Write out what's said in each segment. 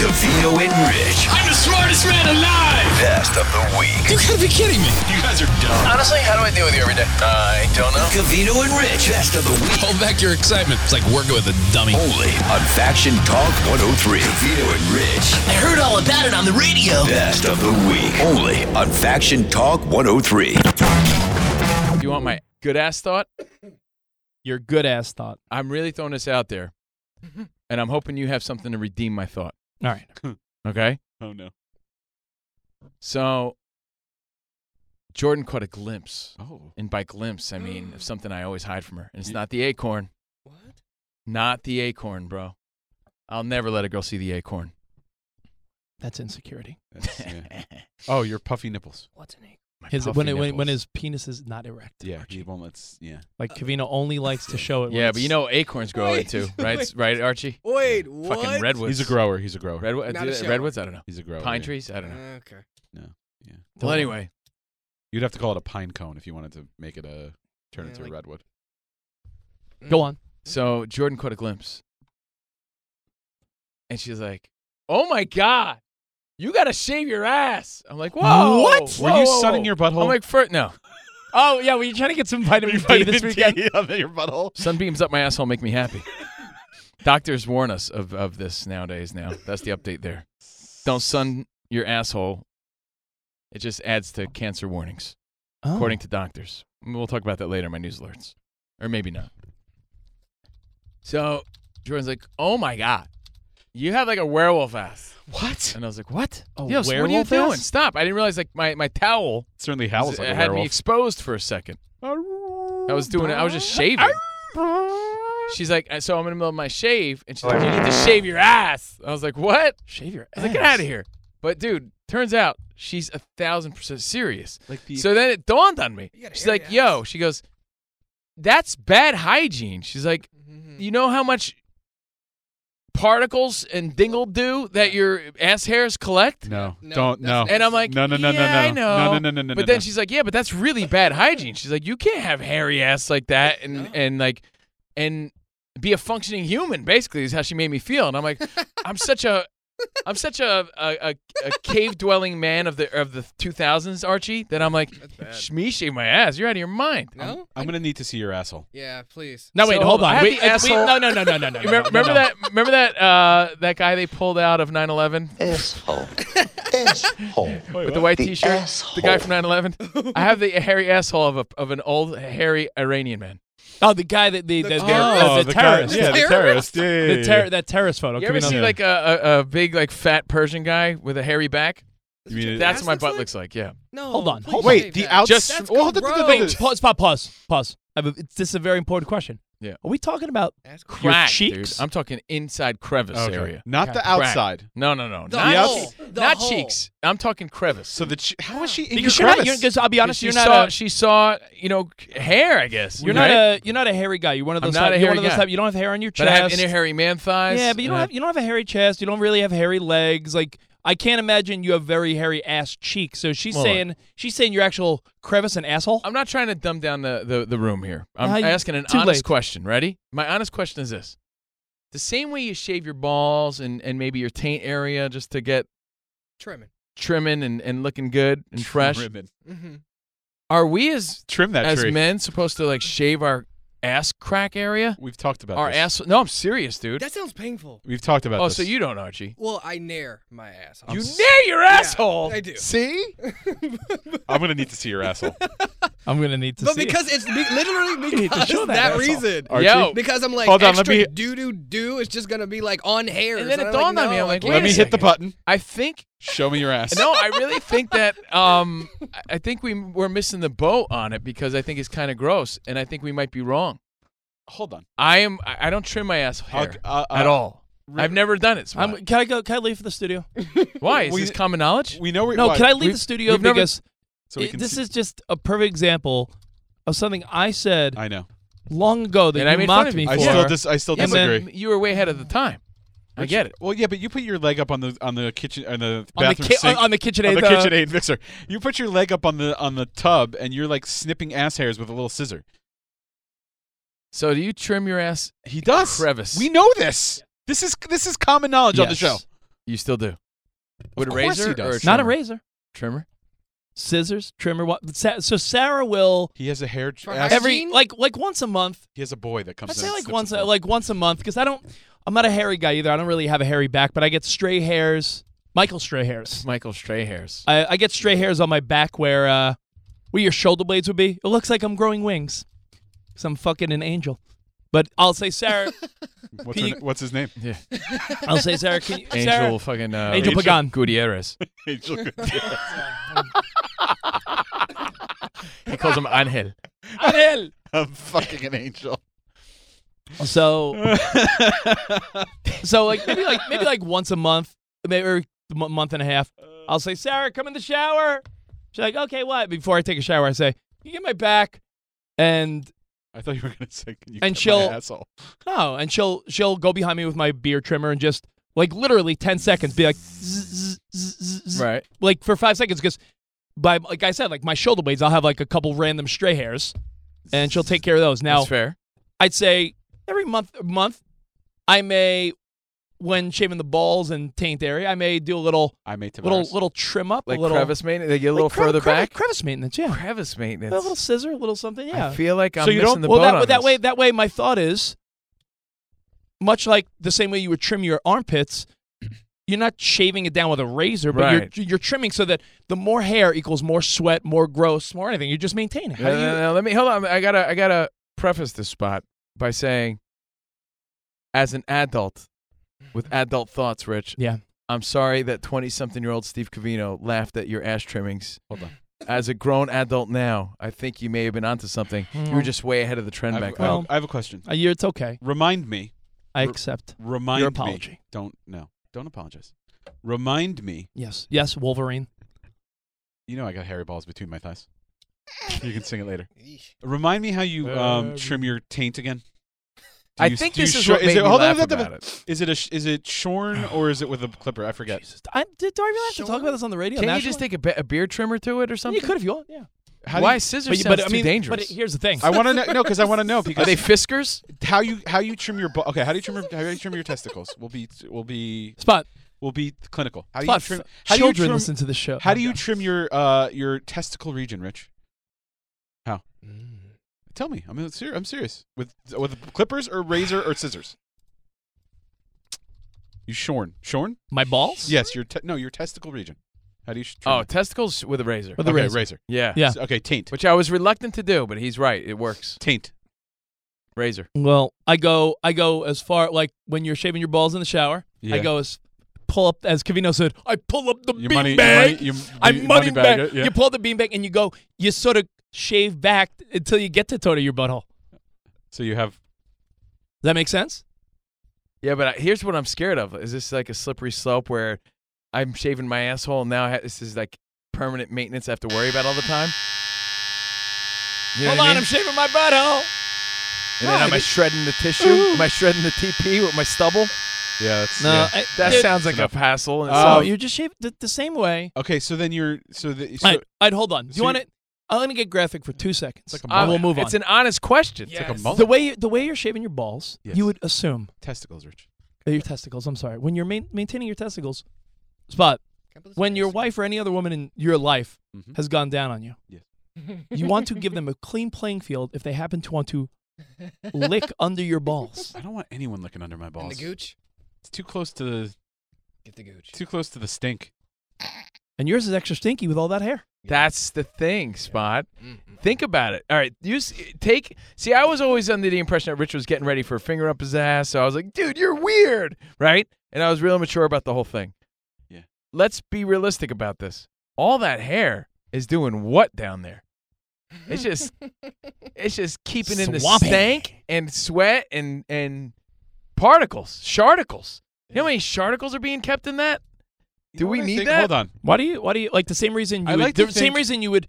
Scavino and Rich, I'm the smartest man alive. best of the week. You gotta be kidding me. You guys are dumb. Honestly, how do I deal with you every day? I don't know. Scavino and Rich, best of the week. Hold back your excitement. It's like working with a dummy. Only on Faction Talk 103. Scavino and Rich, I heard all about it on the radio. best of the week. Only on Faction Talk 103. Do you want my good ass thought? Your good ass thought. I'm really throwing this out there, and I'm hoping you have something to redeem my thought. All right. Okay. Oh no. So Jordan caught a glimpse, Oh. and by glimpse I mean of something I always hide from her, and it's not the acorn. What? Not the acorn, bro. I'll never let a girl see the acorn. That's insecurity. Oh, your puffy nipples. My His puffy when, it, when when nipples. his penis is not erect. Yeah, he won't let. us Yeah. Like Cavino only likes to show it. when Yeah, but it's- you know acorns grow Wait, into right, wait. right, Archie. Wait, what? Fucking redwoods. He's a grower. He's a grower. Redwood, Not a Uh, shower. redwoods. I don't know. He's a grower. Pine yeah. trees. I don't know. Eh, Okay. Well, anyway, You'd have to call it a pine cone if you wanted to make it a turn Yeah, into like- a redwood. go on. So Jordan caught a glimpse. And she's like, Oh my God, you got to shave your ass. I'm like, Whoa. What? Were Whoa, you whoa, sunning whoa." your butthole? I'm like, "Fir- No. Oh yeah, were you trying to get some vitamin D this weekend? your butthole. Sunbeams up my asshole make me happy. Doctors warn us of, of this nowadays now. That's the update there. Don't sun your asshole. It just adds to cancer warnings, Oh. according to doctors. We'll talk about that later in my news alerts. Or maybe not. So Jordan's like, Oh my God, you have like a werewolf ass. What? And I was like, "What? A Yes, what are you werewolf doing? ass? Stop!" I didn't realize like my my towel certainly howls was- like a had me werewolf. exposed for a second. I was doing it. I was just shaving. She's like, "Uh, so I'm in the middle of my shave, and she's Oh, like, "You need to shave your ass." I was like, "What?" shave your I ass. was like, "Get out of here!" But dude, turns out she's a thousand percent serious. Like the So then it dawned on me. You gotta She's air like, your ass. "Yo," she goes, "That's bad hygiene." She's like, Mm-hmm. "You know how much." Particles and dingle do that your ass hairs collect? no, No, don't no. that's- And I'm like, no, no, no, no, yeah, I no, know. no, no, no, no, But no, then no. she's like, yeah, but that's really bad hygiene. She's like, you can't have hairy ass like that, and No. and like, and be a functioning human. Basically, is how she made me feel. And I'm like, I'm such a, I'm such a a, a, a cave dwelling man of the of the 2000s, Archie. That I'm like, That's bad. "Sh- me shave my ass. You're out of your mind. No? I'm gonna need to see your asshole. Yeah, please. No wait, So, hold I on. have Wait, the uh, asshole- wait, no, no, no, no, no, no. You remember, no, remember no. that? Remember that? Uh, that guy they pulled out of 9/11 asshole. Asshole. with the white The T-shirt. The guy from 9/11. I have the hairy asshole of a, of an old hairy Iranian man. Oh, the guy that the the, the, terrorist. the, terrorist. Guy, yeah, Oh, the terrorist. Yeah, yeah, The yeah. ter- that terrorist photo. You ever Cavino- see like a, a, a big like fat Persian guy with a hairy back? You mean it- That's what my looks butt like- looks like. Yeah. No. Hold on, please hold shave Wait, the that. outs. Just- That's well, hold on, hold on, hold on. Wait, pause, pause, pause, pause. I have a, it's, this is a very important question. Yeah. Are we talking about That's gross. your Crack, cheeks? dude. I'm talking inside crevice Okay. area. Not the Okay. outside. No, no, no. The not hole. cheeks. The not hole. cheeks. I'm talking crevice. So the che- how is she in because your you're not. crevice? Because I'll be honest, she you're saw, not. a- she saw, you know, hair. I guess. You're right? not a you're not a hairy guy. You're one of I'm those. not type, a you're one hairy of those guy. type- You don't have hair on your But chest. I have inner hairy man thighs. Yeah, but you don't and have you don't have a hairy chest. You don't really have hairy legs. Like I can't imagine you have very hairy ass cheeks. So she's Well, saying she's saying your actual crevice and asshole. I'm not trying to dumb down the, the, the room here. I'm Nah, you- asking an too honest late. question. Ready? My honest question is this. The same way you shave your balls and, and maybe your taint area just to get Trimming. trimming and, and looking good and fresh. Ribbon. Mm-hmm. Are we as Trim that as tree. men supposed to like shave our ass crack area? We've talked about Our this. ass? No, I'm serious, dude. That sounds painful. We've talked about oh, this. so you don't, Archie? Well, I nair my ass. I'm you s- nair your asshole. I do. See? I'm gonna need to see your asshole. I'm gonna need to But see. it. because it's be- literally need to because show that, that, that's all. reason. Archie? Yo. Because I'm like Hold on, let extra me- do do do is just gonna be like on hair. And then so it I'm dawned like, on me, no, I'm I like, can't. Wait Let a me hit the second. button. I think. Show me your ass. No, I really think that um, I- I think we we're missing the boat on it because I think it's kind of gross, and I think we might be wrong. hold on. I am. I I don't trim my ass hair I'll- uh, at uh, all. re- I've never done it. Swat. I'm, can I go? Can I leave for the studio? Why is we- this common knowledge? We know where. No, why- can I leave we've- the studio we've never- because So we it- can this see- is just a perfect example of something I said I know. long ago that And I you made fun mocked of me you. for. I still dis- I still Yeah, but disagree. you were way ahead of the time. I get it. Well, yeah, but you put your leg up on the on the kitchen on the on the, bathroom ki- on, sink. on the kitchen on aid. the KitchenAid mixer. You put your leg up on the on the tub and you're like snipping ass hairs with a little scissor. So do you trim your ass He does. Crevice. We know this. This is this is common knowledge on the show. You still do. With a course razor he or a does. Not a trimmer? razor, Trimmer. scissors, trimmer. What? Sa- So Sarah will He has a hair. For ass- I've every seen- like like once a month. he has a boy that comes. I in say and like snips once his a, balls. like once a month because I don't. I'm not a hairy guy either. I don't really have a hairy back, but I get stray hairs. Michael stray hairs. Michael Stray hairs. I, I get stray hairs on my back where uh, where your shoulder blades would be. It looks like I'm growing wings. Cause I'm fucking an angel. But I'll say Sarah. What's, her you- na- what's his name? I'll say Sarah. Can you, Angel Sarah, fucking uh, Angel Pagan. Gutierrez. Angel He calls him Angel. Angel. I'm fucking an angel. So, so like maybe like maybe like once a month, maybe or a mo- month and a half. Uh. I'll say, Sarah, come in the shower. She's like, okay, what? Before I take a shower, I say, Can you get my back, and I thought you were gonna say. Can you And cut she'll- my asshole? oh, and she'll she'll go behind me with my beard trimmer and just like literally ten seconds, be like, zzz, zzz, zzz, zzz, Right. like for five seconds, because by like I said, like my shoulder blades, I'll have like a couple random stray hairs, and she'll take care of those. Now, That's fair. I'd say every month month I may when shaving the balls and taint area, I may do a little I made Tavares. little little trim up, Like a little crevice maintenance. They get a like little crev- further crevi- back. crevice maintenance, yeah. crevice maintenance. a little scissor, a little something, yeah. I feel like I'm so you missing don't the well boat that on that this. way that way my thought is much like the same way you would trim your armpits, you're not shaving it down with a razor, but Right. you're you're trimming so that the more hair equals more sweat, more gross, more anything. You're just maintaining. How No, do you no, no, let me hold on. I gotta I gotta preface this spot by saying, as an adult, with adult thoughts, Rich. Yeah. I'm sorry that 20 something year old Steve Cavino laughed at your ash trimmings. Hold on. As a grown adult now, I think you may have been onto something. You were just way ahead of the trend I've- back I have, then. Well- I have a question. Hmm. Uh, you're- it's okay. Remind me. I R- accept. Remind Your me. apology. Don't no. Don't apologize. Remind me. Yes. Yes, Wolverine. You know I got hairy balls between my thighs. you can sing it later. Remind me how you um, trim your taint again. Do I you- think do you this is shor- what made it, me hold on, laugh hold on, about hold on. it. Is it a sh- is it shorn or is it with a clipper? I forget. Jesus. I, do, do I really have to talk about this on the radio? Can you nationally? just take a, be- a beard trimmer to it or Yeah, something? you could if you want. Yeah. How do Why you- scissors But, sounds you- but I too mean, dangerous? But here's the thing. I want to know no because I want to know Are because they Fiskers? how you how you trim your bu- okay how do you trim your how do you trim your testicles? We'll be we'll be Spot. we'll be clinical. How do you Spot. trim? f- How do you children trim? listen to the show. How do you trim your uh your testicle region, Rich? How? Tell me. I'm serious. I'm serious. With with clippers or razor or scissors. You shorn shorn? My balls? Yes. Your te- no your testicle region. How do you? sh- Trim Oh, it? testicles with a razor. With a okay, razor. Yeah. Yeah. Okay, taint. Which I was reluctant to do, but he's right. It works. Taint. Razor. Well, I go. I go as far like when you're shaving your balls in the shower. Yeah. I go as pull up as Cavino said. I pull up the Your beanbag. money- your money- your I money money, bag bag. it, yeah. You pull up the beanbag and you go. You sort of shave back until you get to the toe to your butthole. So you have Does that make sense? Yeah, but I, here's what I'm scared of. Is this like a slippery slope where I'm shaving my asshole and now I ha- this is like permanent maintenance I have to worry about all the time? You know Hold what on, I mean? I'm shaving my butthole. and then am I shredding the tissue? Am I shredding the TP with my stubble? yeah. That's, No, yeah. I, That dude, sounds like a hassle. And So Oh. you just shave the, the same way. Okay, so then you're so the so All right, all right, hold on. Do so you want you- it? I'm gonna get graphic for two seconds. Uh, like a and mullet. we'll move on. It's an honest question. It's like a Yes. mullet. the way you, the way you're shaving your balls, Yes. you would assume testicles, Rich. uh, your testicles. I'm sorry. When you're main, maintaining your testicles, spot when your wife or any other woman in your life Mhm. has gone down on you, Yes. you want to give them a clean playing field if they happen to want to lick under your balls. I don't want anyone looking under my And the balls. gooch? It's too close to the Get the gooch. too close to the stink. And yours is extra stinky with all that hair. That's the thing, Spot. Mm-hmm. Think about it. All right, you s- take. See, I was always under the impression that Rich was getting ready for a finger up his ass, so I was like, "Dude, you're weird," right? And I was real immature about the whole thing. Yeah. Let's be realistic about this. All that hair is doing what down there? It's just, it's just keeping in the Swampy. stank and sweat and and particles, sharticles. You know how many sharticles are being kept in that? You Do know we what I need think? that? Hold on. Why do you? Why do you like the same reason? You I would, like to the same think- reason you would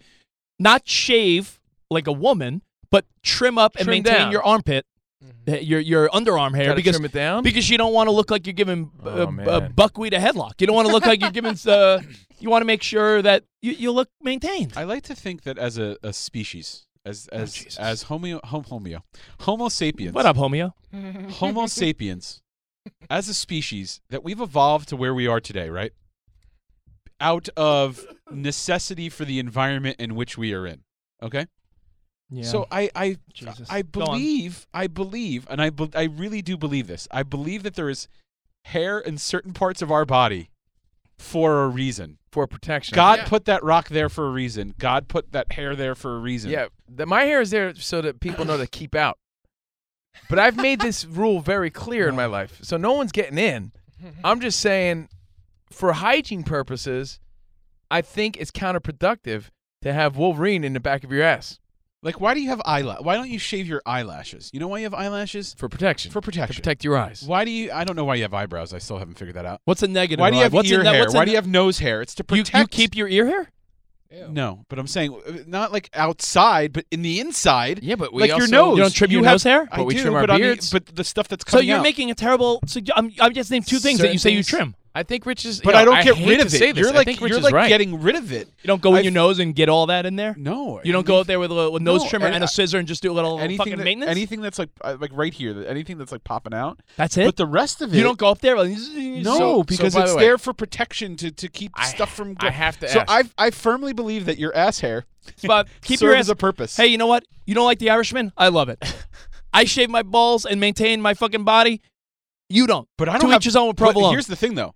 not shave like a woman, but trim up and Trim maintain down. your armpit, Mm-hmm. uh, your your underarm hair Gotta because trim it down. because you don't want to look like you're giving Oh, uh, b- uh, man. buckwheat a headlock. You don't want to look like you're giving. Uh, you want to make sure that you, you look maintained. Oh, I like to think that as a, a species, as as Jesus. as homeo hom, homeo Homo sapiens. what up, homeo? Homo sapiens as a species that we've evolved to where we are today, right? Out of necessity for the environment in which we are in. Okay? Yeah. So I I Jesus. I Go on. believe I believe and I bel I really do believe this. I believe that there is hair in certain parts of our body for a reason. for protection. God Yeah. put that rock there for a reason. God put that hair there for a reason. Yeah, the, my hair is there so that people know to keep out. But I've made this rule very clear in my life, so no one's getting in. I'm just saying, for hygiene purposes, I think it's counterproductive to have Wolverine in the back of your ass Like why do you have eyelash? Why don't you shave your eyelashes? You know why you have eyelashes? for protection. For to protection. protect your eyes. why do you I don't know why you have eyebrows. I still haven't figured that out. What's a negative? Why do you Rod? have what's a ear ne- hair? what's a Why do ne- you have nose hair? It's to You, protect. you keep your ear hair? Ew. No, but I'm saying uh, not like outside, but in the inside. Yeah, but we like your also- nose. You don't trim your have- nose hair? I But we do, trim our but on the- beards. but the stuff that's So coming you're out. making a terrible. Sugge- I'm, I just named two things that Certain you say you things- trim. I think Rich is. but yo, I don't get hate rid to of say it. this. You're I like think Rich you're is like right. getting rid of it. You don't go in I've- your nose and get all that in there. No, You don't go out there with a little with nose No, trimmer and and a I- scissor and just do a little anything fucking that- maintenance. Anything that's like uh, like right here, that- anything that's like popping out. That's But it. the rest of it, you don't go up there. Like, No, so because by the it's way- there for protection to, to keep I- stuff from. I have to So ask. I I firmly believe that your ass hair But keep your serves ass a purpose. Hey, you know what? You don't like the Irishman? I love it. I shave my balls and maintain my fucking body. You don't. But I Two don't have, each his own with but provolone. Here's the thing, though.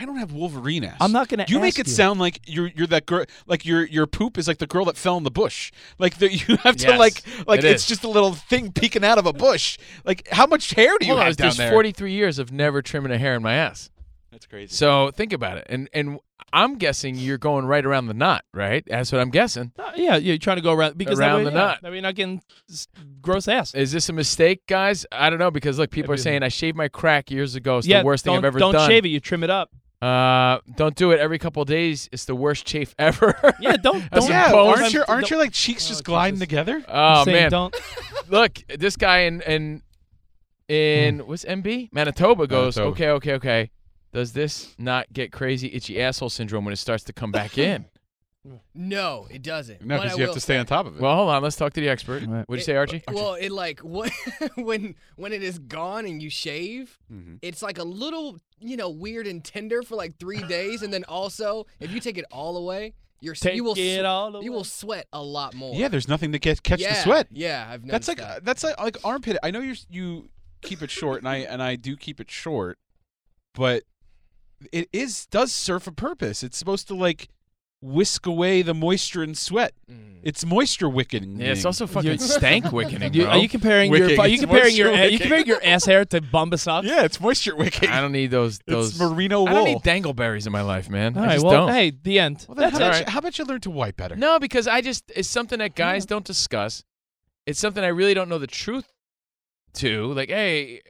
I don't have Wolverine ass. I'm not gonna You make ask it you. sound like you're you're that girl, like your your poop is like the girl that fell in the bush. Like the, you have to Yes, like like it it's is. just a little thing peeking out of a bush. Like how much hair do you Hold on, have down there's there? 43 years of never trimming a hair in my ass. That's crazy. So think about it, and and I'm guessing you're going right around the knot, right? That's what I'm guessing. Uh, yeah, yeah, you're trying to go around because Around that way, the yeah, knot. That way you're not getting s- gross ass. Is this a mistake, guys? I don't know because look, people are Maybe. saying I shaved my crack years ago. It's yeah, the worst thing don't, I've ever don't done. shave it. You trim it up. it. Uh, don't do it every couple of days. It's the worst chafe ever. Yeah, don't. That's don't some yeah, bones. aren't your Don't- aren't your like cheeks just gliding together? oh saying man, Don't. look, this guy in in in Hmm. what's MB Manitoba goes. Manitoba. Okay, okay, okay. Does this not get crazy itchy asshole syndrome when it starts to come back in? No, it doesn't. No, But I because you have will to stay say- on top of it. well, hold on. Let's talk to the expert. Right. What'd you It- say, Archie? Well, it like what when when it is gone and you shave, Mm-hmm. it's like a little you know weird and tender for like three days, and then also if you take it all away, you're s- Take you will sw- it all you away. will sweat a lot more. yeah, there's nothing to get catch yeah, the sweat. Yeah, I've noticed That's like that. uh, that's like, like armpit. I know you you keep it short, and I and I do keep it short, but it is does serve a purpose. It's supposed to like whisk away the moisture and sweat. Mm. It's moisture wicking. Yeah, it's also fucking stank wicking, You, bro. are you comparing Wicking. your? Are you It's comparing your? moisture Are you wicking. comparing your ass hair to Bumbus up? yeah, it's moisture wicking. I don't need those. those it's merino wool. I don't need dangleberries in my life, man. All I right. just Well, don't. hey, the end. well, then how, That's about it. all you, right. how about you learn to wipe better? No, because I just it's something that guys don't discuss. It's something I really don't know the truth to. Like, hey,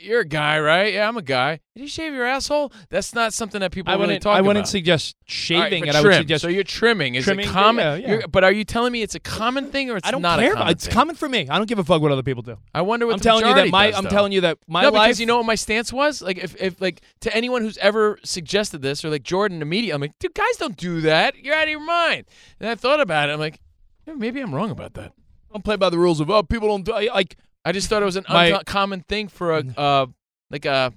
you're a guy, right? Yeah, I'm a guy. Did you shave your asshole? That's not something that people I really wouldn't. talk I wouldn't about. suggest All right, shaving but it. I trim. would suggest. So you're trimming is Trimming, a common. yeah, yeah. you're- But are you telling me it's a common thing or it's I don't not care. a about- common It's thing? common for me. I don't give a fuck what other people do. I wonder what I'm the telling you that majority my. does, I'm though. telling you that my no, life. because you know what my stance was. Like, if, if like to anyone who's ever suggested this or like Jordan in the media, I'm like, dude, guys don't do that. You're out of your mind. And I thought about it. I'm like, yeah, maybe I'm wrong about that. don't play by the rules of oh people don't do, like Mm. I just thought it was an My- uncommon thing for a uh, like a.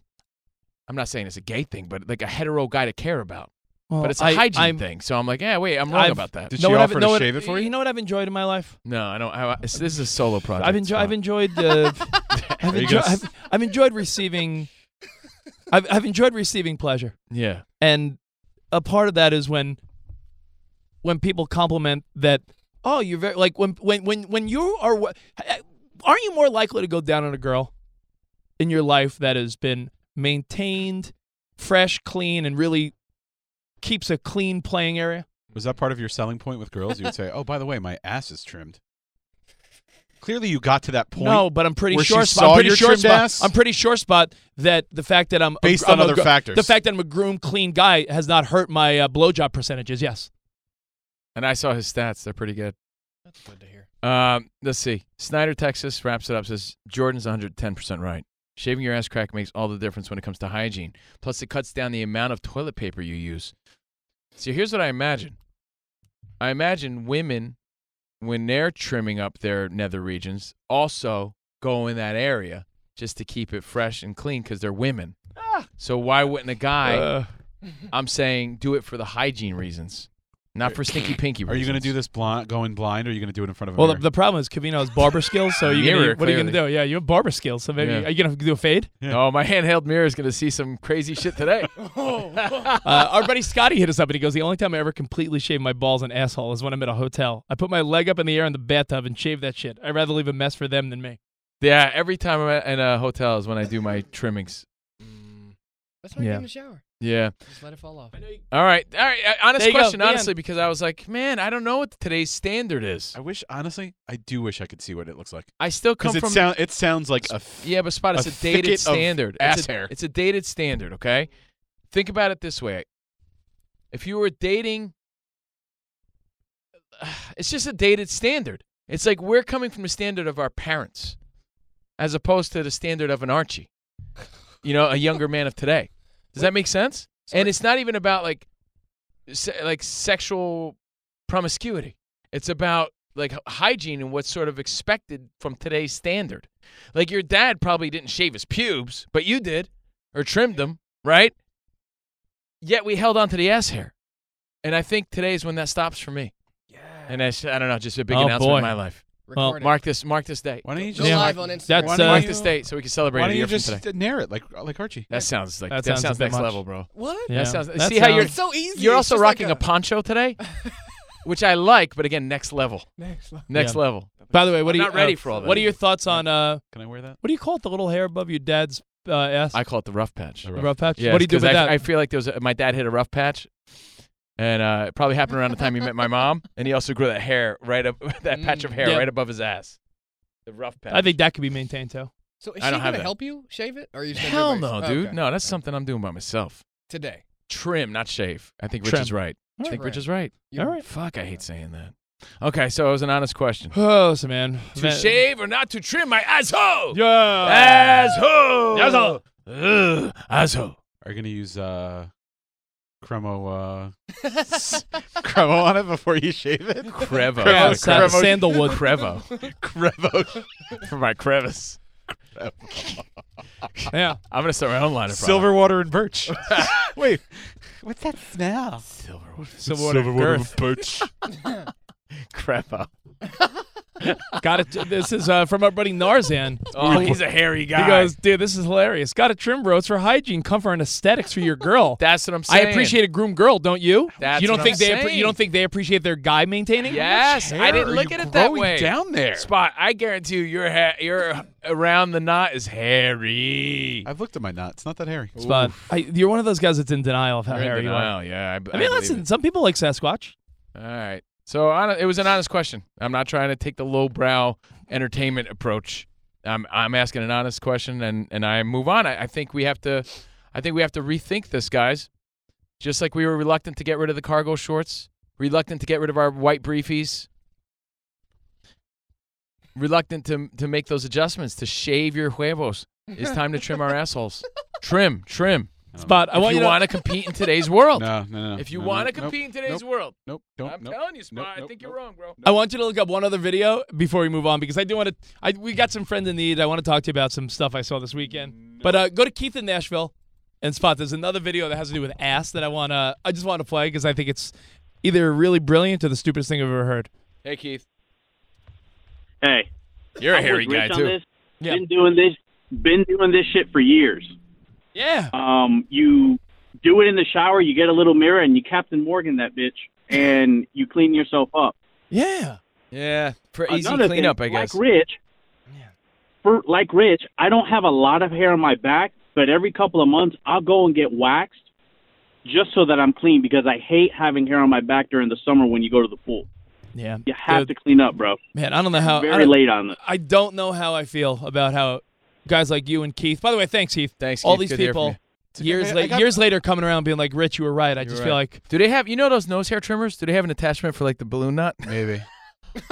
I'm not saying it's a gay thing, but like a hetero guy to care about. but it's a a hygiene thing. So I'm like, yeah, wait, I'm wrong I've- about that. Did know she what I've- offer know to what- shave it for You you? know what I've enjoyed in my life? No, I don't. I, I- this is a solo project. I've enjoyed. so- I've enjoyed. Uh, I've, Are you enjoy- gonna s- I've, I've enjoyed receiving. I've I've enjoyed receiving pleasure, Yeah. and a part of that is when when people compliment that. Oh, you're very like when when when when you are. wa- Aren't you more likely to go down on a girl in your life that has been maintained, fresh, clean, and really keeps a clean playing area? Was that part of your selling point with girls? You would say, "Oh, by the way, my ass is trimmed." Clearly, you got to that point. No, but I'm pretty where she sure. saw I'm pretty your sure. trimmed Spot, ass? I'm pretty sure. Spot that the fact that I'm a- Based I'm on a other gr- factors. the fact that I'm a groom, clean guy has not hurt my uh, blowjob percentages. Yes, And I saw his stats. They're pretty good. That's good to hear. Um, let's see. Snyder, Texas wraps it up. Says Jordan's 110% right. Shaving your ass crack makes all the difference when it comes to hygiene. Plus, it cuts down the amount of toilet paper you use. So here's what I imagine. I imagine women, when they're trimming up their nether regions, also go in that area just to keep it fresh and clean because they're women. Ah. So why wouldn't a guy? Uh. I'm saying do it for the hygiene reasons, not for stinky pinky. Are you going to do this blind, going blind, or are you going to do it in front of a Well, the, mirror? the problem is Cavino's barber skills. So you Mirror, what are you gonna do? Yeah, you have barber skills. So maybe Yeah. are you gonna do a fade? Oh, my handheld mirror is going to see some crazy shit today. Oh. Uh, our buddy Scotty hit us up and he goes, "The only time I ever completely shave my balls and asshole is when I'm at a hotel. I put my leg up in the air in the bathtub and shave that shit. I'd rather leave a mess for them than me." yeah, every time I'm at- in a hotel is when I do my trimmings. That's why I Yeah. get in the shower. Yeah. Just let it fall off. All right. All right. uh, Honest There you go, question, the honestly, because I was like, man, I don't know what today's standard is. I wish, honestly, I do wish I could see what it looks like. I still come Because it, from sound, it sounds like a. F- Yeah, but Spot, it's a a, dated thicket of standard. ass it's, a, hair. it's a dated standard, okay? Think about it this way. If you were dating it's just a dated standard. It's like we're coming from the standard of our parents as opposed to the standard of an Archie. You know, a younger man of today. Does that make sense? And it's not even about like se- like sexual promiscuity. It's about like h- hygiene and what's sort of expected from today's standard. Like your dad probably didn't shave his pubes, but you did, or trimmed them, right? Yet we held on to the ass hair, and I think today's when that stops for me. Yeah. And that's I don't know, just a big Oh, announcement boy. in my life. Well, Record it. Mark this, mark this day. why don't you Go just, Yeah. live on Instagram. That's, why uh, don't mark you, this date so we can celebrate why a don't year you just from today. narr it like, like Archie? That sounds like That that, sounds sounds, a bit next much. level, bro. What? Yeah. That sounds. That see how you're It's so easy. you're It's also just rocking like a poncho today, which I like, but again, next level. Next level. Next Yeah. level. By the way, what I'm are you, uh, oh, not ready for all What that. are your thoughts on uh, Can I wear that? what do you call it? The little hair above your dad's uh, ass, I call it the rough patch. The the rough patch. Yeah, what do you do with I, that? I feel like there was a, my dad hit a rough patch, and uh, it probably happened around the time he met my mom. And he also grew that hair right up, that patch of hair Yeah. right above his ass, the rough patch. I think that could be maintained too. So is I she don't have gonna that. help you shave it, or are you just gonna do it Hell by no, yourself? dude. Okay. No, that's something I'm doing by myself. Today. Trim, not shave. I think Rich Trim. is right. I think Right. Rich is right. You- All right. Fuck, I hate saying that. Okay, so it was an honest question. Oh, so man, to That- shave or not to trim my asshole? Yeah. Asshole. Asshole. Ugh, asshole. Are you going to use uh, Cremo, uh, s- Cremo on it before you shave it? Crevo. Yeah, Crevo. uh, sa- Crevo. sandalwood. Crevo. Crevo. For my crevice. Yeah. I'm gonna start my own line of Silver water and birch. Wait, what's that smell? Silver. Silverwater girth. birch. Crevo. Got it. This is uh, from our buddy Narzan. Oh, he's a hairy guy. He goes, dude, this is hilarious. Got to trim, bro. It's for hygiene, comfort, and aesthetics for your girl. That's what I'm I saying. appreciate a groomed girl, don't you? That's you don't what think I'm they appre- saying. you don't think they appreciate their guy maintaining? Yes, I didn't look at it that way. Down there. Spot. I guarantee you, your ha- your around the knot is hairy. I've looked at my knot. It's not that hairy. Spot. I, you're one of those guys that's in denial of how hairy you are. Well, yeah. I, b- I mean, believe listen, some people like Sasquatch. it. All right. So hon- it was an honest question. I'm not trying to take the lowbrow entertainment approach. I'm I'm asking an honest question, and and I move on. I, I think we have to, I think we have to rethink this, guys. Just like we were reluctant to get rid of the cargo shorts, reluctant to get rid of our white briefies, reluctant to to make those adjustments to shave your huevos. It's time to trim our assholes. Trim, trim. Spot. I If want you to. want to compete in today's world. No, no, no. If you no, want to no, compete in today's nope, world, nope, nope, I'm nope, telling you, Spot, nope, I nope, think nope. you're wrong, bro. I want you to look up one other video before we move on because I do want to. I we got some friends in need. I want to talk to you about some stuff I saw this weekend. But uh, go to Keith in Nashville and spot. There's another video that has to do with ass that I want to. I just want to play because I think it's either really brilliant or the stupidest thing I've ever heard. Hey, Keith. Hey, You're a I'm hairy with guy, Rich on too. this. Yeah. Been doing this, been doing this shit for years. Yeah. Um, you do it in the shower, you get a little mirror, and you Captain Morgan that bitch, and you clean yourself up. Yeah. Yeah. For easy Another cleanup, thing, I guess. Like Rich, for like Rich, I don't have a lot of hair on my back, but every couple of months I'll go and get waxed, just so that I'm clean because I hate having hair on my back during the summer when you go to the pool. Yeah. You have to clean up, bro. Man, I don't know how. I Very don't, late on this. I don't know how I feel about how guys like you and Keith. By the way, thanks, Keith. Thanks, All Keith. these Good to hear from people. you. Years I- I later, got- years later, coming around being like, "Rich, you were right." I just feel right. like Do they have, you know those nose hair trimmers? Do they have an attachment for like the balloon knot? Maybe.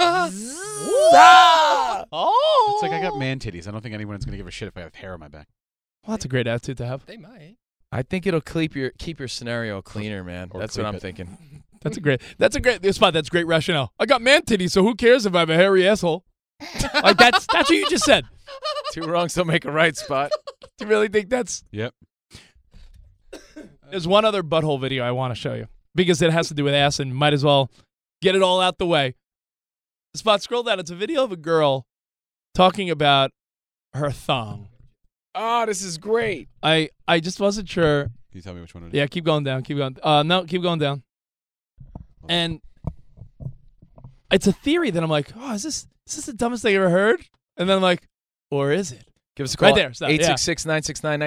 oh, It's like I got man titties. I don't think anyone's gonna give a shit if I have hair on my back. Well, that's a great attitude to have. They might. I think it'll keep your keep your scenario Oh, cleaner, man. Or That's what cleep I'm it. thinking. That's a great. That's a great this spot. That's great rationale. I got man titties, so who cares if I have a hairy asshole? like that's that's what you just said. Two wrongs don't make a right spot. Do you really think that's Yep. There's one other butthole video I want to show you because it has to do with ass and might as well get it all out the way. Spot, scroll down. It's a video of a girl talking about her thong. Oh, this is great. I, I just wasn't sure. Can you tell me which one it is? Yeah, keep going down. Keep going. Uh, no, keep going down. And it's a theory that I'm like, oh, is this is this the dumbest thing I ever heard? And then I'm like, or is it? Give us a call. Right there, stop, yeah. 866 969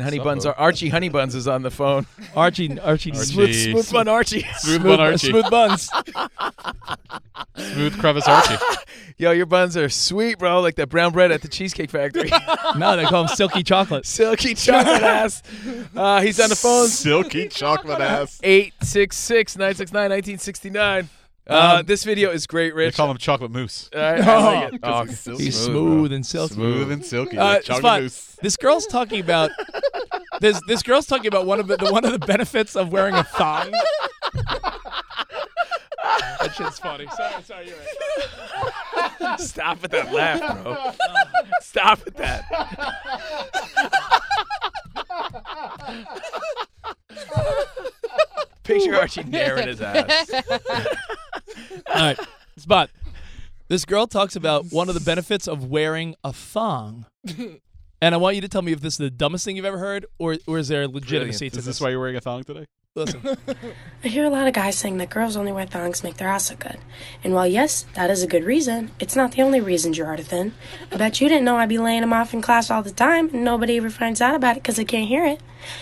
Oh, Honey sup, Buns. bro? Are, Archie Honey Buns is on the phone. Archie, Archie, Smooth, smooth Bun Archie. Bun Archie. smooth buns. Smooth crevice Archie. Yo, your buns are sweet, bro. Like that brown bread at the Cheesecake Factory. no, they call them silky chocolate. Silky chocolate ass. Uh, he's on the phone. Silky chocolate ass. 866 969 1969. Uh, This video is great, They Rich. call him chocolate moose. All right, I like it. Oh, He's so He's bro. smooth and silky. Smooth and silky. Uh, like it's chocolate fun. mousse. This girl's talking about this. This girl's talking about one of the, the one of the benefits of wearing a thong. that shit's funny. Sorry, sorry, you're right. Stop with that laugh, bro. Stop with that. Picture Archie narrowing his ass. All right, spot. This girl talks about one of the benefits of wearing a thong, and I want you to tell me if this is the dumbest thing you've ever heard, or or is there legitimacy to Is this why you're wearing a thong today? Listen, I hear a lot of guys saying that girls only wear thongs make their ass look good. And while yes, that is a good reason, it's not the only reason, Gerardathan. I bet you didn't know I'd be laying them off in class all the time and nobody ever finds out about it because they can't hear it.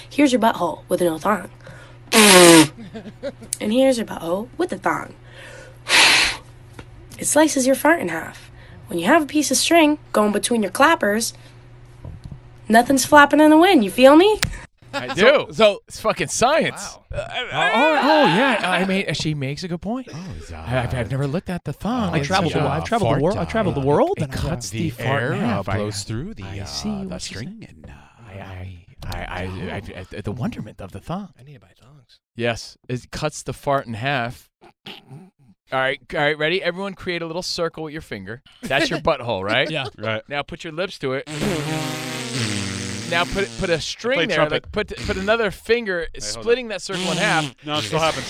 Here's your butthole with no thong. and here's your butthole with a thong. It slices your fart in half. When you have a piece of string going between your clappers, nothing's flapping in the wind, you feel me? I do. so It's fucking science. Uh, oh, oh, yeah. I mean, she makes a good point. I, I've never looked at the thumb. I traveled the world. I've traveled the world. I traveled the world. It and I- cuts the, The fart air in uh, half. I- blows through the, I uh, see the what you're string and uh, I, I, I, I, I, the wonderment of the thong. I need to buy thongs. Yes, it cuts the fart in half. All right, all right, ready? Everyone, create a little circle with your finger. That's your butthole, right? yeah, Right. Now put your lips to it. Now put put a string Play there. trumpet. Like put put another finger, splitting that circle in half. No, it still happens.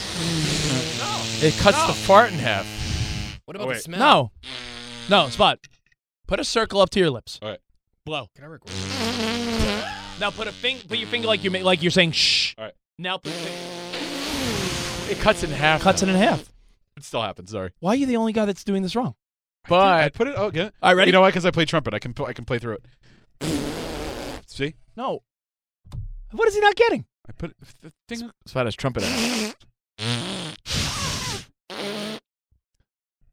It cuts the fart in half. What about the wait. smell? no, no, spot. Put a circle up to your lips. All right. Blow. Can I record? Now put a fing- put your finger like you ma- like you're saying shh. All right. Now put your finger- It cuts in half. cuts it in half. It still happens. Sorry. Why are you the only guy that's doing this wrong? I But put it. Oh, get it? All right, ready? You know why? Because I play trumpet. I can. pl- I can play through it. See, no. What is he not getting? I put it- the thing. that's why there's trumpet. out.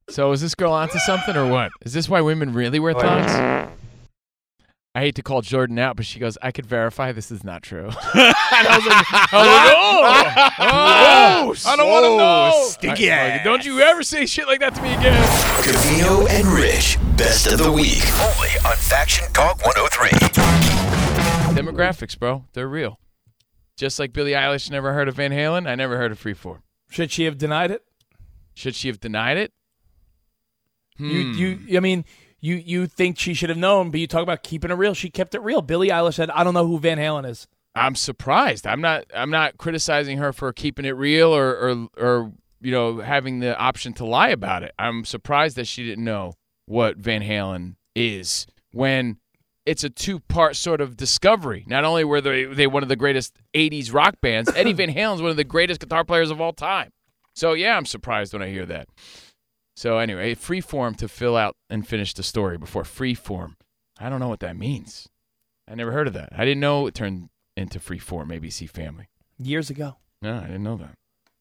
so is this girl onto something or what? Is this why women really wear thongs? I hate to call Jordan out, but she goes, "I could verify this is not true." I was like, I was like, "Oh, oh, I don't want to know." stinky I- ass. Don't you ever say shit like that to me again. Cavino and Rich, best of the week. Only on Faction Talk 103. Demographics, bro. They're real. Just like Billie Eilish never heard of Van Halen, I never heard of Freeform. Should she have denied it? Should she have denied it? Hmm. You you I mean, you you think she should have known, but you talk about keeping it real. She kept it real. Billie Eilish said, "I don't know who Van Halen is." I'm surprised. I'm not I'm not criticizing her for keeping it real or or, or you know, having the option to lie about it. I'm surprised that she didn't know what Van Halen is when it's a two-part sort of discovery. Not only were they they one of the greatest 80s rock bands, Eddie Van Halen's one of the greatest guitar players of all time. So yeah, I'm surprised when I hear that. So anyway, freeform to fill out and finish the story before freeform. I don't know what that means. I never heard of that. I didn't know it turned into freeform ABC Family. Years ago. No, I didn't know that.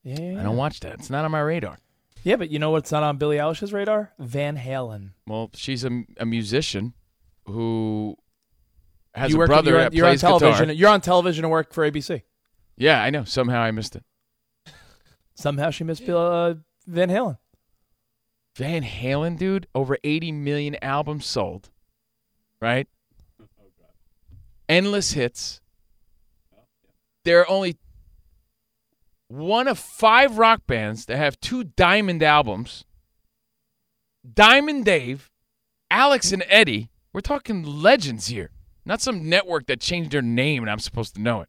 Yeah. yeah, I yeah. don't watch that. It's not on my radar. yeah, but you know what's not on Billie Eilish's radar? Van Halen. Well, she's a, a musician who has you a work brother you're, on- that you're on plays television. guitar. You're on television and work for ABC. Yeah, I know. Somehow I missed it. Somehow she missed Bill, uh, Van Halen. Van Halen, dude, over 80 million albums sold, right? Endless hits. There are only one of five rock bands that have two diamond albums Diamond Dave, Alex and Eddie. We're talking legends here, not some network that changed their name and I'm supposed to know it.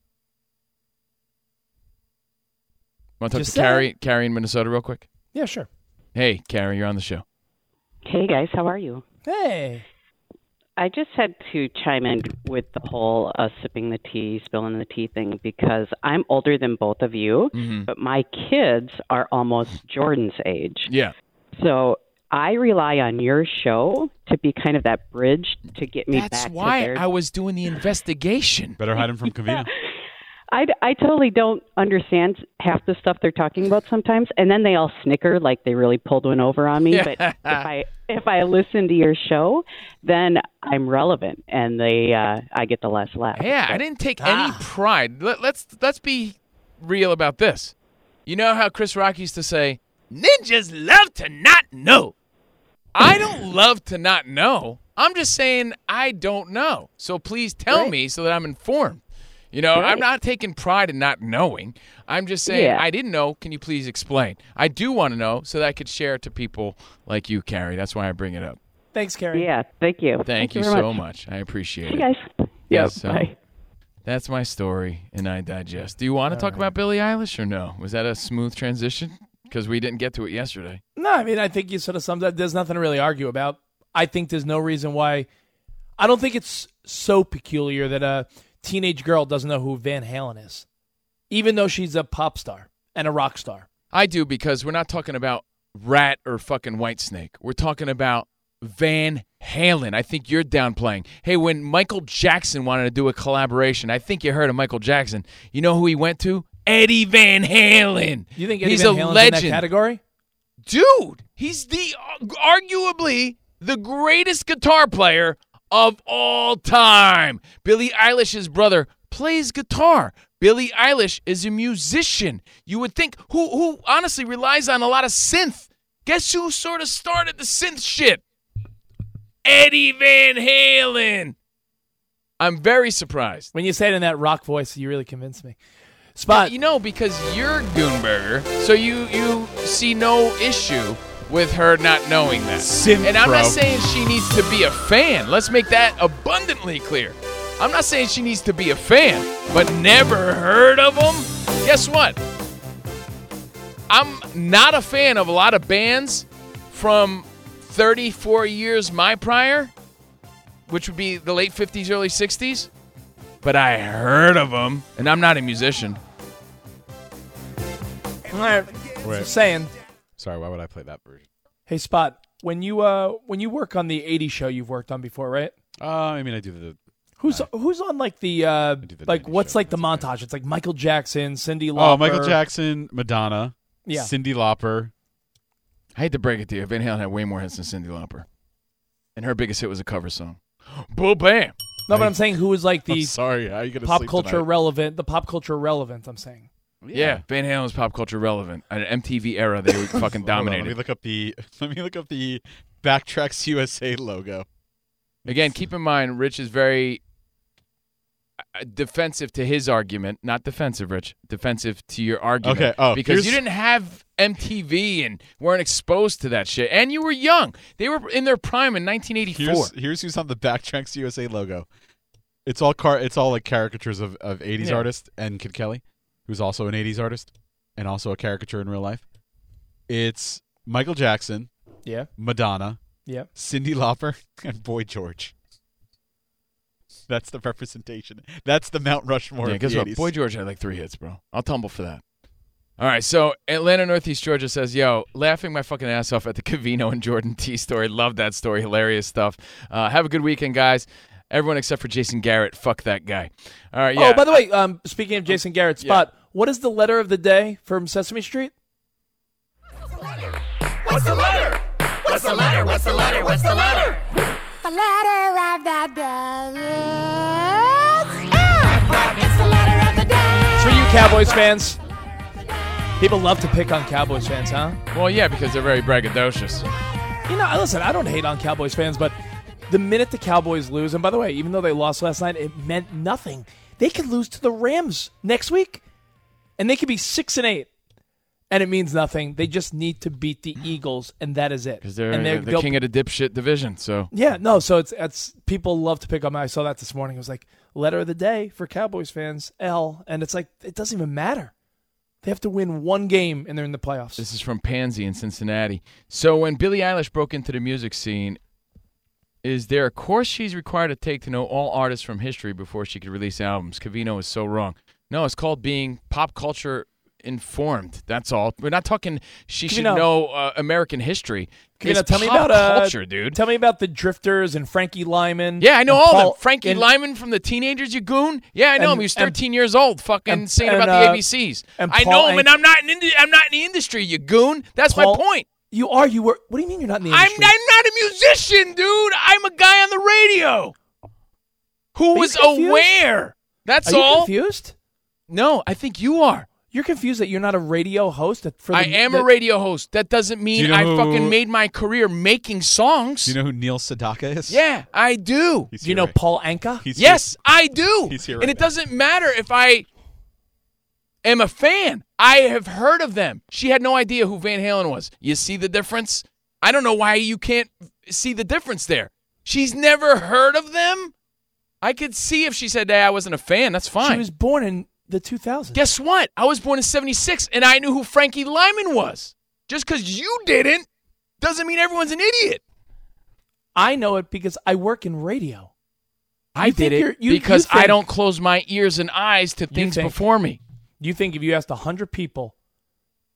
Want to talk Just to saying. Carrie, Carrie in Minnesota, real quick? Yeah, sure. Hey, Carrie, you're on the show. Hey guys, how are you? Hey. I just had to chime in with the whole uh, sipping the tea, spilling the tea thing because I'm older than both of you, Mm-hmm. but my kids are almost Jordan's age. Yeah. So I rely on your show to be kind of that bridge to get me That's back why to their I was doing the investigation. Better hide him from Kavina. I, I totally don't understand half the stuff they're talking about sometimes, and then they all snicker like they really pulled one over on me. But if I if I listen to your show, then I'm relevant, and they uh, I get the less laugh. Yeah, I didn't take ah. any pride. Let, let's let's be real about this. You know how Chris Rock used to say, "Ninjas love to not know." I don't love to not know. I'm just saying I don't know. So please tell me so that I'm informed. You know, I'm not taking pride in not knowing. I'm just saying Yeah. I didn't know. Can you please explain? I do want to know so that I could share it to people like you, Carrie. That's why I bring it up. Thanks, Carrie. Yeah, thank you. Thank, you, very so much. I appreciate Hey it. guys. Yeah, Yeah, so bye. that's my story, and I digest. Do you want to talk about Billie Eilish or no? Was that a smooth transition? Because we didn't get to it yesterday. No, I mean, I think you sort of summed up. There's nothing to really argue about. I think there's no reason why. I don't think it's so peculiar that a teenage girl doesn't know who Van Halen is, even though she's a pop star and a rock star. I do because we're not talking about Rat or fucking White Snake. We're talking about Van Halen. I think you're downplaying. Hey, when Michael Jackson wanted to do a collaboration, I think you heard of Michael Jackson. You know who he went to? Eddie Van Halen. You think Eddie he's Van a Halen's legend? in that category? Dude, he's the arguably the greatest guitar player of all time. Billie Eilish's brother plays guitar. Billie Eilish is a musician. You would think who who honestly relies on a lot of synth. Guess who sort of started the synth shit? Eddie Van Halen. I'm very surprised. When you say it in that rock voice, you really convinced me. Spot. You know, because you're Goonberger, so you you see no issue with her not knowing that. Simp, and I'm bro. not saying she needs to be a fan. Let's make that abundantly clear. I'm not saying she needs to be a fan, but never heard of them. Guess what? I'm not a fan of a lot of bands from 34 years my prior, which would be the late 50s, early 60s. But I heard of them, and I'm not a musician. All right. Wait. Just saying. Sorry, why would I play that version? Hey, Spot. When you uh when you work on the '80s show you've worked on before, right? Uh, I mean, I do the. Who's who's on like the uh like what's like the montage? It's like Michael Jackson, Cindy Lauper. Oh, Michael Jackson, Madonna, Yeah. Cindy Lauper. I hate to break it to you, Van Halen had way more hits than Cindy Lauper, and her biggest hit was a cover song. Boo bam. No, but I'm saying who is like the I'm sorry. How you gonna pop sleep culture tonight? relevant? The pop culture relevant. I'm saying. Yeah. Van Halen was pop culture relevant. At an MTV era, they were fucking Hold on, let me dominated. look up the. Let me look up the Backtracks USA logo. Again, keep in mind, Rich is very uh, defensive to his argument. Not defensive, Rich. Defensive to your argument. Okay, oh, because you here's- didn't have MTV and weren't exposed to that shit, and you were young. They were in their prime in 1984. Here's, here's who's on the Backtracks USA logo. It's all car. It's all like caricatures of of '80s Yeah. artists and Kid Kelly, who's also an '80s artist and also a caricature in real life. It's Michael Jackson, Yeah. Madonna, Yeah. Cindy Lauper, and Boy George. That's the representation. That's the Mount Rushmore. Yeah, of guess the what? 80s. Boy George had like three hits, bro. I'll tumble for that. All right, so Atlanta, Northeast Georgia says, "Yo, laughing my fucking ass off at the Cavino and Jordan T story. Love that story. Hilarious stuff. Uh, have a good weekend, guys. Everyone except for Jason Garrett. Fuck that guy. All right, yeah. Oh, by the way, um, speaking of Jason Garrett, Spot. What is the letter of the day from Sesame Street? What's the letter? What's the letter? What's the letter? What's the letter? The letter of the day is F. It's the letter of the day. It's for you Cowboys fans. People love to pick on Cowboys fans, huh? well, yeah, because they're very braggadocious. You know, listen, I don't hate on Cowboys fans, but the minute the Cowboys lose, and by the way, even though they lost last night, it meant nothing. They could lose to the Rams next week, and they could be six and eight. and it means nothing. They just need to beat the Eagles, and that is it. because they're, and the they'll- king of the dipshit division. So Yeah, no. So it's it's people love to pick on. me. I saw that this morning. It was like letter of the day for Cowboys fans L, and it's like it doesn't even matter. They have to win one game, and they're in the playoffs. This is from Pansy in Cincinnati. So when Billie Eilish broke into the music scene, is there a course she's required to take to know all artists from history before she could release albums? Cavino is so wrong. No, it's called being pop culture informed. That's all. We're not talking she should Covino. know uh, American history. You know, It's tell me pop about uh, culture, dude. Tell me about the Drifters and Frankie Lyman. Yeah, I know and all Paul- of them. Frankie and- Lyman from the Teenagers, you goon. Yeah, I know and- him. He was and- 13 years old, fucking and- singing and, about uh, the ABCs. and I Paul know him, Ank- and I'm not in the, I'm not in the industry, you goon. That's Paul- my point. You are. You were. What do you mean you're not in the I'm, industry? I'm not a musician, dude. I'm a guy on the radio who Are you was confused? aware. That's are you all. confused? No, I think you are. You're confused that you're not a radio host. That for the, I am that- a radio host. That doesn't mean you know I who- fucking made my career making songs. Do you know who Neil Sedaka is? Yeah, I do. He's Do you know Paul Anka? He's yes, I do. He's here and right it doesn't matter if I am a fan. I have heard of them. She had no idea who Van Halen was. You see the difference? I don't know why you can't see the difference there. She's never heard of them. I could see if she said, "Hey, I wasn't a fan." That's fine. She was born in the 2000s. Guess what? I was born in 76 and I knew who Frankie Lyman was. Just because you didn't doesn't mean everyone's an idiot. I know it because I work in radio. I You did think it you're- you- because you think- I don't close my ears and eyes to things think- before me. You think if you asked 100 people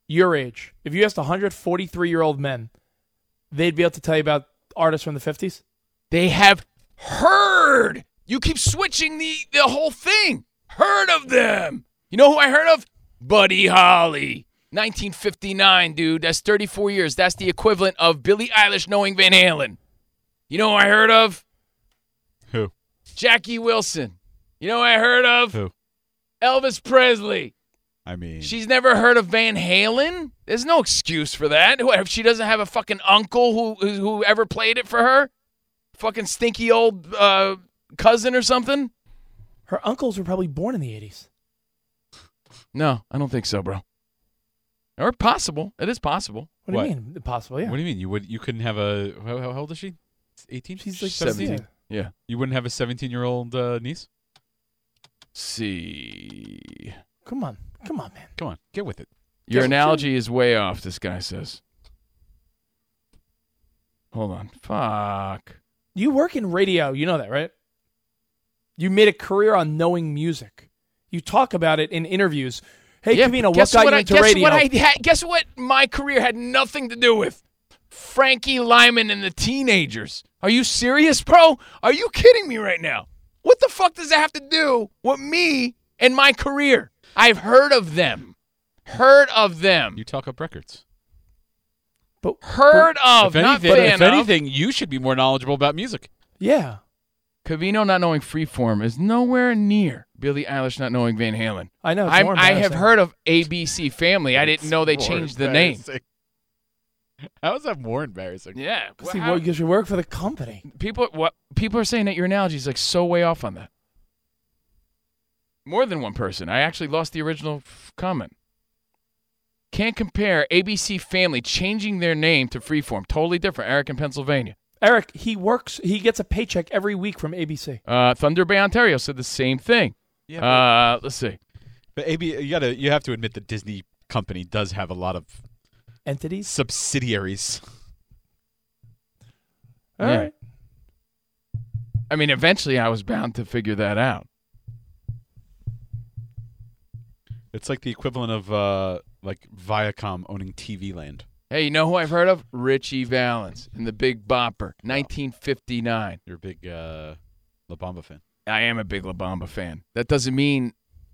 your age, if you asked 143 year old men, they'd be able to tell you about artists from the 50s? They have heard. You keep switching the, the whole thing. Heard of them. You know who I heard of? Buddy Holly. 1959, dude. That's 34 years. That's the equivalent of Billie Eilish knowing Van Halen. You know who I heard of? Who? Jackie Wilson. You know who I heard of? Who? Elvis Presley. I mean, She's never heard of Van Halen. There's no excuse for that. Who- If she doesn't have a fucking uncle who who, who ever played it for her, fucking stinky old uh, cousin or something. Her uncles were probably born in the 80s. No, I don't think so, bro. Or possible. It is possible. What, do you mean? Possible, yeah. What do you mean? You would you couldn't have a how, how old is she? Eighteen. She's like 17. Yeah. You wouldn't have a seventeen-year-old uh, niece. See, Come on. Come on, man. Come on, get with it. your analogy is way off. This guy says. Hold on. Fuck. You work in radio. You know that, right? You made a career on knowing music. You talk about it in interviews. Hey, Yeah, Camino, Uh, what guess got what you I- into guess radio? What I had, guess what my career had nothing to do with? Frankie Lyman and the Teenagers. Are you serious, bro? Are you kidding me right now? What the fuck does that have to do with me and my career? I've heard of them. Heard of them. You talk up records. But- Heard of, if not anything, fan if of. anything, you should be more knowledgeable about music. yeah. Cavino not knowing Freeform is nowhere near Billie Eilish not knowing Van Halen. I know. It's I'm- more I have embarrassing. heard of ABC Family. I didn't know they More changed the name. embarrassing. How is that more embarrassing? Yeah. See, how- well, because you work for the company. people what people are saying that your analogy is like so way off on that. More than one person. I actually lost the original f- comment. Can't compare ABC Family changing their name to Freeform. Totally different. Eric in Pennsylvania. Eric, he works. He gets a paycheck every week from ABC. Uh, Thunder Bay, Ontario said the same thing. Yeah, uh, let's see. But AB, you gotta you have to admit the Disney company does have a lot of Entities. subsidiaries. All right. Yeah. I mean, eventually I was bound to figure that out. It's like the equivalent of uh, like Viacom owning TV Land. Hey, you know who I've heard of? Richie Valens in the Big Bopper, 1959. You're a big uh, La Bamba fan. I am a big La Bamba fan. That doesn't mean,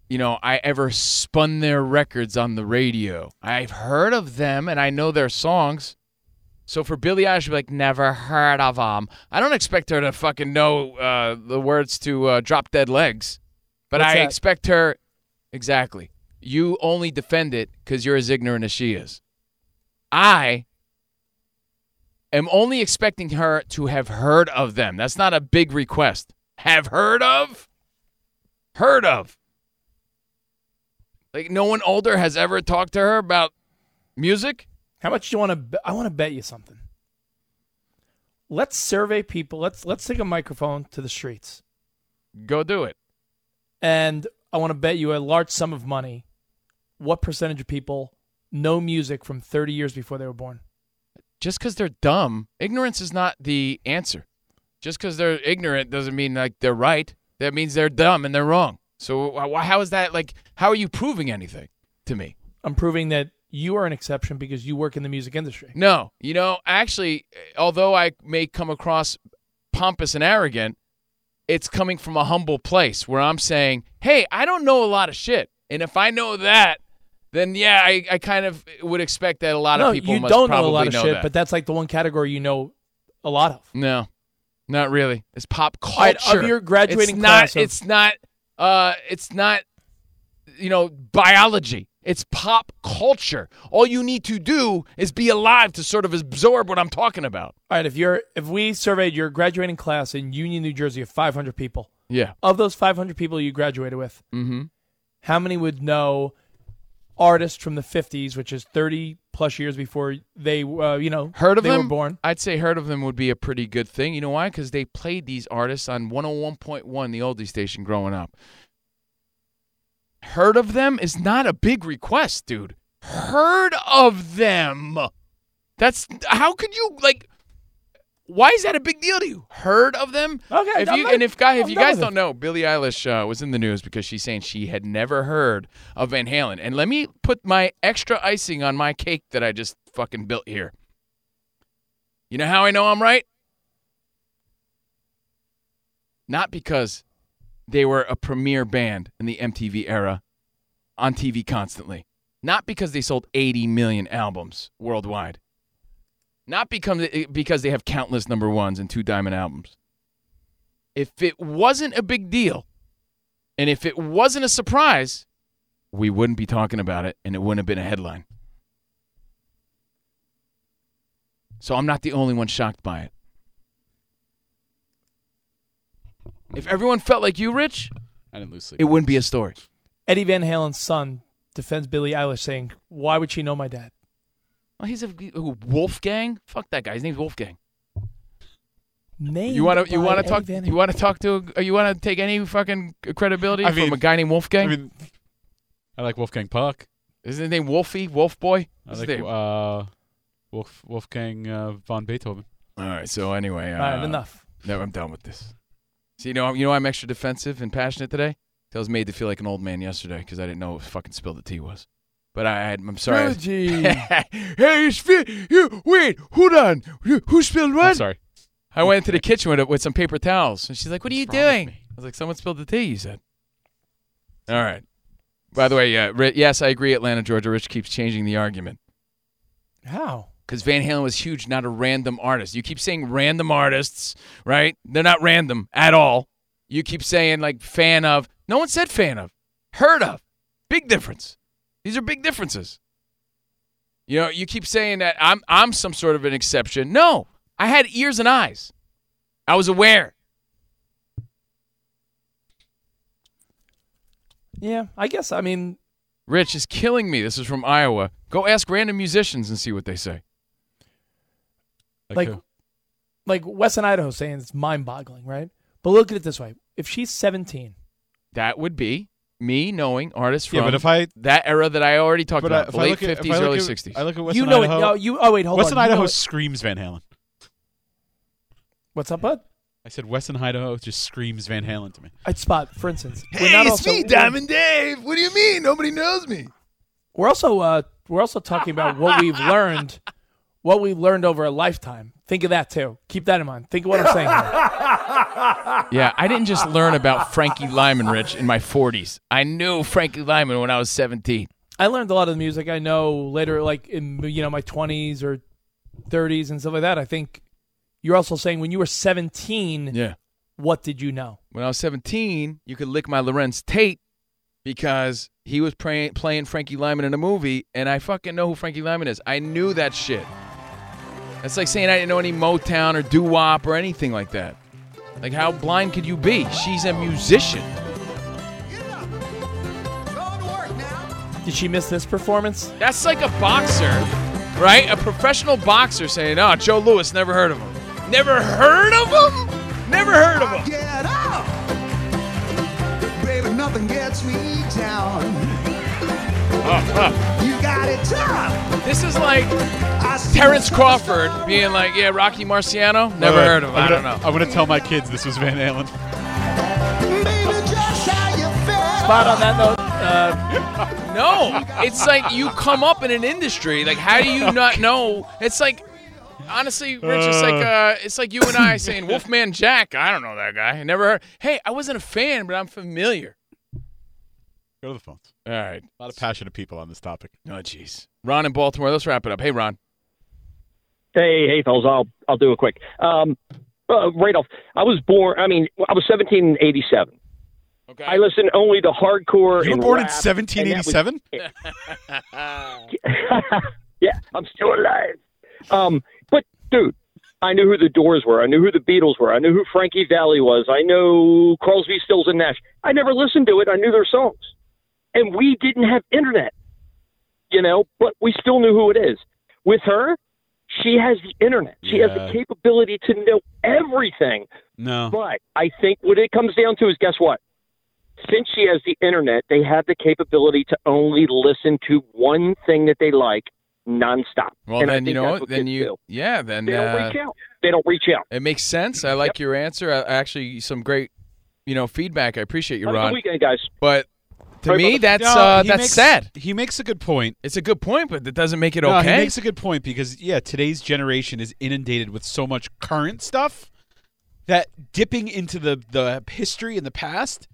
you know, I ever spun their records on the radio. I've heard of them and I know their songs. So for Billie Eilish to be like, never heard of them, I don't expect her to fucking know uh, the words to uh, Drop Dead Legs. But What's I that? expect her, exactly. You only defend it because you're as ignorant as she is. I am only expecting her to have heard of them. That's not a big request. Have heard of? Heard of. Like no one older has ever talked to her about Music? How much do you want to? Be- I want to bet you something. Let's survey people. Let's let's take a microphone to the streets. Go do it. And I want to bet you a large sum of money. What percentage of people know music from 30 years before they were born? Just because they're dumb, ignorance is not the answer. Just because they're ignorant doesn't mean like they're right. That means they're dumb and they're wrong. So wh- wh- how is that like? How are you proving anything to me? I'm proving that you are an exception because you work in the music industry. No, you know, actually, although I may come across pompous and arrogant, it's coming from a humble place where I'm saying, hey, I don't know a lot of shit. And if I know that, then yeah, I, I kind of would expect that a lot no, of people you must don't know a probably lot of know shit, that. but that's like the one category you know a lot of. no, not really. It's pop culture. All right, of your graduating it's class Not, of- it's not. Uh, it's not. You know, biology. It's pop culture. All you need to do is be alive to sort of absorb what I'm talking about. All right, if you're if we surveyed your graduating class in Union, New Jersey of 500 people, Yeah. of those 500 people you graduated with, Mm-hmm. how many would know artists from the 50s, which is 30 plus years before they uh, you know Heard of they them? were born? I'd say heard of them would be a pretty good thing. You know why? Because they played these artists on 101.1, the oldie station, growing up. Heard of them is not a big request, dude. Heard of them. That's how could you like? Why is that a big deal to you? Heard of them? Okay. If I'm you not- and if guy, if I'm you done guys with don't it. know, Billie Eilish uh, was in the news because she's saying she had never heard of Van Halen. And let me put my extra icing on my cake that I just fucking built here. You know how I know I'm right? Not because they were a premier band in the MTV era on TV constantly. Not because they sold 80 million albums worldwide. Not become, because they have countless number ones and two diamond albums. If it wasn't a big deal and if it wasn't a surprise, we wouldn't be talking about it and it wouldn't have been a headline. So I'm not the only one shocked by it. If everyone felt like you, Rich, I didn't lose sleep. it wouldn't be a story. Eddie Van Halen's son defends Billie Eilish, saying, "Why would she know my dad?" Well, he's a who, Wolfgang. Fuck that guy. His name's Wolfgang. Named You want to you by want to Eddie talk Van you want to talk to or you want to take any fucking credibility I from mean- a guy named Wolfgang? I mean, I like Wolfgang Puck. Isn't his name Wolfie Wolf Boy? I What's like his name? uh, Wolf Wolfgang uh, von Beethoven. All right. So anyway, uh, All right, enough. No, I'm done with this. So you know, you know, I'm extra defensive and passionate today. 'Cause I was made to feel like an old man yesterday because I didn't know what fucking spilled the tea was. But I, I I'm sorry. Trilogy. hey, you spill, you, wait, hold on. Who who spilled what? sorry. I went into the kitchen with, with some paper towels, and she's like, "What are you doing?" I was like, "Someone spilled the tea." You said. All right. By the way, yeah, Ri- yes, I agree. Atlanta, Georgia. Rich keeps changing the argument. How? Because Van Halen was huge, not a random artist. You keep saying random artists, right? They're not random at all. You keep saying like fan of. No one said fan of. Heard of. Big difference. These are big differences. You know, you keep saying that I'm I'm some sort of an exception. No, I had ears and eyes. I was aware. Yeah, I guess. I mean, Rich is killing me. This is from Iowa. Go ask random musicians and see what they say. like, like, Wes and Idaho saying it's mind-boggling, right? But look at it this way: if she's 17, That would be me knowing artists from Yeah, but if I- that era that I already talked But I- about, if the I late look at- if I fifties, look early at- sixties. I look at Western you know Idaho. it. No, you. Oh wait, hold Western on. You know Idaho it. screams Van Halen. What's up, bud? I said Western Idaho just screams Van Halen to me. I'd spot, for instance. Hey, it's me, Diamond Dave. What do you mean? Nobody knows me. We're also uh, we're also talking about what we've learned, what we've learned over a lifetime. Think of that too. Keep that in mind. Think of what I'm saying. here. Yeah, I didn't just learn about Frankie Lyman, Rich, in my forties. I knew Frankie Lyman when I was seventeen. I learned a lot of the music I know later, like in you know my 20s or 30s and stuff like that. I think you're also saying when you were 17, Yeah. what did you know? When I was seventeen, you could lick my Lorenz Tate because he was pray- playing Frankie Lyman in a movie, and I fucking know who Frankie Lyman is. I knew that shit. That's like saying I didn't know any Motown or doo wop or anything like that. Like, how blind could you be? She's a musician. Going to work now. Do Did she miss this performance? That's like a boxer, right? A professional boxer saying, "Oh, Joe Lewis, never heard of him. Never heard of him. Never heard of him." Get up! Baby, nothing gets me down. You got it tough! This is like Terrence Crawford being like, "Yeah, Rocky Marciano, never Wait, wait, heard of him. I'm I don't gonna- know." I'm gonna tell my kids this was Van Halen. Spot on that note. Uh, No, it's like you come up in an industry. Like, how do you not know? It's like, honestly, Rich, it's like uh, it's like you and I saying Wolfman Jack. I don't know that guy. I never heard. Hey, I wasn't a fan, but I'm familiar. Go to the phones. All right, a lot of passionate people on this topic. Oh, jeez. Ron in Baltimore. Let's wrap it up. Hey, Ron. Hey, hey, fellas, I'll I'll do it quick. Um, uh, right off, I was born. I mean, I was 17 in 87. Okay. I listened only to hardcore. You were and born in rap, 1787? and that was- yeah, I'm still alive. Um, but dude, I knew who the Doors were. I knew who the Beatles were. I knew who Frankie Valley was. I know Crosby, Stills, and Nash. I never listened to it. I knew their songs, and we didn't have internet, you know. But we still knew who it is. With her, she has the internet. She has Yeah. the capability to know everything. No. But I think what it comes down to is guess what? Since she has the internet, they have the capability to only listen to one thing that they like nonstop. Well, And I then you think know that's what? Then kids you do. yeah. Then They don't uh, reach out. They don't reach out. It makes sense. I like your answer. I, actually, some great, you know, feedback. I appreciate you, Have a good Ron. weekend, guys. But to Sorry me, about that. that's No, uh, he that's makes- sad. He makes a good point. It's a good point, but that doesn't make it No, okay. he makes a good point because yeah, today's generation is inundated with so much current stuff that dipping into the the history and the past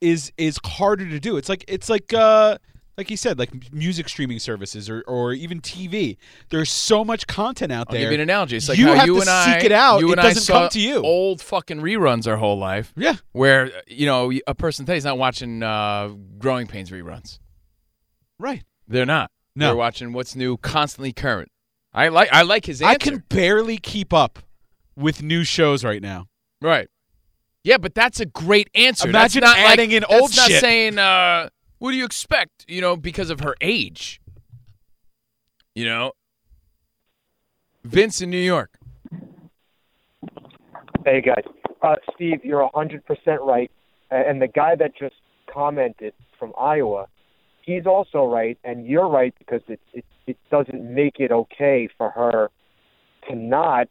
is is harder to do. It's like it's like uh like he said, like m- music streaming services or, or even TV. There's so much content out I'll there. give you an analogy. It's like you how have you to and I seek it out. You it and I doesn't saw come to you. Old fucking reruns our whole life. Yeah. Where you know a person today's not watching uh, Growing Pains reruns. Right. They're not. No. They're watching what's new, constantly current. I like. I like his answer. I can barely keep up with new shows right now. Right. Yeah, but that's a great answer. Imagine that's not adding like, in old that's not shit. saying, uh, what do you expect? You know, because of her age. You know, Vince in New York. Hey guys, uh, Steve, you're 100% right, A- and the guy that just commented from Iowa, he's also right, and you're right because it it, it doesn't make it okay for her to not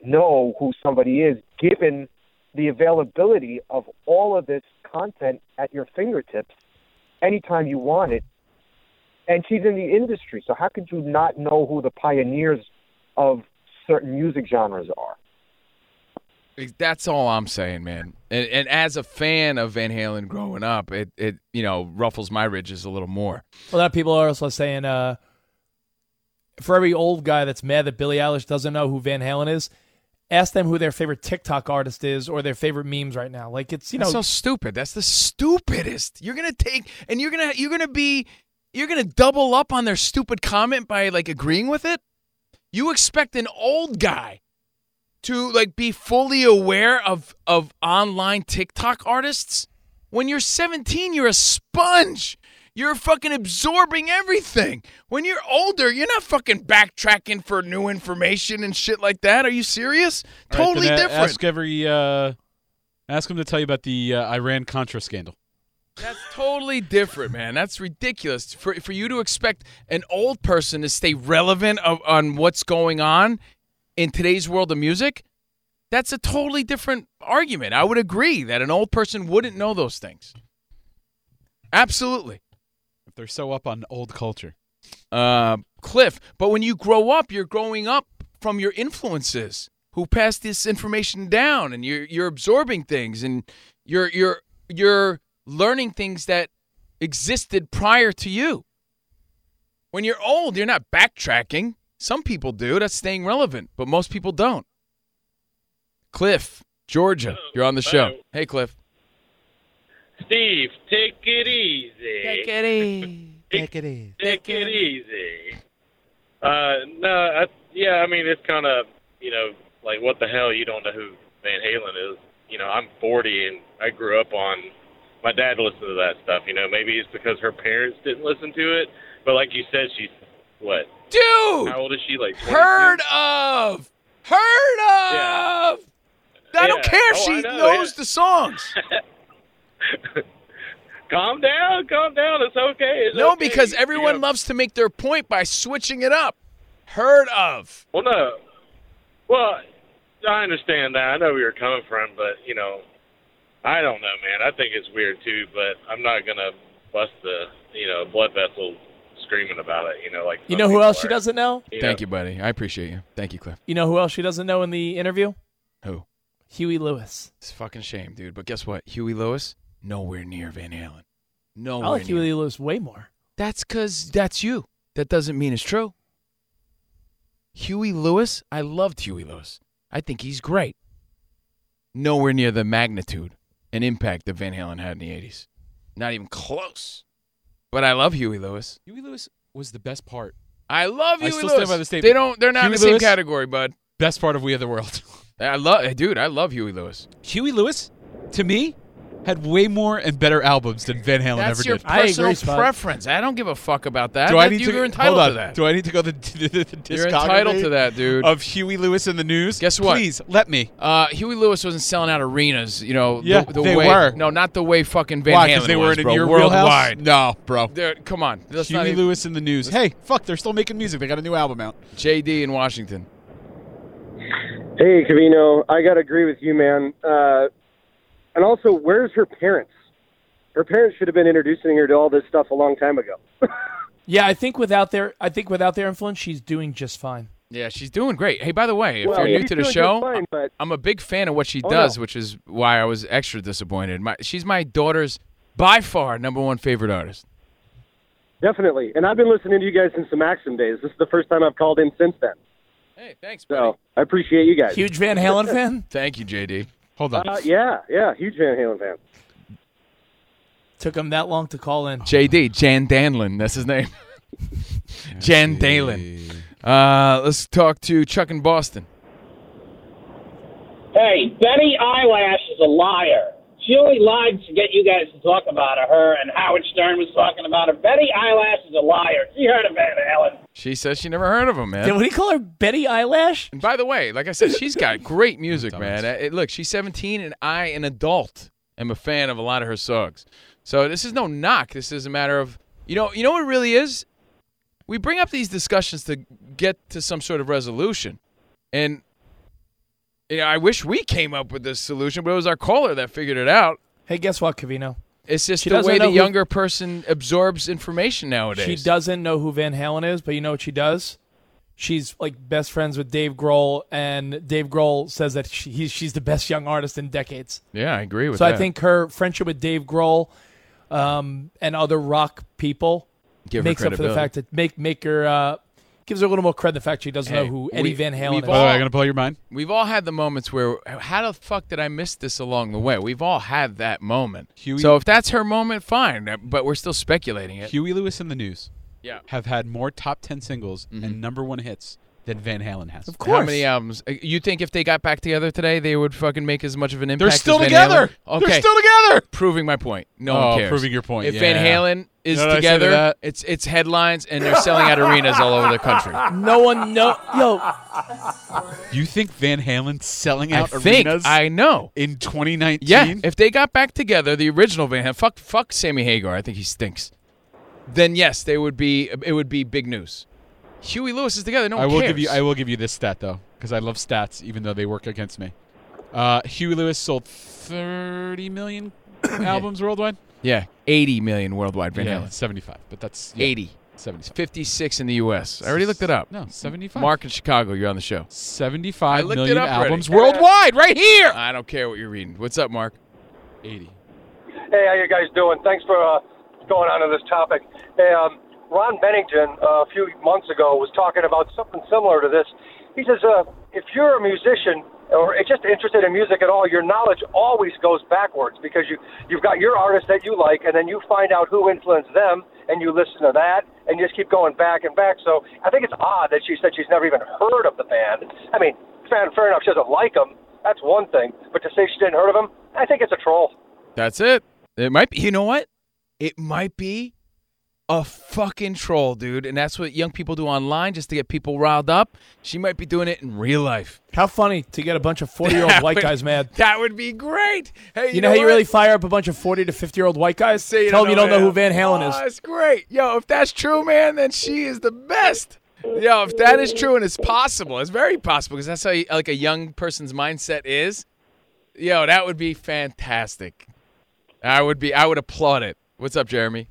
know who somebody is, given the availability of all of this content at your fingertips anytime you want it. And she's in the industry, so how could you not know who the pioneers of certain music genres are? That's all I'm saying, man. And, and as a fan of Van Halen growing up, it, it you know ruffles my ridges a little more. a lot of people are also saying uh, for every old guy that's mad that Billie Eilish doesn't know who Van Halen is, ask them who their favorite TikTok artist is or their favorite memes right now. Like it's you That's know so stupid. That's the stupidest. You're gonna take and you're gonna you're gonna be you're gonna double up on their stupid comment by like agreeing with it. You expect an old guy to like be fully aware of of online TikTok artists when you're 17. You're a sponge. You're fucking absorbing everything. When you're older, you're not fucking backtracking for new information and shit like that. Are you serious? All right, totally then a- different. Ask every uh, ask him to tell you about the uh, Iran Contra scandal. That's totally different, man. That's ridiculous. For for you to expect an old person to stay relevant of, on what's going on in today's world of music, that's a totally different argument. I would agree that an old person wouldn't know those things. Absolutely. If they're so up on old culture. Uh, Cliff, but when you grow up, you're growing up from your influences who pass this information down and you're you're absorbing things and you're you're you're learning things that existed prior to you. When you're old, you're not backtracking. Some people do. That's staying relevant, but most people don't. Cliff, Georgia, you're on the show. Hey, Cliff. Steve, take it easy. Take it easy. Take it easy. Take it easy. Uh, no, I, yeah, I mean it's kind of you know like what the hell you don't know who Van Halen is. You know, I'm 40 and I grew up on my dad listened to that stuff. You know, maybe it's because her parents didn't listen to it. But like you said, she's what? Dude! How old is she? Like 22? Heard of. Heard of. I don't Yeah. care if Oh, I she know, knows the songs. Calm down, calm down. It's okay. It's no, okay. because You everyone loves to make their point by switching it up. Heard of. Well, no. Well, I understand that. I know where you're coming from, but you know, I don't know, man. I think it's weird too, but I'm not gonna bust the you know blood vessel screaming about it. You know, like You know who else she doesn't know? Thank you, buddy. I appreciate you. Thank you, Cliff. You know who else she doesn't know in the interview? Who? Huey Lewis. It's a fucking shame, dude. But guess what? Huey Lewis, nowhere near Van Halen. Nowhere I like near. Huey Lewis way more. Oh, That's because that's you. That doesn't mean it's true. Huey Lewis, I loved Huey Lewis. I think he's great. Nowhere near the magnitude and impact that Van Halen had in the 80s. Not even close. But I love Huey Lewis. Huey Lewis was the best part. I love I Huey still Lewis. stand by the statement. They don't they're not in Huey the same Lewis, category, bud. Best part of We Are the World. I love dude, I love Huey Lewis. Huey Lewis, to me, had way more and better albums than Van Halen That's ever your did. personal preference. I don't give a fuck about that. Do I That- need you- to? you're entitled hold on. to that. Do I need to go the, the, the, the You're entitled discography to that, dude. Of Huey Lewis in the news. Guess what? Please let me. Uh, Huey Lewis wasn't selling out arenas, you know. Yeah, the, the they way, were. No, not the way fucking Van Why? Halen they was, weren't in bro, your worldwide. wheelhouse. No, bro. There- come on. Let's Huey not even- Lewis in the news. Hey, fuck! They're still making music. They got a new album out. JD in Washington. Hey, Cavino, I gotta agree with you, man. Uh, and also, where's her parents? Her parents should have been introducing her to all this stuff a long time ago. Yeah, I think without their I think without their influence, she's doing just fine. Yeah, she's doing great. Hey, by the way, if Well, you're new she's to the doing show, just I- fine, I'm a big fan of what she Oh, does, no. which is why I was extra disappointed. My, she's my daughter's by far number one favorite artist. Definitely. And I've been listening to you guys since the Maxim days. This is the first time I've called in since then. Hey, thanks. So I appreciate you guys. Huge Van Halen fan? Thank you, JD. Hold Uh, yeah, yeah, huge Van Halen fan. Took him that long to call Oh. in. JD Jan Danlin. That's his name. Jan Danlin. Uh, let's talk to Chuck in Boston. Hey, Betty Eyelash is a liar. She only lied to get you guys to talk about her. Her and Howard Stern was talking about her. Betty Eyelash is a liar. She heard of Van Halen. She says she never heard of him, man. Then what do you call her? Betty Eyelash? And by the way, like I said, she's got great music, man. Uh, it- look, she's 17, and I, an adult, am a fan of a lot of her songs. So this is no knock. This is a matter of you know, you know what it really is. We bring up these discussions to get to some sort of resolution, and you know, I wish we came up with this solution, but it was our caller that figured it out. Hey, guess what, Cavino? It's just She the doesn't way the know who- younger person absorbs information nowadays. She doesn't know who Van Halen is, but you know what she does? She's like best friends with Dave Grohl, and Dave Grohl says that she, he's, she's the best young artist in decades. Yeah, I agree with so that. I think her friendship with Dave Grohl um, and other rock people Give her makes up for the credibility. fact that make make her uh, gives her a little more credit. The fact she doesn't know Hey, who Eddie we- Van Halen we've By is. the way, all- I'm gonna blow your mind. We've all had the moments where how the fuck did I miss this along the way? We've all had that moment. Huey- So if that's her moment, fine. uh, But we're still speculating it. Huey Lewis in the news. Yeah. Mm-hmm. Have had more top ten singles and number one hits than Van Halen has. Of How many albums? Uh, You think if they got back together today, they would fucking make as much of an impact? They're still as Van Halen? together. Okay. They're still together. Proving my point. No Oh, one cares. proving your point, If Van yeah. Halen is You know what I say to together, that? it's it's headlines and they're selling out arenas all over the country. No one know. Yo, You think Van Halen's selling I out think, arenas? I know. In 2019. Yeah, if they got back together, the original Van Halen, fuck, fuck Sammy Hagar, I think he stinks. Then yes, they would be. It would be big news. Huey Lewis is together. No one I will cares. give you. I will give you this stat though, because I love stats, even though they work against me. Uh, Huey Lewis sold 30 million albums worldwide. yeah, 80 million worldwide Van Yeah, Halen. 75, but that's yeah, 80. 75. 56 in the U.S. I already looked it up. No, 75. Mark in Chicago, you're on the show. 75 I looked million it up already. albums worldwide, right here. I don't care what you're reading. What's up, Mark? 80. Hey, how you guys doing? Thanks for uh, going on to this topic. Hey, um, Ron Bennington uh, a few months ago was talking about something similar to this. He says, uh, if you're a musician or just interested in music at all, your knowledge always goes backwards because you you've got your artist that you like, and then you find out who influenced them, and you listen to that, and you just keep going back and back. So I think it's odd that she said she's never even heard of the band. I mean, fair fair enough, she doesn't like them. That's one thing, but to say she didn't heard of them, I think it's a troll. That's it. It might be. You know what? It might be a fucking troll, dude. And that's what young people do online just to get people riled up. She might be doing it in real life. How funny to get a bunch of 40 year old white would- guys mad. That would be great. Hey, You, know, how you what? really fire up a bunch of 40 to 50 year old white guys? Say Tell them you don't know who Van Halen Oh, is. That's great. Yo, if that's true, man, then she is the best. Yo, if that is true and it's possible, it's very possible because that's how you, like a young person's mindset is. Yo, that would be fantastic. I would be. I would applaud it. What's up, Jeremy?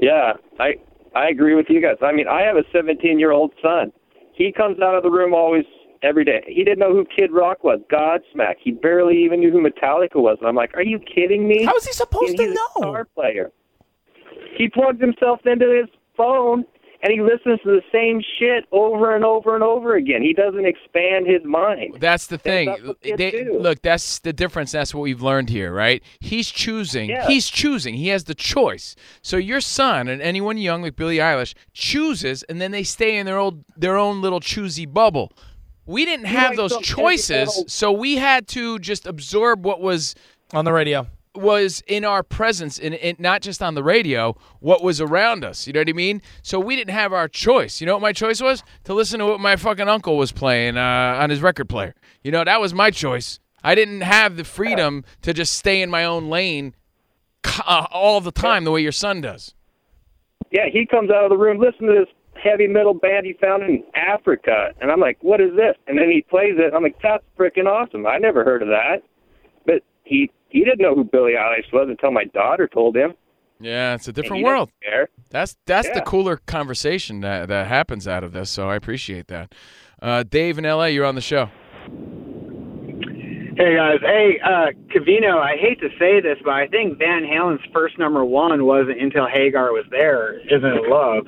Yeah, I I agree with you guys. I mean, I have a 17 year old son. He comes out of the room always every day. He didn't know who Kid Rock was. Godsmack. He barely even knew who Metallica was. And I'm like, are you kidding me? How is he supposed to know? A guitar player. He plugs himself into his phone and he listens to the same shit over and over and over again. He doesn't expand his mind. That's the thing. That's what kids They- do. look, that's the difference. That's what we've learned here, right? He's choosing. Yeah. He's choosing. He has the choice. So your son and anyone young, like Billie Eilish, chooses, and then they stay in their old, their own little choosy bubble. We didn't You have like those some choices, educated- so we had to just absorb what was on the radio. Was in our presence, and and not just on the radio, what was around us. You know what I mean? So we didn't have our choice. You know what my choice was? To listen to what my fucking uncle was playing uh, on his record player. You know, that was my choice. I didn't have the freedom to just stay in my own lane c- uh, all the time the way your son does. Yeah, he comes out of the room, listen to this heavy metal band he found in Africa. And I'm like, what is this? And then he plays it. I'm like, that's freaking awesome. I never heard of that. But he he didn't know who Billie Eilish was until my daughter told him. Yeah, it's a And different he world. doesn't care. That's that's the Yeah. cooler conversation that, that happens out of this. So I appreciate that. Uh, Dave in L.A., you're on the show. Hey guys, hey uh, Cavino. I hate to say this, but I think Van Halen's first number one wasn't until Hagar was there. Isn't it love?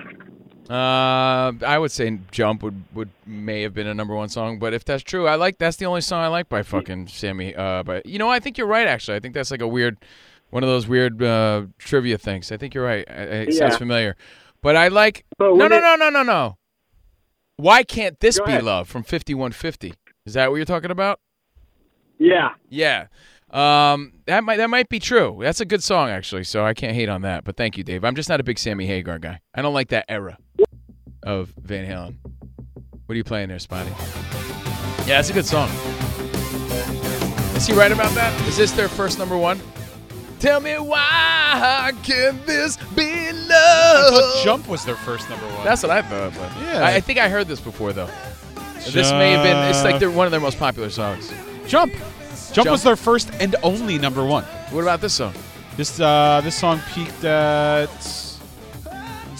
Uh, I would say "Jump" would, would may have been a number one song, but if that's true, I like that's the only song I like by Hmm. fucking Sammy. Uh, but you know, I think you're right. Actually, I think that's like a weird, one of those weird uh, trivia things. I think you're right. I, I- it sounds Yeah. familiar, but I like. no, when no, it- no, no, no, no. Why can't this Go be ahead. love from 5150? Is that what you're talking about? Yeah. Yeah. Um, that might that might be true. That's a good song actually, so I can't hate on that. But thank you, Dave. I'm just not a big Sammy Hagar guy. I don't like that era of Van Halen. What are you playing there, Spotty? Yeah, that's a good song. Is he right about that? Is this their first number one? Tell me why can this be I thought love? Jump was their first number one. Oh. That's what I thought. But Yeah. I, I think I heard this before though. This may have been. It's like they're one of their most popular songs. Jump. Jump, Jump. was their first and only number one. What about this song? This uh, this song peaked at. Is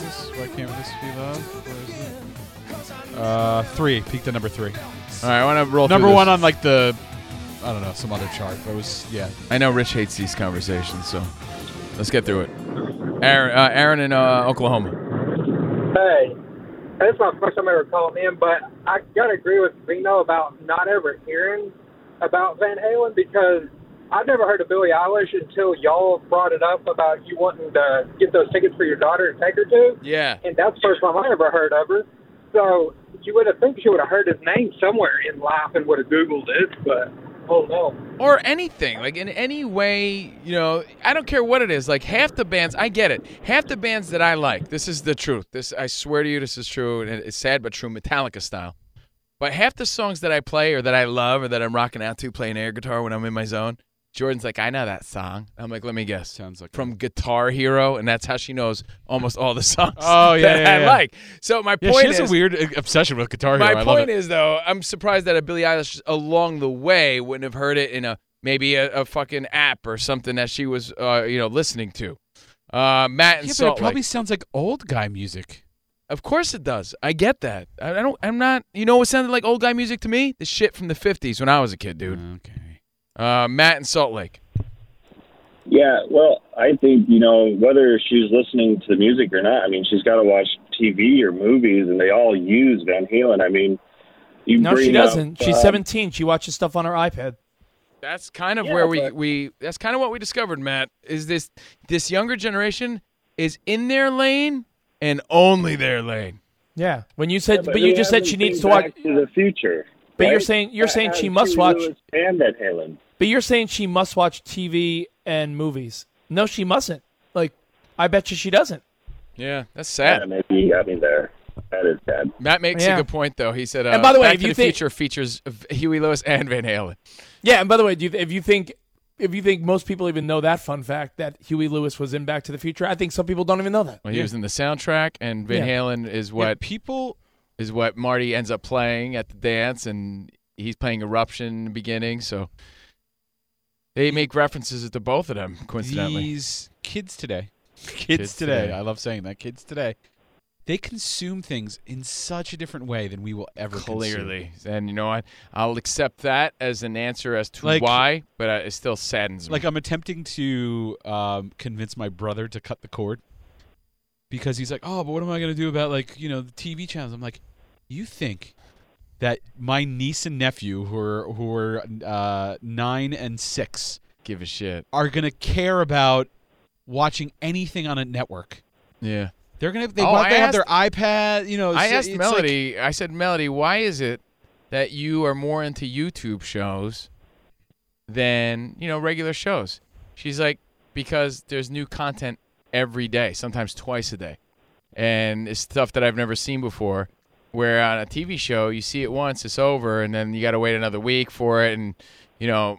this, why can't this be love? Where is it? Uh, three peaked at number three. All right, I want to roll number through one this. on like the, I don't know, some other chart. But it was yeah. I know Rich hates these conversations, so let's get through it. Aaron, uh, Aaron in uh, Oklahoma. Hey, that's my first time ever calling in, but I gotta agree with Vino about not ever hearing about Van Halen because I've never heard of Billie Eilish until y'all brought it up about you wanting to get those tickets for your daughter to take her to, Yeah. and that's the first time I ever heard of her. So you would have think she would have heard his name somewhere in life and would have Googled it, but oh no. Or anything, like in any way, you know, I don't care what it is. Like half the bands, I get it. Half the bands that I like, this is the truth. This, I swear to you, this is true, and it's sad but true, Metallica style. But half the songs that I play or that I love or that I'm rocking out to playing air guitar when I'm in my zone, Jordan's like, I know that song. I'm like, let me guess. Sounds like from Guitar Hero, and that's how she knows almost all the songs Oh, yeah, that yeah, I yeah. like. So my Yeah, point she has is a weird uh, obsession with Guitar Hero. my I love point it. is though, I'm surprised that a Billie Eilish along the way wouldn't have heard it in a maybe a, a fucking app or something that she was uh, you know listening to. Uh, Matt and yeah, but Salt it probably Lake. sounds like old guy music. Of course it does. I get that. I, I don't. I'm not. You know what sounded like old guy music to me? The shit from the '50s when I was a kid, dude. Okay. Uh, Matt and Salt Lake. Yeah, well, I think, you know, whether she's listening to music or not, I mean, she's got to watch TV or movies, and they all use Van Halen. I mean, you No, she bring up, doesn't. She's um, 17. She watches stuff on her iPad. That's kind of Yeah, where we, but- we that's kind of what we discovered, Matt. Is this this younger generation is in their lane and only their lane. Yeah. When you said, Yeah, but, they you just said haven't she needs been to watch. back to the future. But you're right? saying you're saying How she can must you watch. really stand Van Halen. But you're saying she must watch TV and movies. No, she mustn't. Like, I bet you she doesn't. Yeah, that's sad. Yeah, maybe you got me there. That is sad. Matt makes Yeah. a good point, though. He said, uh, And by the way, Back if to you the think- Future features Huey Lewis and Van Halen. Yeah, and by the way, do you, if you think if you think most people even know that fun fact that Huey Lewis was in Back to the Future, I think some people don't even know that. Well, he was in the soundtrack, and Van Yeah. Halen is what people is what Marty ends up playing at the dance, and he's playing Eruption in the beginning. So they make references to both of them, coincidentally. These kids today, kids, Kids today. today. I love saying that. Kids today, they consume things in such a different way than we will ever. consume. Clearly, and you know what? I'll accept that as an answer as to Like- why, but uh, it still saddens me. like I'm attempting to um, convince my brother to cut the cord because he's like, "Oh, but what am I going to do about like you know the TV channels?" I'm like, "You think that my niece and nephew who are who are uh, nine and six give a shit are going to care about watching anything on a network? yeah. They're going to they, Oh, want- I they have their asked- iPad. You know, I so asked it's like- Melody. I said, Melody, why is it that you are more into YouTube shows than you know regular shows? She's like, because there's new content every day, sometimes twice a day, and it's stuff that I've never seen before. Where on a TV show, you see it once, it's over, and then you got to wait another week for it, and you know,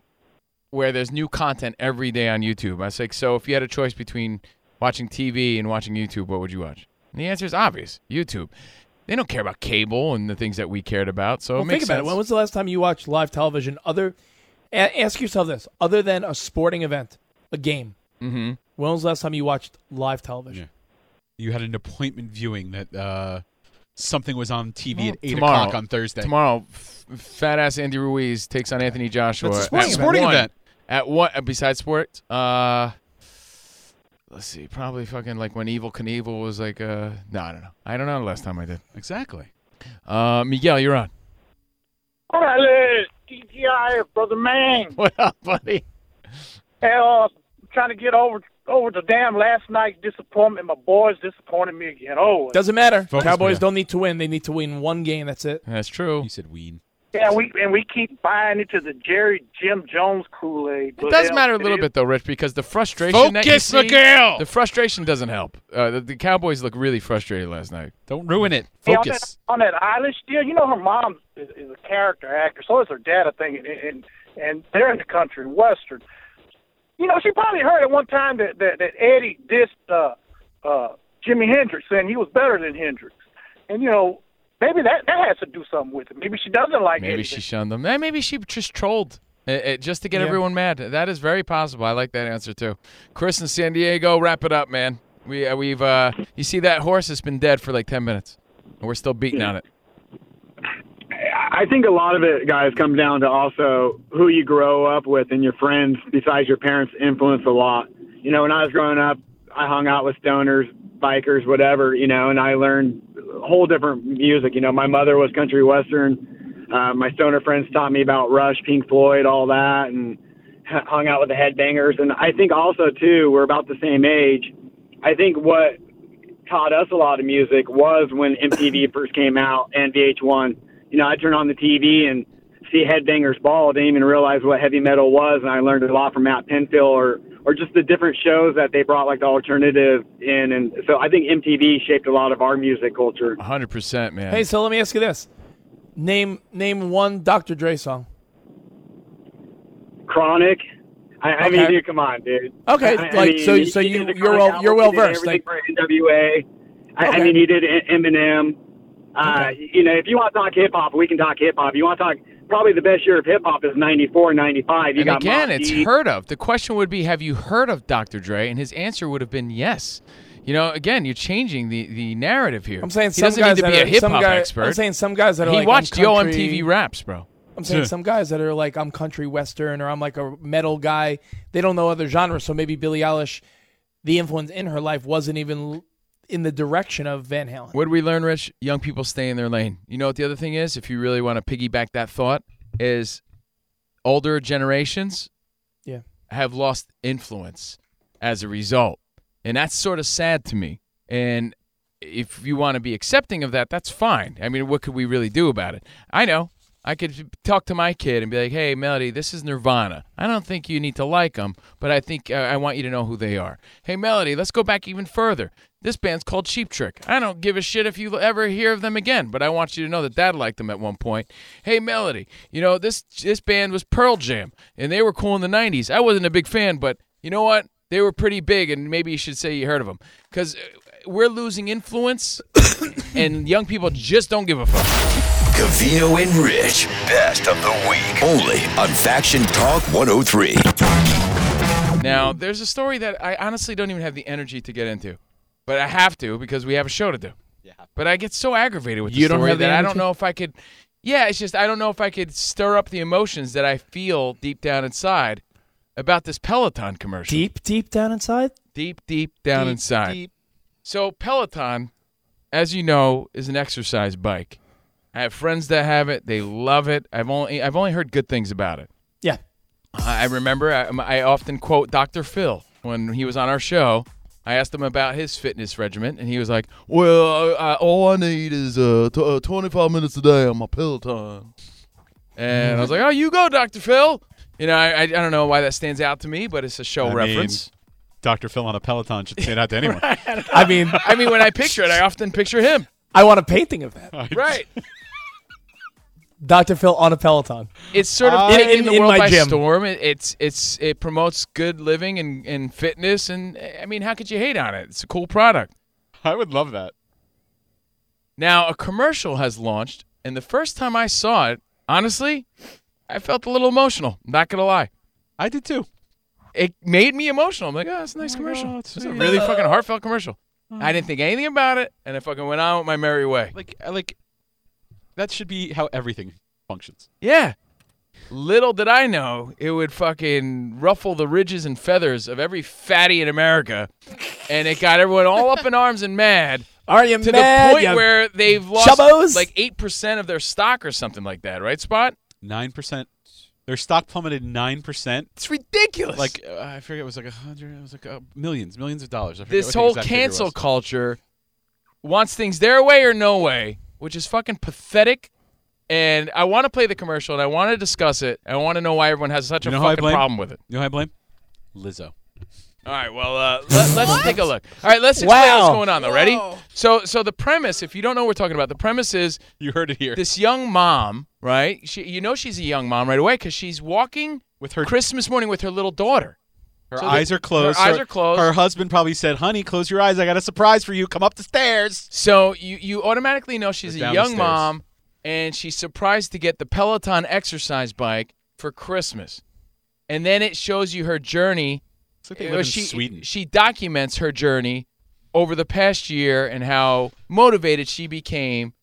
where there's new content every day on YouTube. I was like, so if you had a choice between watching TV and watching YouTube, what would you watch? And the answer is obvious YouTube. They don't care about cable and the things that we cared about. So well, it makes think about sense. it. When was the last time you watched live television? Other, a- ask yourself this: other than a sporting event, a game, mm-hmm. when was the last time you watched live television? you had an appointment viewing that uh, something was on TV at eight Tomorrow- o'clock on Thursday. Tomorrow, f- fat ass Andy Ruiz takes on Anthony Joshua. That's a sporting at event. Sporting one- event. At what? uh, Besides sports, uh, let's see. Probably fucking like when Evil Knievel was like, uh, no, I don't know. I don't know. the Last time I did. Exactly. Uh, Miguel, you're on. All right, uh, TGI, brother man. What up, buddy? Hey, uh, I'm trying to get over over the damn last night's disappointment. My boys disappointed me again. Oh, Doesn't matter. Focus, Cowboys Miguel. don't need to win; they need to win one game. That's it. That's true. You said ween. Yeah, we and we keep buying into the Jerry Jim Jones Kool Aid. It does matter a little bit though, Rich, because the frustration. that you Focus, see- Miguel! The frustration doesn't help. Uh, the, the Cowboys look really frustrated last night. Don't ruin it. Focus. on that, on that Eilish deal. You know, her mom is, is a character actor. So is her dad, I think, and- and and they're in the country western. You know, she probably heard at one time that that, that Eddie dissed uh, uh, Jimi Hendrix, saying he was better than Hendrix, and you know. Maybe that that has to do something with it. Maybe she doesn't like Maybe Eddie. she shunned them. Eh, Maybe she just trolled eh, eh, just to get Yeah. everyone mad. That is very possible. I like that answer too. Chris in San Diego, wrap it up, man. We uh, we've uh, you see that horse has been dead for like ten minutes, and we're still beating on it. I think a lot of it, guys, comes down to also who you grow up with and your friends. Besides your parents, influence a lot. You know, when I was growing up, I hung out with stoners, bikers, whatever. You know, and I learned a whole different music. You know, my mother was country western. Uh, my stoner friends taught me about Rush, Pink Floyd, all that, and h- hung out with the headbangers. And I think also too, we're about the same age. I think what taught us a lot of music was when MTV first came out and VH1. You know, I turn on the TV and see Headbangers Ball. Didn't even realize what heavy metal was, and I learned a lot from Matt Penfield or or just the different shows that they brought like the alternative in. And so I think MTV shaped a lot of our music culture. Hundred percent, man. Hey, so let me ask you this: name name one Dr. Dre song. Chronic. I, I mean, Okay. dude, come on, dude. Okay, I- I like, so- mean, so he you- did the you're Chronic well- you're album, well he did versed, everything for NWA. I, I Okay. mean, he did E- Eminem. Uh, You know, if you want to talk hip hop, we can talk hip hop. You want to talk probably the best year of hip hop is '94, '95. You and got again, Mobb it's Deep. heard of. The question would be, have you heard of Dr. Dre? And his answer would have been yes. You know, again, you're changing the, the narrative here. I'm saying he some doesn't guys need to that be are- a hip some hop guy- expert. I'm saying some guys that are he like, I'm watched Yo country- MTV raps, bro. I'm saying Yeah. some guys that are like, I'm country western or I'm like a metal guy. They don't know other genres, so maybe Billie Eilish, the influence in her life wasn't even l- in the direction of Van Halen. What do we learn, Rich? Young people stay in their lane. You know what the other thing is? If you really want to piggyback that thought, is older generations Yeah. have lost influence as a result. And that's sort of sad to me. And if you want to be accepting of that, that's fine. I mean, what could we really do about it? I know. I could talk to my kid and be like, "Hey, Melody, this is Nirvana. I don't think you need to like them, but I think uh, I want you to know who they are." Hey, Melody, let's go back even further. This band's called Cheap Trick. I don't give a shit if you ever hear of them again, but I want you to know that Dad liked them at one point. Hey, Melody, you know this this band was Pearl Jam, and they were cool in the '90s. I wasn't a big fan, but you know what? They were pretty big, and maybe you should say you heard of them because we're losing influence, and young people just don't give a fuck. Cavino and Rich, best of the week. Only on Faction Talk 103. Now, there's a story that I honestly don't even have the energy to get into, but I have to because we have a show to do. Yeah. But I get so aggravated with the You don't story have the that I don't energy? know if I could. Yeah, it's just I don't know if I could stir up the emotions that I feel deep down inside about this Peloton commercial. Deep, deep down inside. Deep, deep down Deep, inside. deep. So Peloton, as you know, is an exercise bike. I have friends that have it; they love it. I've only I've only heard good things about it. Yeah. I I remember I, um, I often quote Dr. Phil when he was on our show. I asked him about his fitness regimen, and he was like, "Well, I, I, all I need is uh, t- uh, 25 minutes a day on my Peloton." And I was like, "Oh, you go, Dr. Phil." You know, I, I I don't know why that stands out to me, but it's a show I mean, reference. Dr. Phil on a Peloton should stand out to anyone. I mean, I mean, when I picture it, I often picture him. I want a painting of that. Right. Dr. Phil on a Peloton. It's sort of Uh, In- taking in- the in world my by gym. storm. It, it's it's it promotes good living and, and fitness, and I mean, how could you hate on it? It's a cool product. I would love that. Now, a commercial has launched, and the first time I saw it, honestly, I felt a little emotional. Not gonna lie, I did too. It made me emotional. I'm like, oh, it's a nice commercial. it's a sweet. really fucking heartfelt commercial. I didn't think anything about it, and I fucking went on with my merry way. Like, like that should be how everything functions. Yeah. Little did I know it would fucking ruffle the ridges and feathers of every fatty in America, and it got everyone all up in arms and mad. Are you to mad, the point you where they've lost chubbos? like eight percent of their stock or something like that? Right, Spot? Nine percent. Their stock plummeted nine percent. It's ridiculous. Like uh, I forget, it was like a hundred. It was like uh, millions, millions of dollars. I forget what This the whole exact figure cancel was. culture wants things their way or no way, which is fucking pathetic. And I want to play the commercial, and I want to discuss it. I want to know why everyone has such You a know who I fucking blame? problem with it. You know who I blame? Lizzo. All right, well, uh, let, let's take a look. All right, let's explain what's Wow. going on, though. Ready? So, so the premise, if you don't know what we're talking about, the premise is you heard it here. This young mom, right? She, you know, she's a young mom right away because she's walking with her Christmas morning with her little daughter. Her So the- eyes are closed. Her eyes are closed. Her husband probably said, "Honey, close your eyes. I got a surprise for you. Come up the stairs." So you you automatically know she's Or a down the young stairs. mom, and she's surprised to get the Peloton exercise bike for Christmas, and then it shows you her journey. they Uh, live in she, Sweden. She documents her journey over the past year and how motivated she became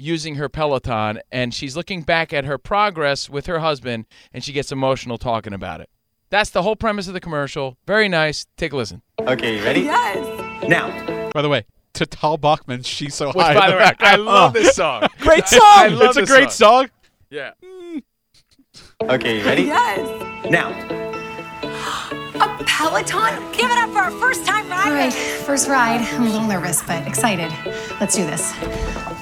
using her Peloton, and she's looking back at her progress with her husband, and she gets emotional talking about it. That's the whole premise of the commercial. Very nice. Take a listen. Okay, you ready? Yes. Now, by the way, to Tal Bachman, she's so Which, high. by in the way, I love this song. Great song! I I love it's a this great song. song. Yeah. Okay, you ready? Yes. Now. A Peloton? Give it up for our first time ride. All right, first ride. I'm a little nervous, but excited. Let's do this.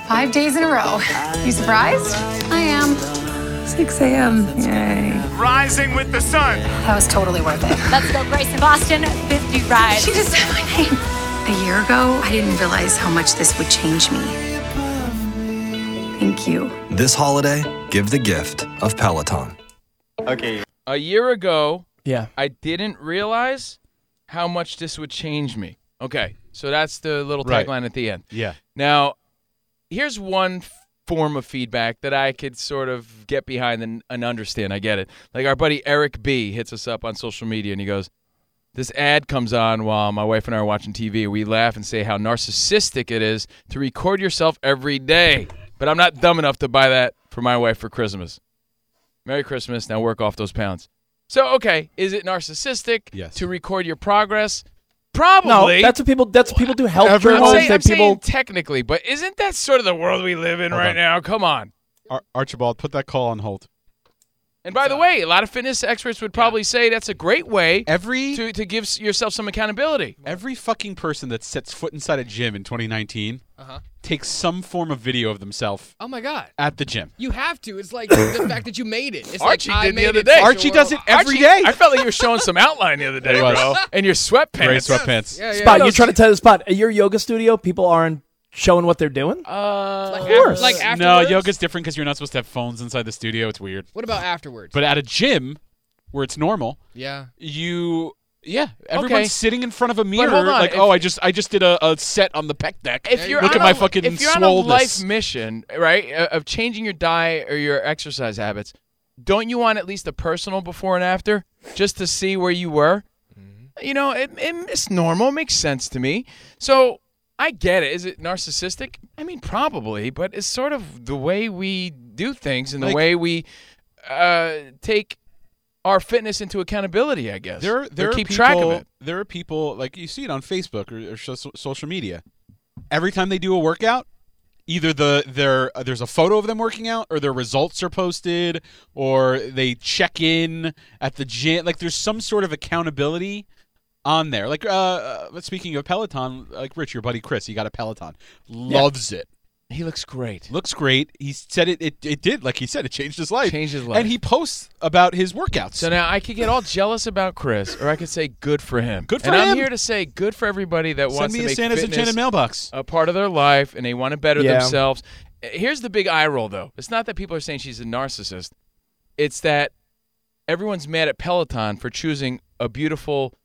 Five days in a row. You surprised? I am. 6 a.m. "Oh." Yay. Rising with the sun. That was totally worth it. Let's go, Grace in Boston. 50 rides. She just said my name. A year ago, I didn't realize how much this would change me. Thank you. This holiday, give the gift of Peloton. Okay. A year ago, Yeah. I didn't realize how much this would change me. Okay, so that's the little Right. tagline at the end. Yeah. Now, here's one f- form of feedback that I could sort of get behind and, and understand. I get it. Like our buddy Eric B hits us up on social media and he goes, this ad comes on while my wife and I are watching TV. We laugh and say how narcissistic it is to record yourself every day. But I'm not dumb enough to buy that for my wife for Christmas. Merry Christmas. Now work off those pounds. So, okay, is it narcissistic Yes. to record your progress? Probably. Uh, No, that's what people. That's what people do. Health I'm journals. saying, they I'm saying people. technically, but isn't that sort of the world we live in right now? Come on. Ar- Archibald, put that call on hold. And by the way, a lot of fitness experts would probably say that's a great way every to, to give s- yourself some accountability. Every fucking person that sets foot inside a gym in 2019 Uh-huh. takes some form of video of themselves Oh my god. at the gym. You have to. It's like the fact that you made it. It's Archie like, I did the made other it day. to Archie the does it world. every day. I felt like you were showing some outline the other day, It was. bro. And your sweatpants. Gray sweatpants. Yeah, yeah. Spot, you're trying to tell the spot at your yoga studio, people aren't showing what they're doing. Uh, like, Of course. after, like no, afterwards. yoga's different because you're not supposed to have phones inside the studio. It's weird. What about afterwards? But at a gym where it's normal, yeah. you yeah, everyone's Okay. sitting in front of a But mirror hold on, like, if- "Oh, I just I just did a, a set on the pec deck." If you're Look on at my a- fucking if you're on a swollenness." life mission, right, uh, of changing your diet or your exercise habits, don't you want at least a personal before and after just to see where you were? Mm-hmm. You know, it, it, it's normal. It makes sense to me. So I get it. Is it narcissistic? I mean, probably, but it's sort of the way we do things and the Like- way we uh, take our fitness into accountability. I guess There, there or are keep people, track of it. There are people like you see it on Facebook or, or so, social media. Every time they do a workout, either the their uh, there's a photo of them working out, or their results are posted, or they check in at the gym. Like there's some sort of accountability on there. Like uh, uh speaking of Peloton, like Rich, your buddy Chris, he got a Peloton, loves it. He looks great. Looks great. He said it, it. It did. Like he said, it changed his life. Changed his life. And he posts about his workouts. So now I could get all jealous about Chris, or I could say good for him. Good for and I'm him. here to say good for everybody that Send wants me to a make Santa's fitness enchanted mailbox. a part of their life, and they want to better Yeah. themselves. Uh, Here's the big eye roll, though. It's not that people are saying she's a narcissist. It's that everyone's mad at Peloton for choosing a beautiful,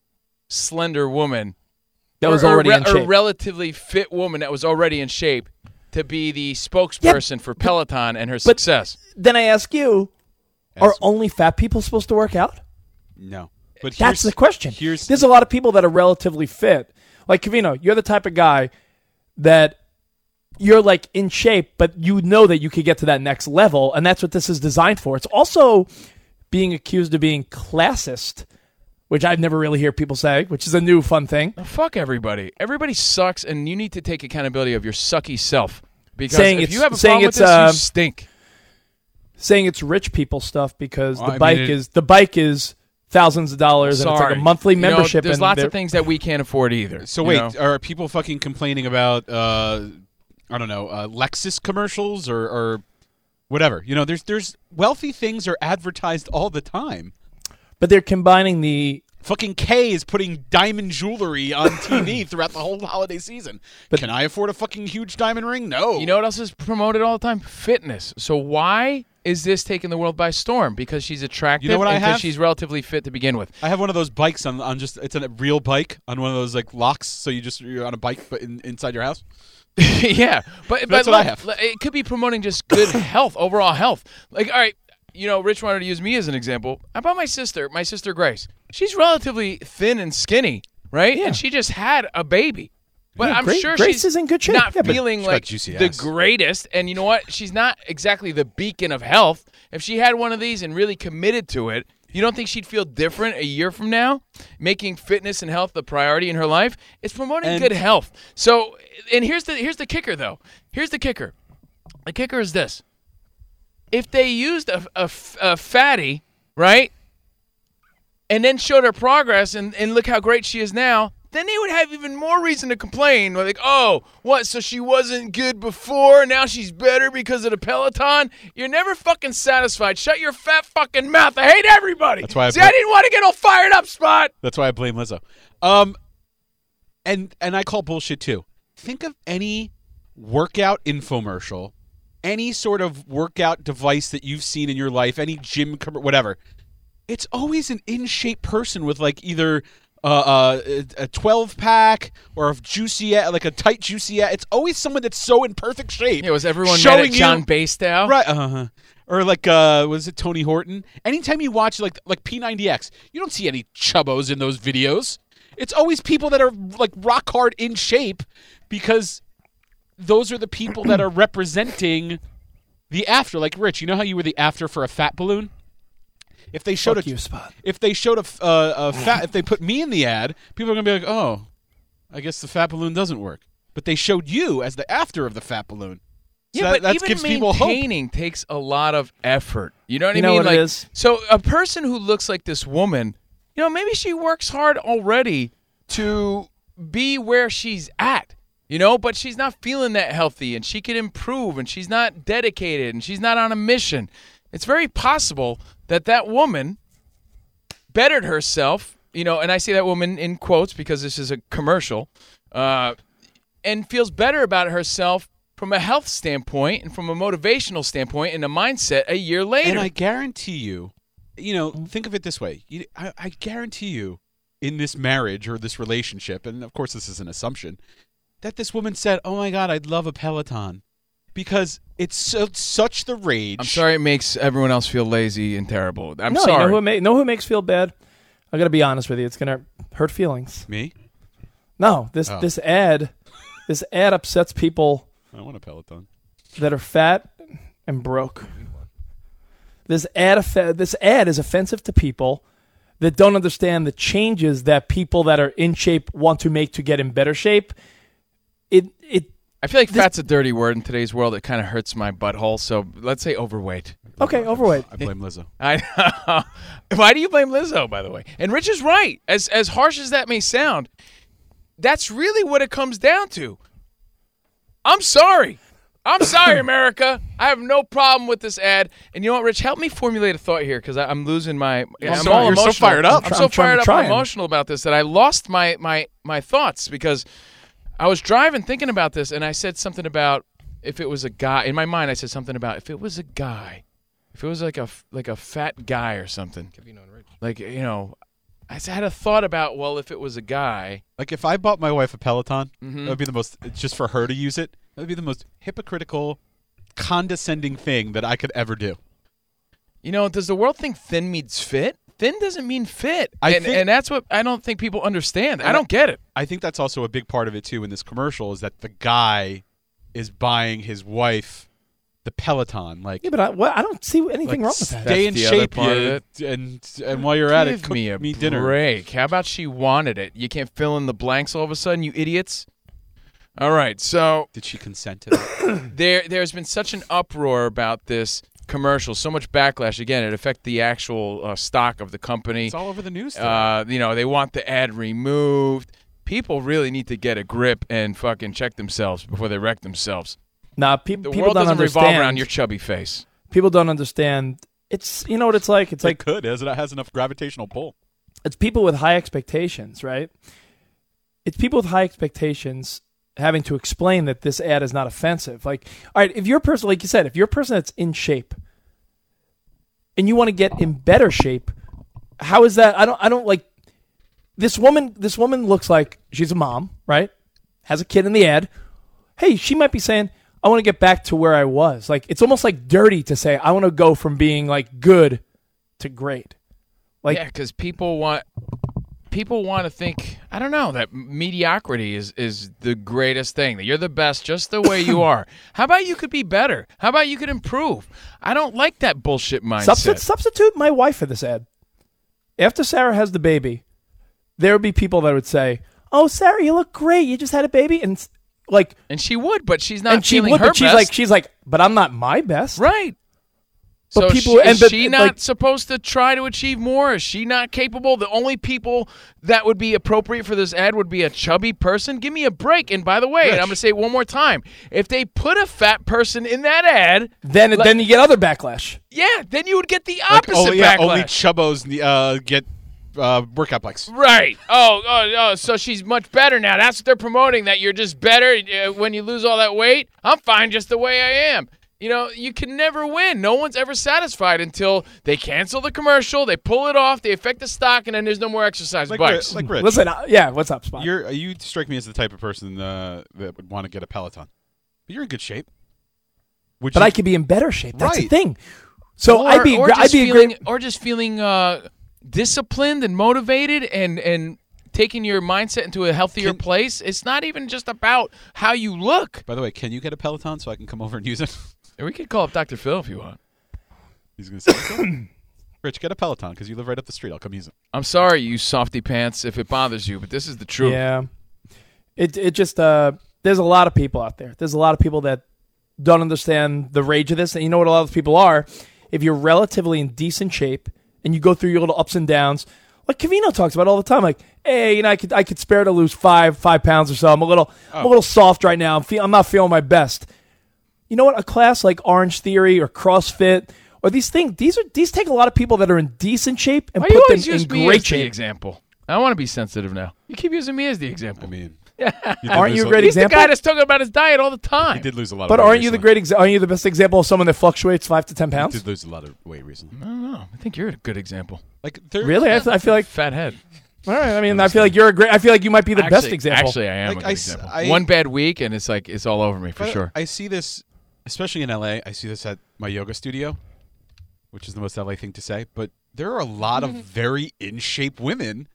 slender woman That or- was or already re- in shape. a relatively fit woman that was already in shape to be the spokesperson for Peloton and her success. Then I ask you, are only fat people supposed to work out? No, but That's here's, the question. There's a lot of people that are relatively fit. Like Cavino, you're the type of guy that you're like in shape, but you know that you could get to that next level, and that's what this is designed for. It's also being accused of being classist, which I've never really hear people say, which is a new fun thing. Now, fuck everybody. Everybody sucks, and you need to take accountability of your sucky self. Because Saying if it's- you have a saying problem with it's, this, you um, stink. Saying it's rich people stuff because Well, the I mean, bike it- is the bike is thousands of dollars and it's like Sorry. a monthly You know, membership. there's and lots they're- of things that we can't afford either. So you wait, know? are people fucking complaining about uh, I don't know uh, Lexus commercials or, or whatever? You know, there's there's wealthy things are advertised all the time. but they're combining the Fucking K is putting diamond jewelry on TV throughout the whole holiday season. Can I afford a fucking huge diamond ring? No. You know what else is promoted all the time? Fitness. So why is this taking the world by storm? Because she's attractive You know what and I 'cause have? she's relatively fit to begin with. I have one of those bikes on on just it's a real bike on one of those like locks, so you just you're on a bike but in, inside your house. yeah, but but That's what I look, have. l- It could be promoting just good health, overall health. Like, all right, you know, Rich wanted to use me as an example. How about my sister, my sister Grace? She's relatively thin and skinny, right? And she just had a baby. But Yeah, I'm Gra- sure Grace she's is in good shape. not Yeah, but- feeling She's got like juicy the ass. greatest. And you know what? She's not exactly the beacon of health. If she had one of these and really committed to it, you don't think she'd feel different a year from now? Making fitness and health the priority in her life? It's promoting And- good health. So, and here's the here's the kicker though. Here's the kicker. The kicker is this: if they used a, a f- a fatty, right, and then showed her progress, and and look how great she is now. Then they would have even more reason to complain. Like, oh, what? So she wasn't good before, and now she's better because of the Peloton. You're never fucking satisfied. Shut your fat fucking mouth. I hate everybody. That's why I See, put- I didn't want to get all fired up, Spot. That's why I blame Lizzo. Um, and and I call bullshit too. Think of any workout infomercial, any sort of workout device that you've seen in your life, any gym com- whatever. It's always an in shape person with like either uh, uh, a- a twelve pack or a juicy e, like a tight juicy. It's always someone that's so in perfect shape. Yeah, was everyone mad showing at John you, Bastow? Right. Uh-huh. Or like uh was it Tony Horton? Anytime you watch like like P90X, you don't see any chubbos in those videos. It's always people that are like rock hard in shape because those are the people that are representing the after. Like Rich, you know how you were the after for a fat balloon? If they showed Fuck a you, Spot. if they showed a, f- uh, a fat if they put me in the ad, people are going to be like, "Oh, I guess the fat balloon doesn't work." But they showed you as the after of the fat balloon. Yeah, So but that even gives people hope. maintaining takes a lot of effort. You know what I You know mean? what it like, is? So a person who looks like this woman, you know, maybe she works hard already to be where she's at. You know, but she's not feeling that healthy, and she could improve, and she's not dedicated, and she's not on a mission. It's very possible that that woman bettered herself, you know, and I say that woman in quotes because this is a commercial, uh, and feels better about herself from a health standpoint and from a motivational standpoint and a mindset a year later. And I guarantee you, you know, think of it this way. You, I, I guarantee you, in this marriage or this relationship, and of course this is an assumption, that this woman said, "Oh my God, I'd love a Peloton," because it's so, such the rage. I'm sorry it makes everyone else feel lazy and terrible. I'm no, sorry. You know, who it ma- know who it makes feel bad? I got to be honest with you. It's going to hurt feelings. Me? No, this Oh. this ad, this ad upsets people I want a Peloton. that are fat and broke. This ad, offe- this ad is offensive to people that don't understand the changes that people that are in shape want to make to get in better shape. It it I feel like fat's a dirty word in today's world. It kind of hurts my butthole. So let's say overweight. okay overweight. I blame Lizzo. I know. Why do you blame Lizzo, by the way? And Rich is right. As as harsh as that may sound, that's really what it comes down to. I'm sorry. I'm sorry, America. I have no problem with this ad. And you know what, Rich? Help me formulate a thought here because I'm losing my. You're I'm so- all you're so emotional. fired up. I'm, I'm so trying- fired I'm up trying. and emotional about this that I lost my my my thoughts because I was driving thinking about this and I said something about if it was a guy in my mind I said something about if it was a guy if it was like a f- like a fat guy or something like you know I s- had a thought about well if it was a guy Like if I bought my wife a Peloton, Mhm. that would be the most just for her to use it. That would be the most hypocritical, condescending thing that I could ever do. you know does the world think thin means fit thin doesn't mean fit I and, think- and that's what I don't think people understand I don't get it. I think that's also a big part of it too in this commercial is that the guy is buying his wife the Peloton. Like, Yeah, but I, well, I don't see anything like, wrong with that. Stay in That's the other shape, part of you- it. and and while you're at it, Give cook me a dinner. break. How about she wanted it? You can't fill in the blanks all of a sudden, you idiots. All right, so did she consent to that? there, there's been such an uproar about this commercial, so much backlash. Again, it affect the actual uh, stock of the company. It's all over the news today. Uh, you know, they want the ad removed. People really need to get a grip and fucking check themselves before they wreck themselves. Nah, peop- The people world don't doesn't understand. revolve around your chubby face. people don't understand. It's you know what it's like. It's It like could as it has enough gravitational pull. it's people with high expectations, right? It's people with high expectations having to explain that this ad is not offensive. Like, all right, if you're a person, like you said, if you're a person that's in shape and you want to get in better shape, how is that? I don't, I don't like this woman. This woman looks like she's a mom, right? Has a kid in the ad. Hey, she might be saying, I want to get back to where I was. Like, it's almost like dirty to say, I want to go from being like good to great. Like, yeah, because people want people want to think I don't know that mediocrity is is the greatest thing. That you're the best just the way you are. How about you could be better? How about you could improve? I don't like that bullshit mindset. Substitute, substitute my wife for this ad. After Sarah has the baby, there would be people that would say, "Oh, Sarah, you look great. You just had a baby," and s- like, and she would, but she's not and she feeling would, her but she's best. like, she's like, but I'm not my best, right? so But people, she, and is but, she like, not supposed to try to achieve more? Is she not capable? The only people that would be appropriate for this ad would be a chubby person. Give me a break. And by the way, and I'm going to say it one more time: if they put a fat person in that ad, then let- then you get other oh, backlash. yeah, then you would get the Like, opposite only, yeah, backlash. only chubbos uh, get uh, workout bikes. Right. Oh, oh, oh, so she's much better now. That's what they're promoting that you're just better uh, when you lose all that weight. I'm fine just the way I am. You know, you can never win. No one's ever satisfied until they cancel the commercial, they pull it off, they affect the stock, and then there's no more exercise Like, bikes. Ri- like Rich. Listen, uh, yeah, what's up, Spot? You're you strike me as the type of person uh, that would want to get a Peloton. But you're in good shape. Would but you- I could be in better shape. That's the Right. thing. So or, I'd be, or gr- I'd just be a feeling, great. or just feeling uh, disciplined and motivated and and taking your mindset into a healthier place. It's not even just about how you look. By the way, can you get a Peloton so I can come over and use it? We could call up Dr. Phil if you want. He's gonna say, "So, "Rich, get a Peloton because you live right up the street. I'll come use it." I'm sorry, you softy pants, if it bothers you, but this is the truth. Yeah, it it just uh, there's a lot of people out there. There's a lot of people that don't understand the rage of this. And you know what a lot of people are? If you're relatively in decent shape and you go through your little ups and downs, like Cavino talks about all the time, like, hey, you know, I could I could spare to lose five five pounds or so. I'm a little Oh. I'm a little soft right now. I'm feel, I'm not feeling my best. You know what? A class like Orange Theory or CrossFit or these things these are these take a lot of people that are in decent shape and Why you put them always use in me great as the shape. example? I want to be sensitive now. You keep using me as the example. I mean, Aren't you a great He's example? the guy that's talking about his diet all the time. He did lose a lot But aren't you the great? Exa- aren't you the best example of someone that fluctuates five to ten pounds? did lose a lot of weight recently. I don't know. I think you're a good example. Like Really, I, th- I feel like fat head. All right, I mean, I feel like you're a great. I feel like you might be the actually, best example. Actually, I am a Like, good I s- example. I- One bad week and it's like it's all over me for But sure. I see this, especially in LA. I see this at my yoga studio, which is the most LA thing to say. But there are a lot Mm-hmm. of very in shape women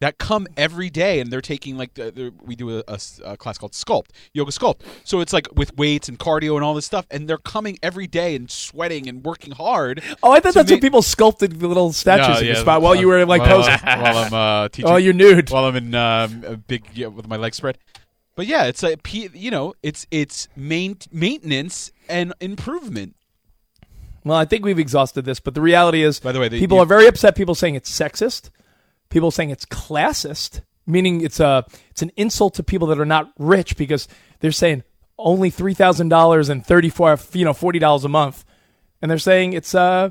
that come every day, and they're taking like the, the, we do a, a s- a class called Sculpt Yoga Sculpt. So it's like with weights and cardio and all this stuff, and they're coming every day and sweating and working hard. Oh, I thought to that's ma- what people sculpted the little statues in yeah, your spot while you were like while, posing. while I'm uh, teaching. Oh, you're nude. While I'm in um, a big yeah, with my legs spread. But yeah, it's like P- you know, it's it's main, maintenance and improvement. Well, I think we've exhausted this, but the reality is, by the way, the- people you- are very upset. People saying it's sexist. People saying it's classist, meaning it's a it's an insult to people that are not rich because they're saying only three thousand dollars and thirty four, you know, forty dollars a month, and they're saying it's uh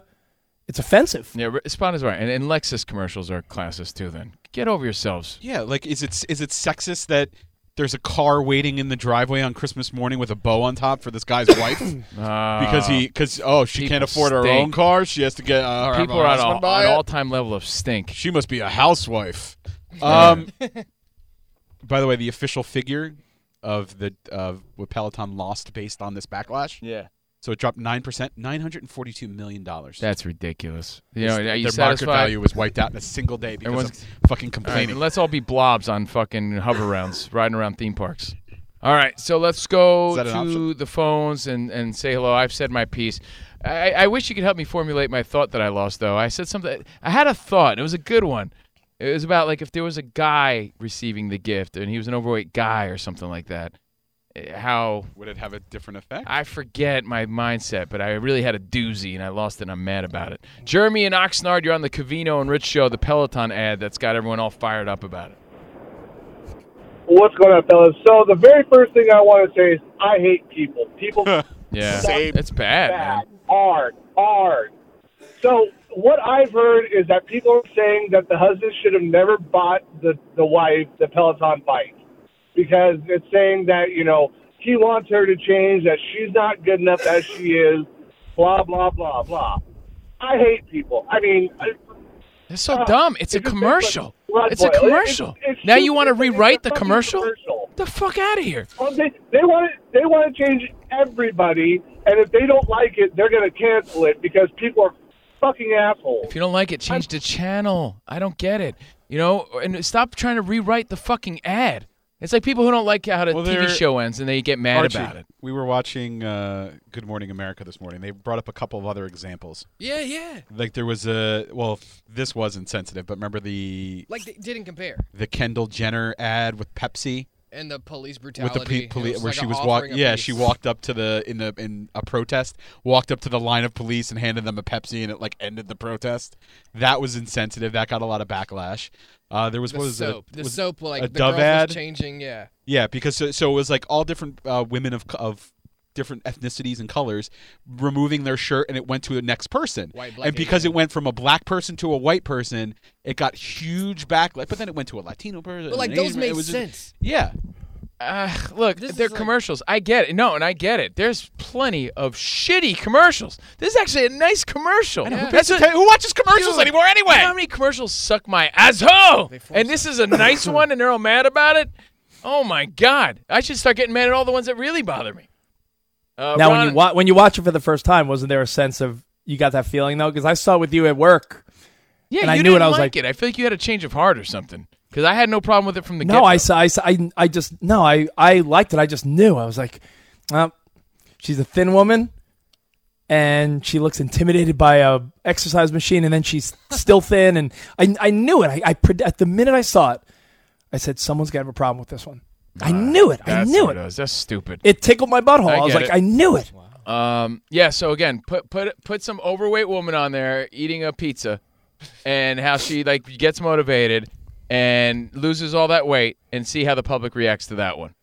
it's offensive. yeah, re- spot is right. And, and Lexus commercials are classes too. Then get over yourselves. Yeah, like is it is it sexist that there's a car waiting in the driveway on Christmas morning with a bow on top for this guy's wife because he because oh she people can't afford her stink. own car she has to get uh, her People are at husband all- buy an it. all-time level of stink. She must be a housewife. Um, by the way, the official figure of the of what Peloton lost based on this backlash. Yeah. So it dropped nine percent, nine hundred and forty-two million dollars. That's ridiculous. You know, their are you market satisfied? value was wiped out in a single day because Everyone's- of fucking All right, complaining. let's all be blobs on fucking hover rounds, riding around theme parks. All right, so let's go Is that an to the phones and, and say hello. I've said my piece. I, I wish you could help me formulate my thought that I lost, though. I said something. I had a thought. It was a good one. It was about like if there was a guy receiving the gift and he was an overweight guy or something like that. eh, How would it have a different effect? I forget my mindset, but I really had a doozy and I lost it and I'm mad about it. Jeremy and Oxnard, you're on the Cavino and Rich show, the Peloton ad that's got everyone all fired up about it. What's going on, fellas? So the very first thing I want to say is I hate people. People Yeah. Same. It's bad, man. hard, hard. So what I've heard is that people are saying that the husband should have never bought the the wife the Peloton bike because it's saying that you know he wants her to change that she's not good enough as she is, blah blah blah blah. I hate people. I mean, I- It's so dumb. It's a just commercial. like blood It's a boil. It- commercial. it's- it's Now just- you want to it's a- it's a rewrite the fucking commercial? commercial. The fuck out of here. Well, they, they want to they want to change everybody, and if they don't like it, they're going to cancel it because people are fucking assholes. If you don't like it, change the channel. I don't get it. You know, and stop trying to rewrite the fucking ad. It's like people who don't like how the TV they're- show ends and they get mad Archie, about it. We were watching uh, Good Morning America this morning. They brought up a couple of other examples. Yeah, yeah. Like there was a well, f- this was insensitive, but remember the Like they didn't compare. the Kendall Jenner ad with Pepsi And the police with brutality. the pe- it police was where like she a was offering walking. of Yeah, peace. she walked up to the in the in a protest, walked up to the line of police and handed them a Pepsi, and it like ended the protest. That was insensitive. That got a lot of backlash. Uh, there was The what was it? soap. The was it soap, like, a the Dove girls was ad changing, yeah. yeah, because so, so it was like all different uh, women of co- of different ethnicities and colors removing their shirt and it went to the next person. White, black, and because it went from a black person to a white person, it got huge backlash. But then it went to a Latino person. But, like, an Asian those man. make It was just- sense. yeah. Uh, look, they're commercials. I get it. No, and I get it. There's plenty of shitty commercials. This is actually a nice commercial. know, who That's pays what- atten- who watches commercials Dude, anymore anyway? you know how many commercials suck my asshole? And this is a nice one, and they're all mad about it. Oh my god! I should start getting mad at all the ones that really bother me. Uh, now, Ron- when you wa- when you watch it for the first time, wasn't there a sense of you got that feeling though? Because I saw it with you at work. yeah, and you I knew didn't it. I was like like, it. I feel like you had a change of heart or something. Because I had no problem with it from the no, I get. saw, I, saw, I, I just no, I, I liked it. I just knew. I was like, well, she's a thin woman, and she looks intimidated by a exercise machine, and then she's still thin, and I, I knew it. I, I pred- at the minute I saw it, I said, someone's gonna have a problem with this one. I knew it. I That's knew what it. it was. That's stupid. It tickled my butthole. I, was get like, I knew it. Um, yeah. So again, put put put some overweight woman on there eating a pizza, and how she like gets motivated and loses all that weight, and see how the public reacts to that one.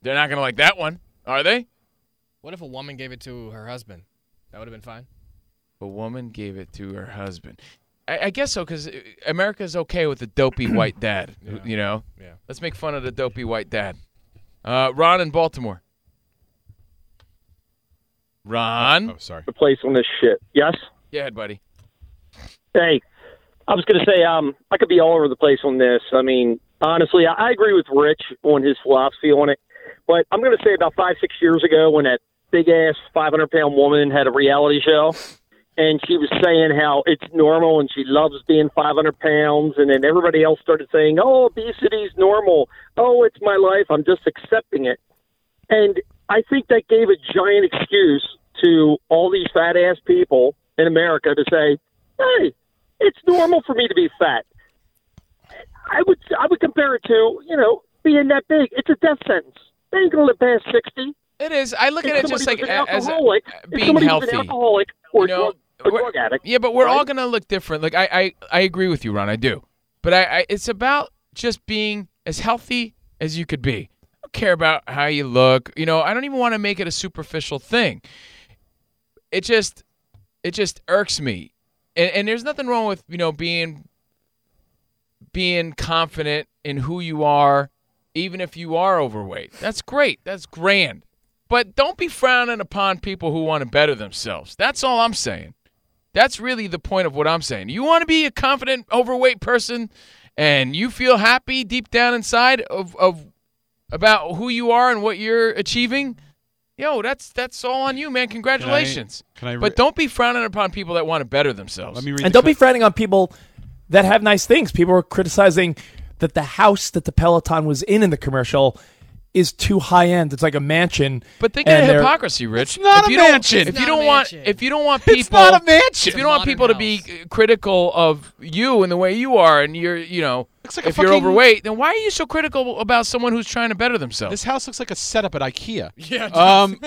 They're not gonna like that one, are they? What if a woman gave it to her husband? That would have been fine. A woman gave it to her husband. I, I guess so, because America's okay with the dopey white dad. who- You know. Yeah. Let's make fun of the dopey white dad. Uh, Ron in Baltimore. Ron. Oh, sorry. replace on this shit. Yes. Yeah, buddy. Hey, I was going to say, um, I could be all over the place on this. I mean, honestly, I, I agree with Rich on his philosophy on it, but I'm going to say about five, six years ago when that big ass 500 pound woman had a reality show. And she was saying how it's normal and she loves being 500 pounds. And then everybody else started saying, oh, obesity's normal. Oh, it's my life. I'm just accepting it. And I think that gave a giant excuse to all these fat ass people in America to say, "Hey, it's normal for me to be fat." I would I would compare it to you know being that big. It's a death sentence. They ain't gonna live past sixty. It is. I look If at it just somebody like was a- an as a- alcoholic, if being somebody was healthy. An alcoholic or You know, drug- or we're- drug addict. Yeah, but we're all right? gonna look different. Like I, I, I agree with you, Ron. I do. But I, I, it's about just being as healthy as you could be. I don't care about how you look. You know, I don't even want to make it a superficial thing. It just, it just irks me. And, and there's nothing wrong with you know being, being confident in who you are, even if you are overweight. That's great. That's grand. But don't be frowning upon people who want to better themselves. That's all I'm saying. That's really the point of what I'm saying. You want to be a confident, overweight person, and you feel happy deep down inside of, of about who you are and what you're achieving. Yo, that's that's all on you, man. Congratulations. can I re- but don't be frowning upon people that want to better themselves. Let me And don't be frowning on people that have nice things. People were criticizing that the house that the Peloton was in in the commercial is too high end. It's like a mansion. But think of the and they're- hypocrisy, Rich. It's not if a you don't- mansion. If It's you not don't a want, if you don't want people, It's not a mansion. If you don't want people to be uh, critical of you and the way you are, and you're, you know, like a if you're fucking- overweight, then why are you so critical about someone who's trying to better themselves? This house looks like a setup at IKEA. Yeah, it Um,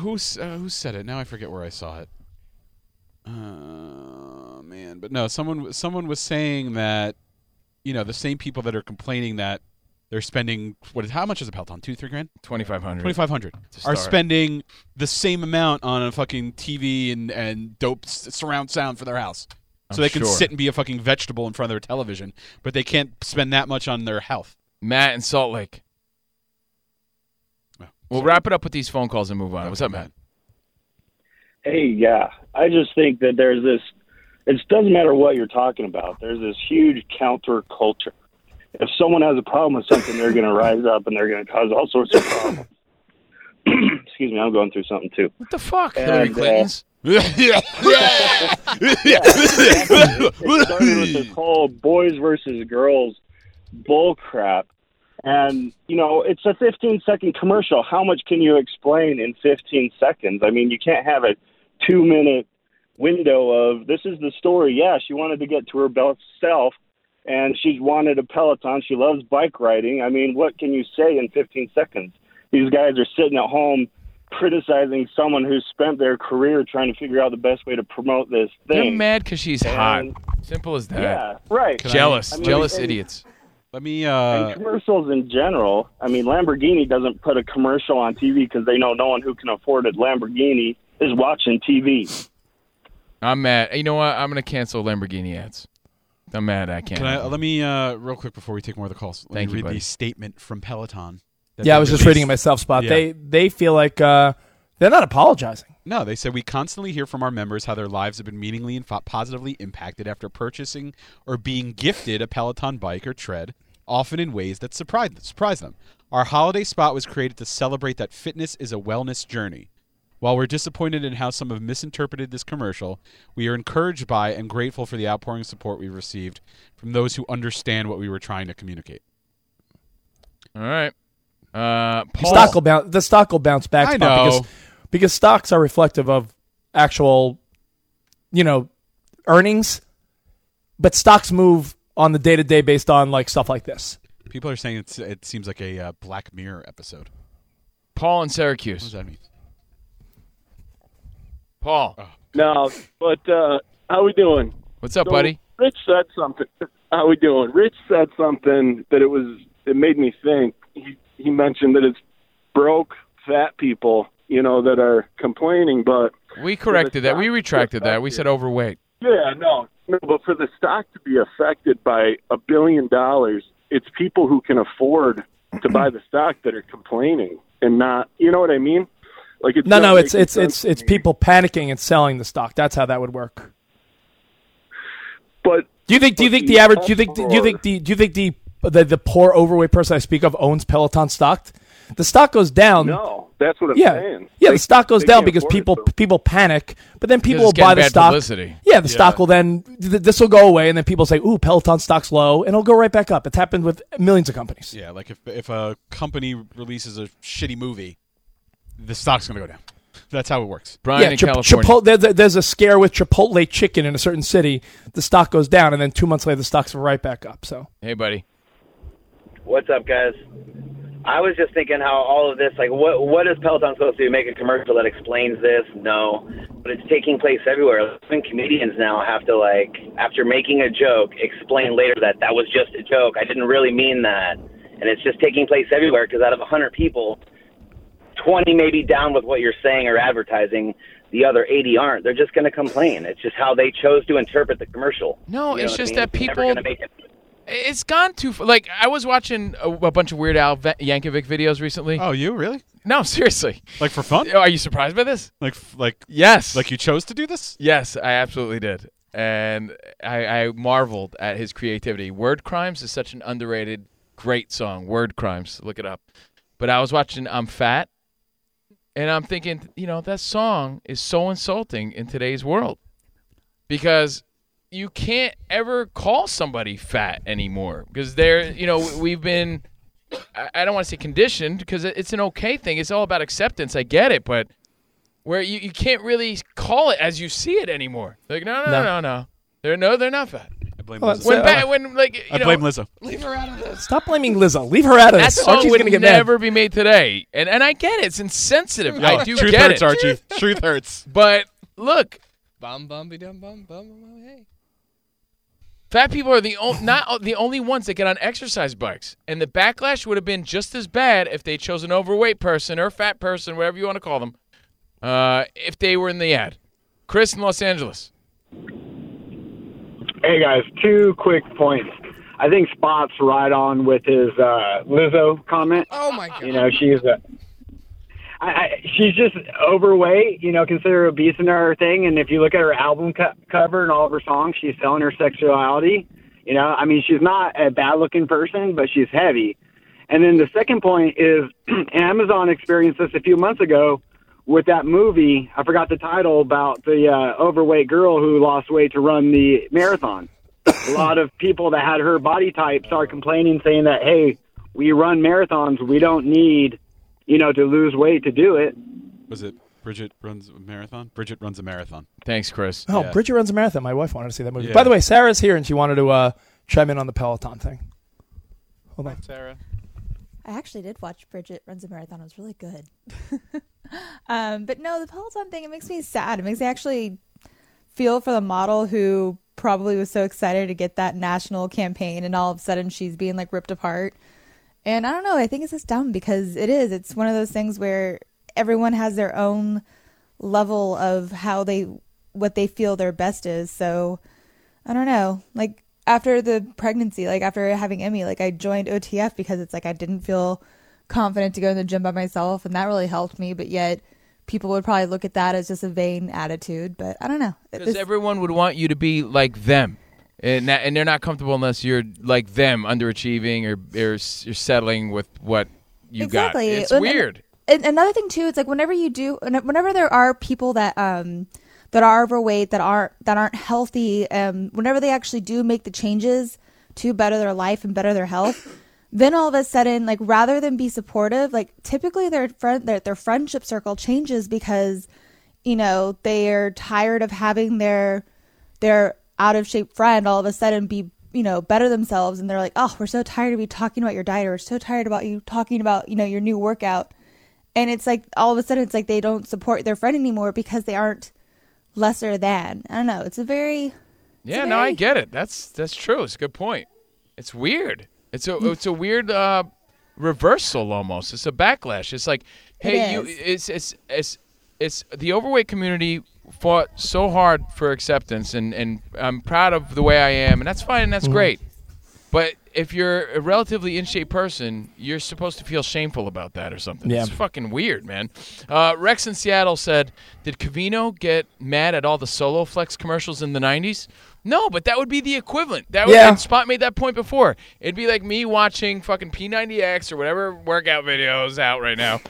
who s- uh, who said it? Now I forget where I saw it. Uh, man, but no, someone w- someone was saying that, you know, the same people that are complaining that they're spending what is how much is a Peloton? Two, three grand? Twenty five hundred. Twenty five hundred To are start. spending the same amount on a fucking TV and and dope s- surround sound for their house. So I'm they can sure. sit and be a fucking vegetable in front of their television, but they can't spend that much on their health. Matt in Salt Lake. We'll wrap it up with these phone calls and move on. What's up, Matt? Hey, yeah. I just think that there's this. It doesn't matter what you're talking about. There's this huge counterculture. If someone has a problem with something, they're going to rise up and they're going to cause all sorts of problems. Excuse me, I'm going through something too. What the fuck, Hillary Clinton's? it started with this whole boys versus girls bull crap. And, you know, it's a 15 second commercial. How much can you explain in 15 seconds? I mean, you can't have a two minute window of this is the story. Yeah, she wanted to get to her best self and she's wanted a Peloton. She loves bike riding. I mean, what can you say in 15 seconds? These guys are sitting at home criticizing someone who spent their career trying to figure out the best way to promote this They're thing. mad because she's hot. Simple as that. Yeah, right. Can I- Jealous, I mean, jealous and- idiots. Let me. uh, and commercials in general. I mean, Lamborghini doesn't put a commercial on TV because they know no one who can afford a Lamborghini is watching TV. I'm mad. You know what? I'm gonna cancel Lamborghini ads. I'm mad. I can't. Can I, let me uh, real quick before we take more of the calls. Let Thank me you, read buddy. the statement from Peloton. that yeah, they I was just released. reading it myself. Spot. Yeah. They they feel like uh, they're not apologizing. no, they said we constantly hear from our members how their lives have been meaningfully and fo- positively impacted after purchasing or being gifted a Peloton bike or tread, often in ways that surprise surprise them. Our holiday spot was created to celebrate that fitness is a wellness journey. While we're disappointed in how some have misinterpreted this commercial, we are encouraged by and grateful for the outpouring of support we've received from those who understand what we were trying to communicate. All right. Uh, The Paul. stock will bounce. The stock will bounce back. I Spot, know. Because, because stocks are reflective of actual, you know, earnings, but stocks move on the day to day based on like stuff like this. People are saying it's, it seems like a uh, Black Mirror episode. Paul in Syracuse. What does that mean? Paul. No, but uh, how we doing? What's up, So, buddy? Rich said something. How we doing? Rich said something that it was. It made me think. He he mentioned that it's broke fat people, you know, that are complaining. But We corrected that. We retracted that. We said overweight. yeah, no, no. But for the stock to be affected by a billion dollars, it's people who can afford to buy the stock that are complaining and not. You know what I mean? Like it's No, not no, it's making it's sense it's it's people panicking and selling the stock. That's how that would work. But do you think do you think the average do you think do you think the do you think the the, the poor overweight person I speak of owns Peloton stock? The stock goes down. No, that's what I'm yeah. saying. Yeah, They- the stock goes they down can't because afford it, people people panic, but then people Because will it's getting buy the bad stock. publicity. Yeah, the Yeah. stock will then th- this will go away, and then people say, "Ooh, Peloton stock's low," and it'll go right back up. It's happened with millions of companies. Yeah, like if if a company releases a shitty movie, the stock's gonna go down. That's how it works. yeah, Chip- Chipotle, there- there- there's a scare with Chipotle chicken in a certain city. The stock goes down, and then two months later, the stocks are right back up. So Hey, buddy. What's up, guys? I was just thinking how all of this, like, what what is Peloton supposed to do? Make a commercial that explains this? No, but it's taking place everywhere. Even comedians now have to like, after making a joke, explain later that that was just a joke. I didn't really mean that, and it's just taking place everywhere because out of a 100 people, 20 may be down with what you're saying or advertising. The other 80 aren't. They're just going to complain. It's just how they chose to interpret the commercial. No, it's just that They're never people- gonna make it It's gone too far. Like I was watching a, a bunch of Weird Al Ve- Yankovic videos recently. Oh, you really? No, seriously. Oh, Like for fun? Are you surprised by this? Like like yes. Like you chose to do this? Yes, I absolutely did, and I, I marveled at his creativity. Word Crimes is such an underrated, great song. Word Crimes, look it up. But I was watching I'm Fat, and I'm thinking, you know, that song is so insulting in today's world because you can't ever call somebody fat anymore because they're, you know, we- we've been, I I don't want to say conditioned because it- it's an okay thing. It's all about acceptance. I get it, but where you, you can't really call it as you see it anymore. Like, no, no, no, No. no, no. They're, no, they're not fat. I blame Well, uh, Lizzo. When, that's- ba- when like, you I know, blame Lizzo. Leave her out of this. stop blaming Lizzo. Leave her out of That this. song Archie's would gonna get mad. never be made today, and and I get it. It's insensitive. Yeah, I do truth get hurts, it. Archie. Truth hurts. But look, Bum bum be dum bum bum bum. bum, Hey. fat people are the on, not o- the only ones that get on exercise bikes, and the backlash would have been just as bad if they chose an overweight person or fat person, whatever you want to call them, uh, if they were in the ad. Chris in Los Angeles. Hey guys, two quick points. I think Spot's right on with his uh, Lizzo comment. Oh my god! You know, she's a, I, I, she's just overweight. You know, consider obese in her thing. And if you look at her album co- cover and all of her songs, she's selling her sexuality. You know, I mean, she's not a bad-looking person, but she's heavy. And then the second point is Amazon experienced this a few months ago with that movie. I forgot the title about the uh, overweight girl who lost weight to run the marathon. a lot of people that had her body type started complaining, saying that, hey, we run marathons. We don't need, you know, to lose weight to do it. Was it Bridget runs a marathon? Bridget runs a marathon. Thanks, Chris. Oh, Bridget runs a marathon. My wife wanted to see that movie. Yeah. By the way, Sarah's here, and she wanted to uh, chime in on the Peloton thing. Hold on, Sarah. I actually did watch Bridget Runs a Marathon. It was really good. um, but no, the Peloton thing, it makes me sad. It makes me actually feel for the model who probably was so excited to get that national campaign and all of a sudden she's being like ripped apart. And I don't know, I think it's just dumb because it is. It's one of those things where everyone has their own level of how they what they feel their best is. So I don't know. Like after the pregnancy, like after having Emmy, like I joined OTF because it's like I didn't feel confident to go in the gym by myself and that really helped me, but yet people would probably look at that as just a vain attitude, but I don't know. Because everyone would want you to be like them, and that, and they're not comfortable unless you're like them, underachieving or or s- you're settling with what you exactly. got. It's And- weird. And another thing too, it's like whenever you do, whenever there are people that um that are overweight, that aren't that aren't healthy, um, whenever they actually do make the changes to better their life and better their health, then all of a sudden, like rather than be supportive, like typically their friend their their friendship circle changes because you know they're tired of having their their out of shape friend all of a sudden be you know, better themselves and they're like, oh, we're so tired of you talking about your diet or we're so tired about you talking about, you know, your new workout. And it's like all of a sudden it's like they don't support their friend anymore because they aren't lesser than. I don't know. It's a very Yeah, no, I get it. That's that's true. It's a good point. It's weird. It's a it's a weird uh, reversal almost. It's a backlash. It's like, hey, you, it's it's it's it's the overweight community fought so hard for acceptance, and and I'm proud of the way I am, and that's fine, and that's Mhm. great. But if you're a relatively in shape person, you're supposed to feel shameful about that or something. Yeah. It's fucking weird, man. Uh, Rex in Seattle said, Did Cavino get mad at all the Solo Flex commercials in the 90s? No, but that would be the equivalent. That would, Yeah. and Spot made that point before. It'd be like me watching fucking P90X or whatever workout video is out right now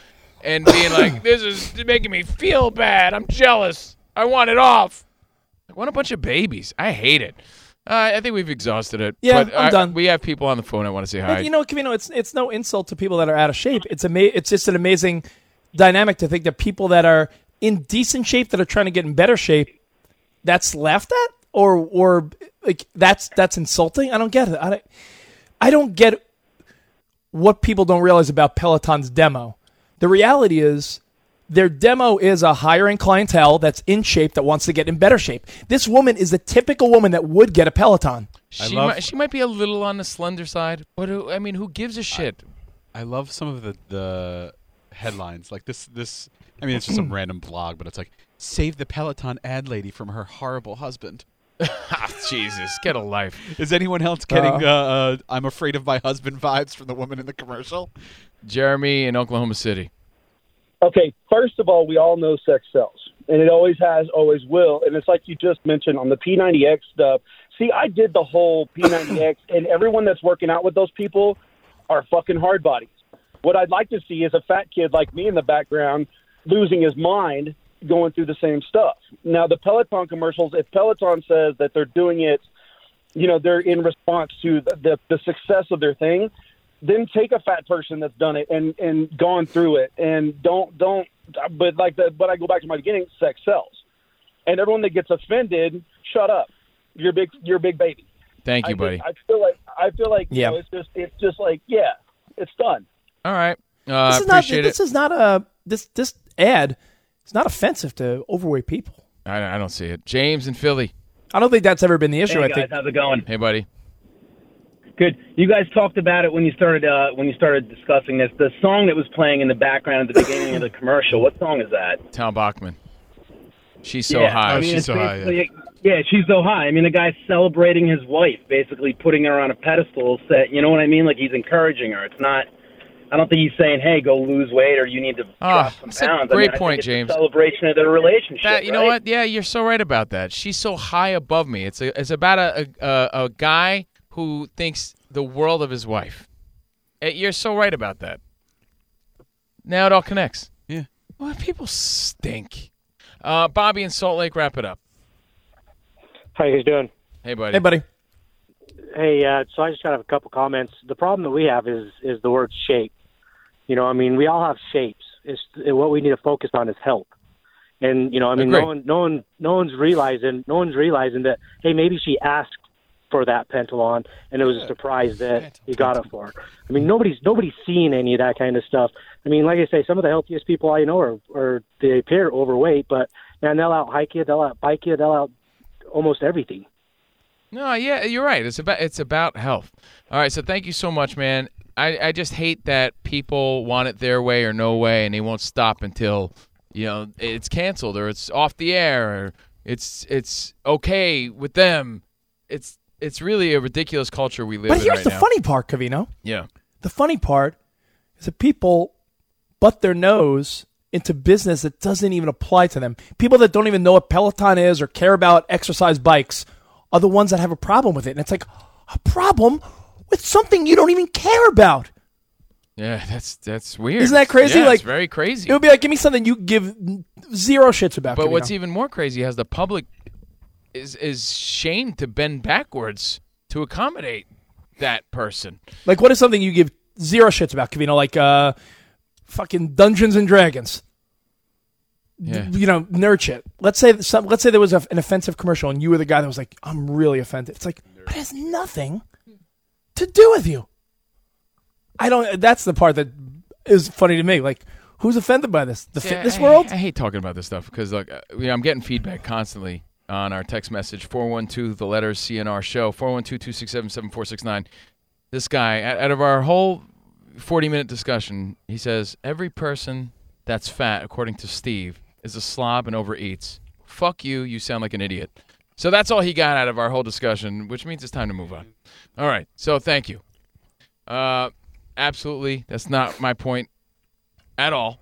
and being like, This is making me feel bad. I'm jealous. I want it off. Like, What a bunch of babies. I hate it. Uh, I think we've exhausted it. Yeah, but I'm I- done. We have people on the phone. I want to say hi. you know, Camino, it's it's no insult to people that are out of shape. It's ama- It's just an amazing dynamic to think that people that are in decent shape that are trying to get in better shape, that's laughed at or or like that's that's insulting. I don't get it. I don't, I don't get what people don't realize about Peloton's demo. The reality is their demo is a higher end clientele that's in shape that wants to get in better shape. This woman is the typical woman that would get a Peloton. She, might, she might be a little on the slender side, but who, I mean, who gives a shit? I love some of the the headlines like this. This I mean, it's just some random blog, but it's like save the Peloton ad lady from her horrible husband. Ah, Jesus, get a life. Is anyone else getting uh, Uh. uh, "I'm afraid of my husband" vibes from the woman in the commercial? Jeremy in Oklahoma City. Okay, first of all, we all know sex sells, and it always has, always will. And it's like you just mentioned on the P90X stuff. See, I did the whole P90X, and everyone that's working out with those people are fucking hard bodies. What I'd like to see is a fat kid like me in the background losing his mind going through the same stuff. Now, the Peloton commercials, if Peloton says that they're doing it, you know, they're in response to the, the, the success of their thing, then take a fat person that's done it and and gone through it and don't don't but like the but I go back to my beginning sex sells and everyone that gets offended shut up you're a big you're a big baby Thank I you, just- buddy. I feel like I feel like you Yeah. know, it's just it's just like yeah it's done All right. Uh, this is not appreciate this it. is not a this this ad it's not offensive to overweight people I, I don't see it. James in Philly. i don't think that's ever been the issue Hey, i guys, think how's it going? Hey, buddy. Good. You guys talked about it when you started uh, when you started discussing this. The song that was playing in the background at the beginning of the commercial. What song is that? Tom Bachman. Oh, She's so yeah, high. I mean, it's basically- yeah. she's so high. I mean, the guy's celebrating his wife, basically putting her on a pedestal. Set, you know what I mean? Like he's encouraging her. It's not. I don't think he's saying, "Hey, go lose weight," or "You need to Ah, drop some that's a pounds." I great mean, I think point, it's a James. celebration of their relationship. That, you know right? what? Yeah, you're so right about that. She's so high above me. It's a, it's about a, a, a, a guy who thinks the world of his wife. Eh, You're so right about that. Now it all connects. Yeah. Well, people stink. Uh, Bobby in Salt Lake, wrap it up. How you guys doing? Hey, buddy. Hey, uh, so I just got a couple comments. The problem that we have is is the word shape. You know, I mean, we all have shapes. It's what we need to focus on is health. And you know, I mean, no Agreed. one, no one, no one's realizing, no one's realizing that hey, maybe she asked for that pentalon, and it was a surprise that you got it for. her. I mean, nobody's nobody's seeing any of that kind of stuff. I mean, like I say, some of the healthiest people I know are, are they appear overweight, but man, they'll out hike you, they'll out bike you, they'll out almost everything. No, yeah, you're right. It's about it's about health. All right, so thank you so much, man. I, I just hate that people want it their way or no way, and they won't stop until you know it's canceled or it's off the air or it's it's okay with them. It's it's really a ridiculous culture we live but in here's right the now. funny part cavino Yeah. the funny part is that people butt their nose into business that doesn't even apply to them people that don't even know what peloton is or care about exercise bikes are the ones that have a problem with it and it's like a problem with something you don't even care about Yeah, that's that's weird. Isn't that crazy? Yeah, like it's very crazy. It would be like, give me something you give zero shits about. But Camino. what's even more crazy is the public is is shamed to bend backwards to accommodate that person. like, what is something you give zero shits about, Cavino? Like, uh, fucking Dungeons and Dragons. D- Yeah. You know, nerd shit. Let's say that some, let's say there was a, an offensive commercial, and you were the guy that was like, "I'm really offended." It's like, But it has nothing to do with you. I don't. That's the part that is funny to me. Like, who's offended by this? The Yeah, fitness I- world? I, hate talking about this stuff because like uh, you know, I'm getting feedback constantly on our text message 412 the letters CNR show 412-267-7469. This guy out out of our whole 40 minute discussion, he says every person that's fat according to Steve is a slob and overeats. Fuck you, you sound like an idiot. So that's all he got out of our whole discussion, which means it's time to move on. All right. So thank you. Uh absolutely. That's not my point at all.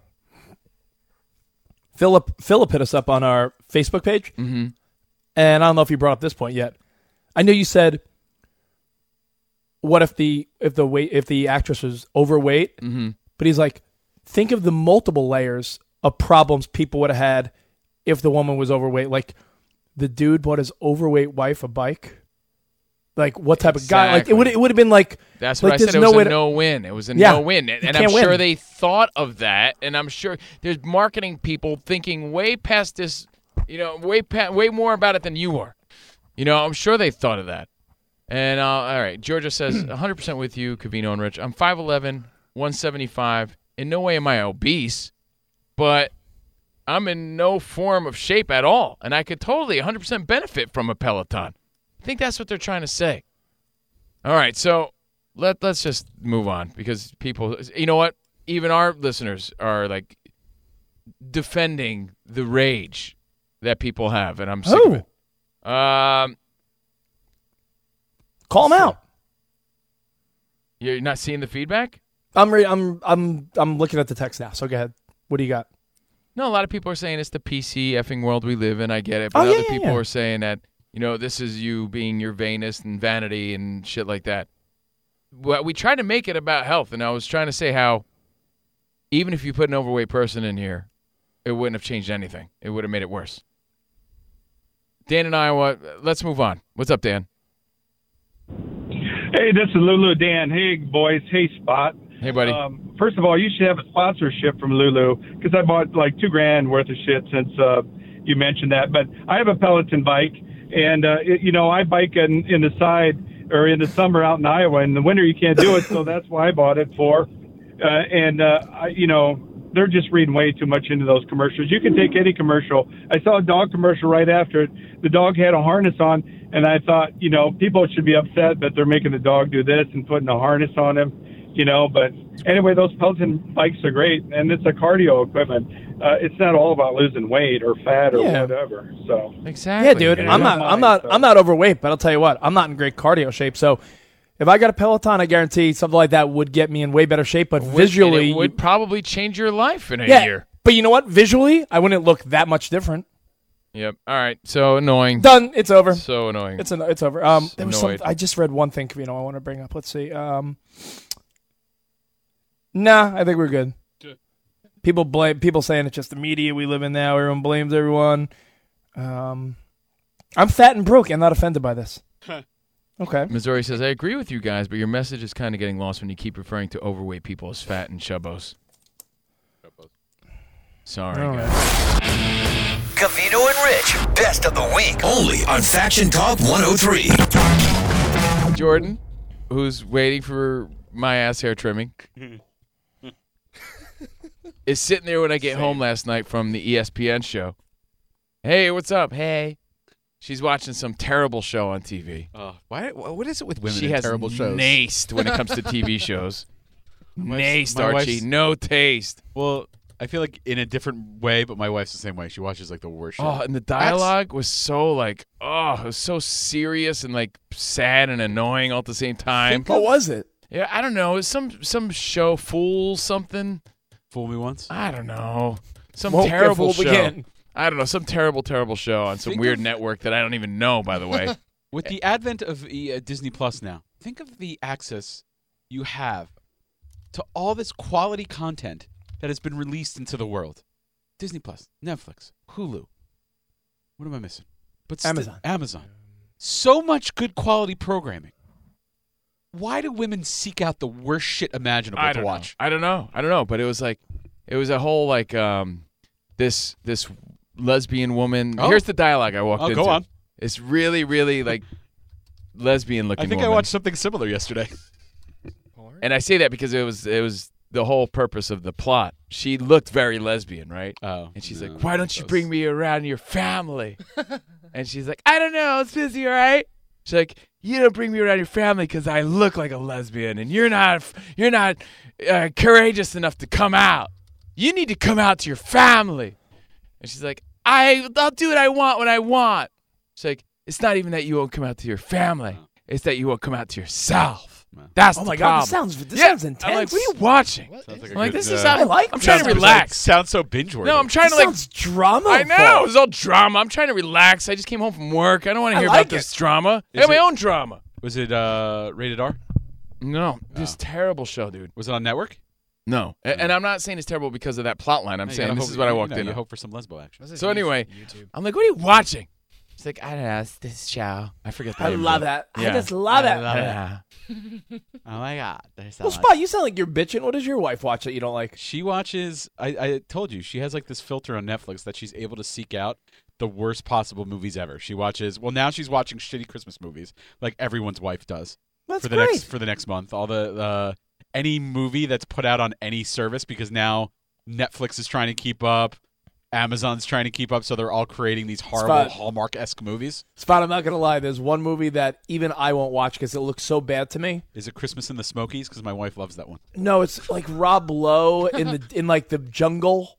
Philip Philip hit us up on our Facebook page, mm-hmm. and I don't know if you brought up this point yet. I know you said, "What if the if the weight if the actress was overweight?" Mhm. But he's like, "Think of the multiple layers of problems people would have had if the woman was overweight. Like the dude bought his overweight wife a bike. Like what type of guy? Like it Exactly. would it would have been like That's like, what I said. there's It was way a to- no win. It was a Yeah, no win, you and, and I'm can't win. sure they thought of that. And I'm sure there's marketing people thinking way past this, you know, way pa- way more about it than you are. You know, I'm sure they thought of that. And uh, all right, Georgia says 100% with you, Cavino and Rich. I'm 5'11, 175. In no way am I obese, but I'm in no form of shape at all, and I could totally 100% benefit from a Peloton. I think that's what they're trying to say. All right, so let let's just move on because people, you know what? Even our listeners are like defending the rage that people have, and I'm sick of it. Um, call him out. you're not seeing the feedback. I'm re- I'm I'm I'm looking at the text now. So go ahead. What do you got? No, a lot of people are saying it's the PC effing world we live in. I get it, but Oh, yeah, other yeah, people yeah. are saying that you know this is you being your vainest and vanity and shit like that. Well, we tried to make it about health, and I was trying to say how even if you put an overweight person in here, it wouldn't have changed anything. It would have made it worse. Dan in Iowa, let's move on. What's up, Dan? Hey, this is Lulu Dan Hig, boys. Hey, Spot. Hey, buddy. Um, first of all, you should have a sponsorship from Lulu because I bought like two grand worth of shit since uh, you mentioned that. But I have a Peloton bike, and uh, it, you know I bike in, in the side or in the summer out in Iowa. In the winter, you can't do it, so that's why I bought it for. Uh, and uh, I, you know they're just reading way too much into those commercials. You can take any commercial. I saw a dog commercial right after it. The dog had a harness on, and I thought, you know, people should be upset that they're making the dog do this and putting a harness on him, you know. But anyway, those Peloton bikes are great, and it's a cardio equipment. Uh, it's not all about losing weight or fat or Yeah. whatever. So exactly, Yeah, dude. I'm not. I'm not. I'm not overweight, but I'll tell you what. I'm not in great cardio shape. So, if I got a Peloton, I guarantee something like that would get me in way better shape. But Would- and visually, it would probably change your life in a yeah. year. But you know what? Visually, I wouldn't look that much different. Yep. All right. So annoying. Done. It's over. So annoying. It's an, it's over. Um, there was some, Annoyed. I just read one thing. You know, I want to bring up. Let's see. Um, nah, I think we're good. People blame people saying it's just the media we live in now. Everyone blames everyone. Um, I'm fat and broke and not offended by this. okay. Missouri says, I agree with you guys, but your message is kind of getting lost when you keep referring to overweight people as fat and chubbos. Sorry, All guys. Cavino and Rich, best of the week. Only on Faction Talk 103. Jordan, who's waiting for my ass hair trimming, is sitting there when I get home last night from the E ESPN show. Hey, what's up? Hey. She's watching some terrible show on TV. Oh, Why? wh- What is it with women? she and has terrible shows. naced when it comes to TV shows. My wife's- Naced, my Archie. wife's- No taste. Well, I feel like in a different way, but my wife's the same way. She watches like the worst. shit. Oh, and the That's- dialogue was so like, oh, it was so serious and like sad and annoying all at the same time. What was it? Yeah, I don't know. It was some some show, fool something. Fool me once. I don't know. Some Won't get terrible fooled show. again. I don't know. Some terrible, terrible show on some Think weird of- network that I don't even know. By the way, With the advent of uh, Disney Plus now, think of the access you have to all this quality content that has been released into the world. Disney Plus, Netflix, Hulu. What am I missing? But sti- Amazon. Amazon. So much good quality programming. Why do women seek out the worst shit imaginable I to don't watch? Know. I don't know. I don't know. But it was like, it was a whole like um, this this lesbian woman. Oh. Here's the dialogue I walked Oh, into. go on. It's really really like lesbian looking. I think I woman. watched something similar yesterday. and I say that because it was it was the whole purpose of the plot. She looked very lesbian, right? Oh, and she's no, like, "Why don't you bring me around your family?" and she's like, "I don't know, it's busy, all right?" She's like, "You don't bring me around your family because I look like a lesbian, and you're not you're not uh, courageous enough to come out. You need to come out to your family." And she's like, "I I'll do what I want when I want." She's like, "It's not even that you won't come out to your family; it's that you won't come out to yourself." That's oh the my god, this problem. sounds this Yeah. sounds intense. I'm like, what are you watching? I'm like, this is. I'm, I'm trying to uh, Sounds- relax. Sounds so binge worthy. No, I'm trying This to like sounds drama. I know it's all drama. I'm trying to relax. I just came home from work. I don't want I to hear like about this drama. I Is have my it- own drama. Was it uh, rated R? Oh. No, this terrible show, dude. Was it on network? No, A- and I'm not saying it's terrible because of that plot line. I'm Hey, you saying gotta this hope- is what I you walked know, in. you on. hope for some lesbo action. So anyway, YouTube. I'm like, what are you watching? It's like, I don't know. It's this show. I forget. The I name of love it. that. I Yeah. just love it. Yeah. Oh my god. There's Well, Spot, you sound like you're bitching. What does your wife watch that you don't like? She watches. I, I told you she has like this filter on Netflix that she's able to seek out the worst possible movies ever. She watches. Well, now she's watching shitty Christmas movies, like everyone's wife does. That's for the next for the next month. All the uh, any movie that's put out on any service because now Netflix is trying to keep up. Amazon's trying to keep up, so they're all creating these horrible Spot. Hallmark esque movies. Spot, I'm not gonna lie. Uh, There's one movie that even I won't watch because it looks so bad to me. Is it Christmas in the Smokies? Because my wife loves that one. No, it's like Rob Lowe in the in like the jungle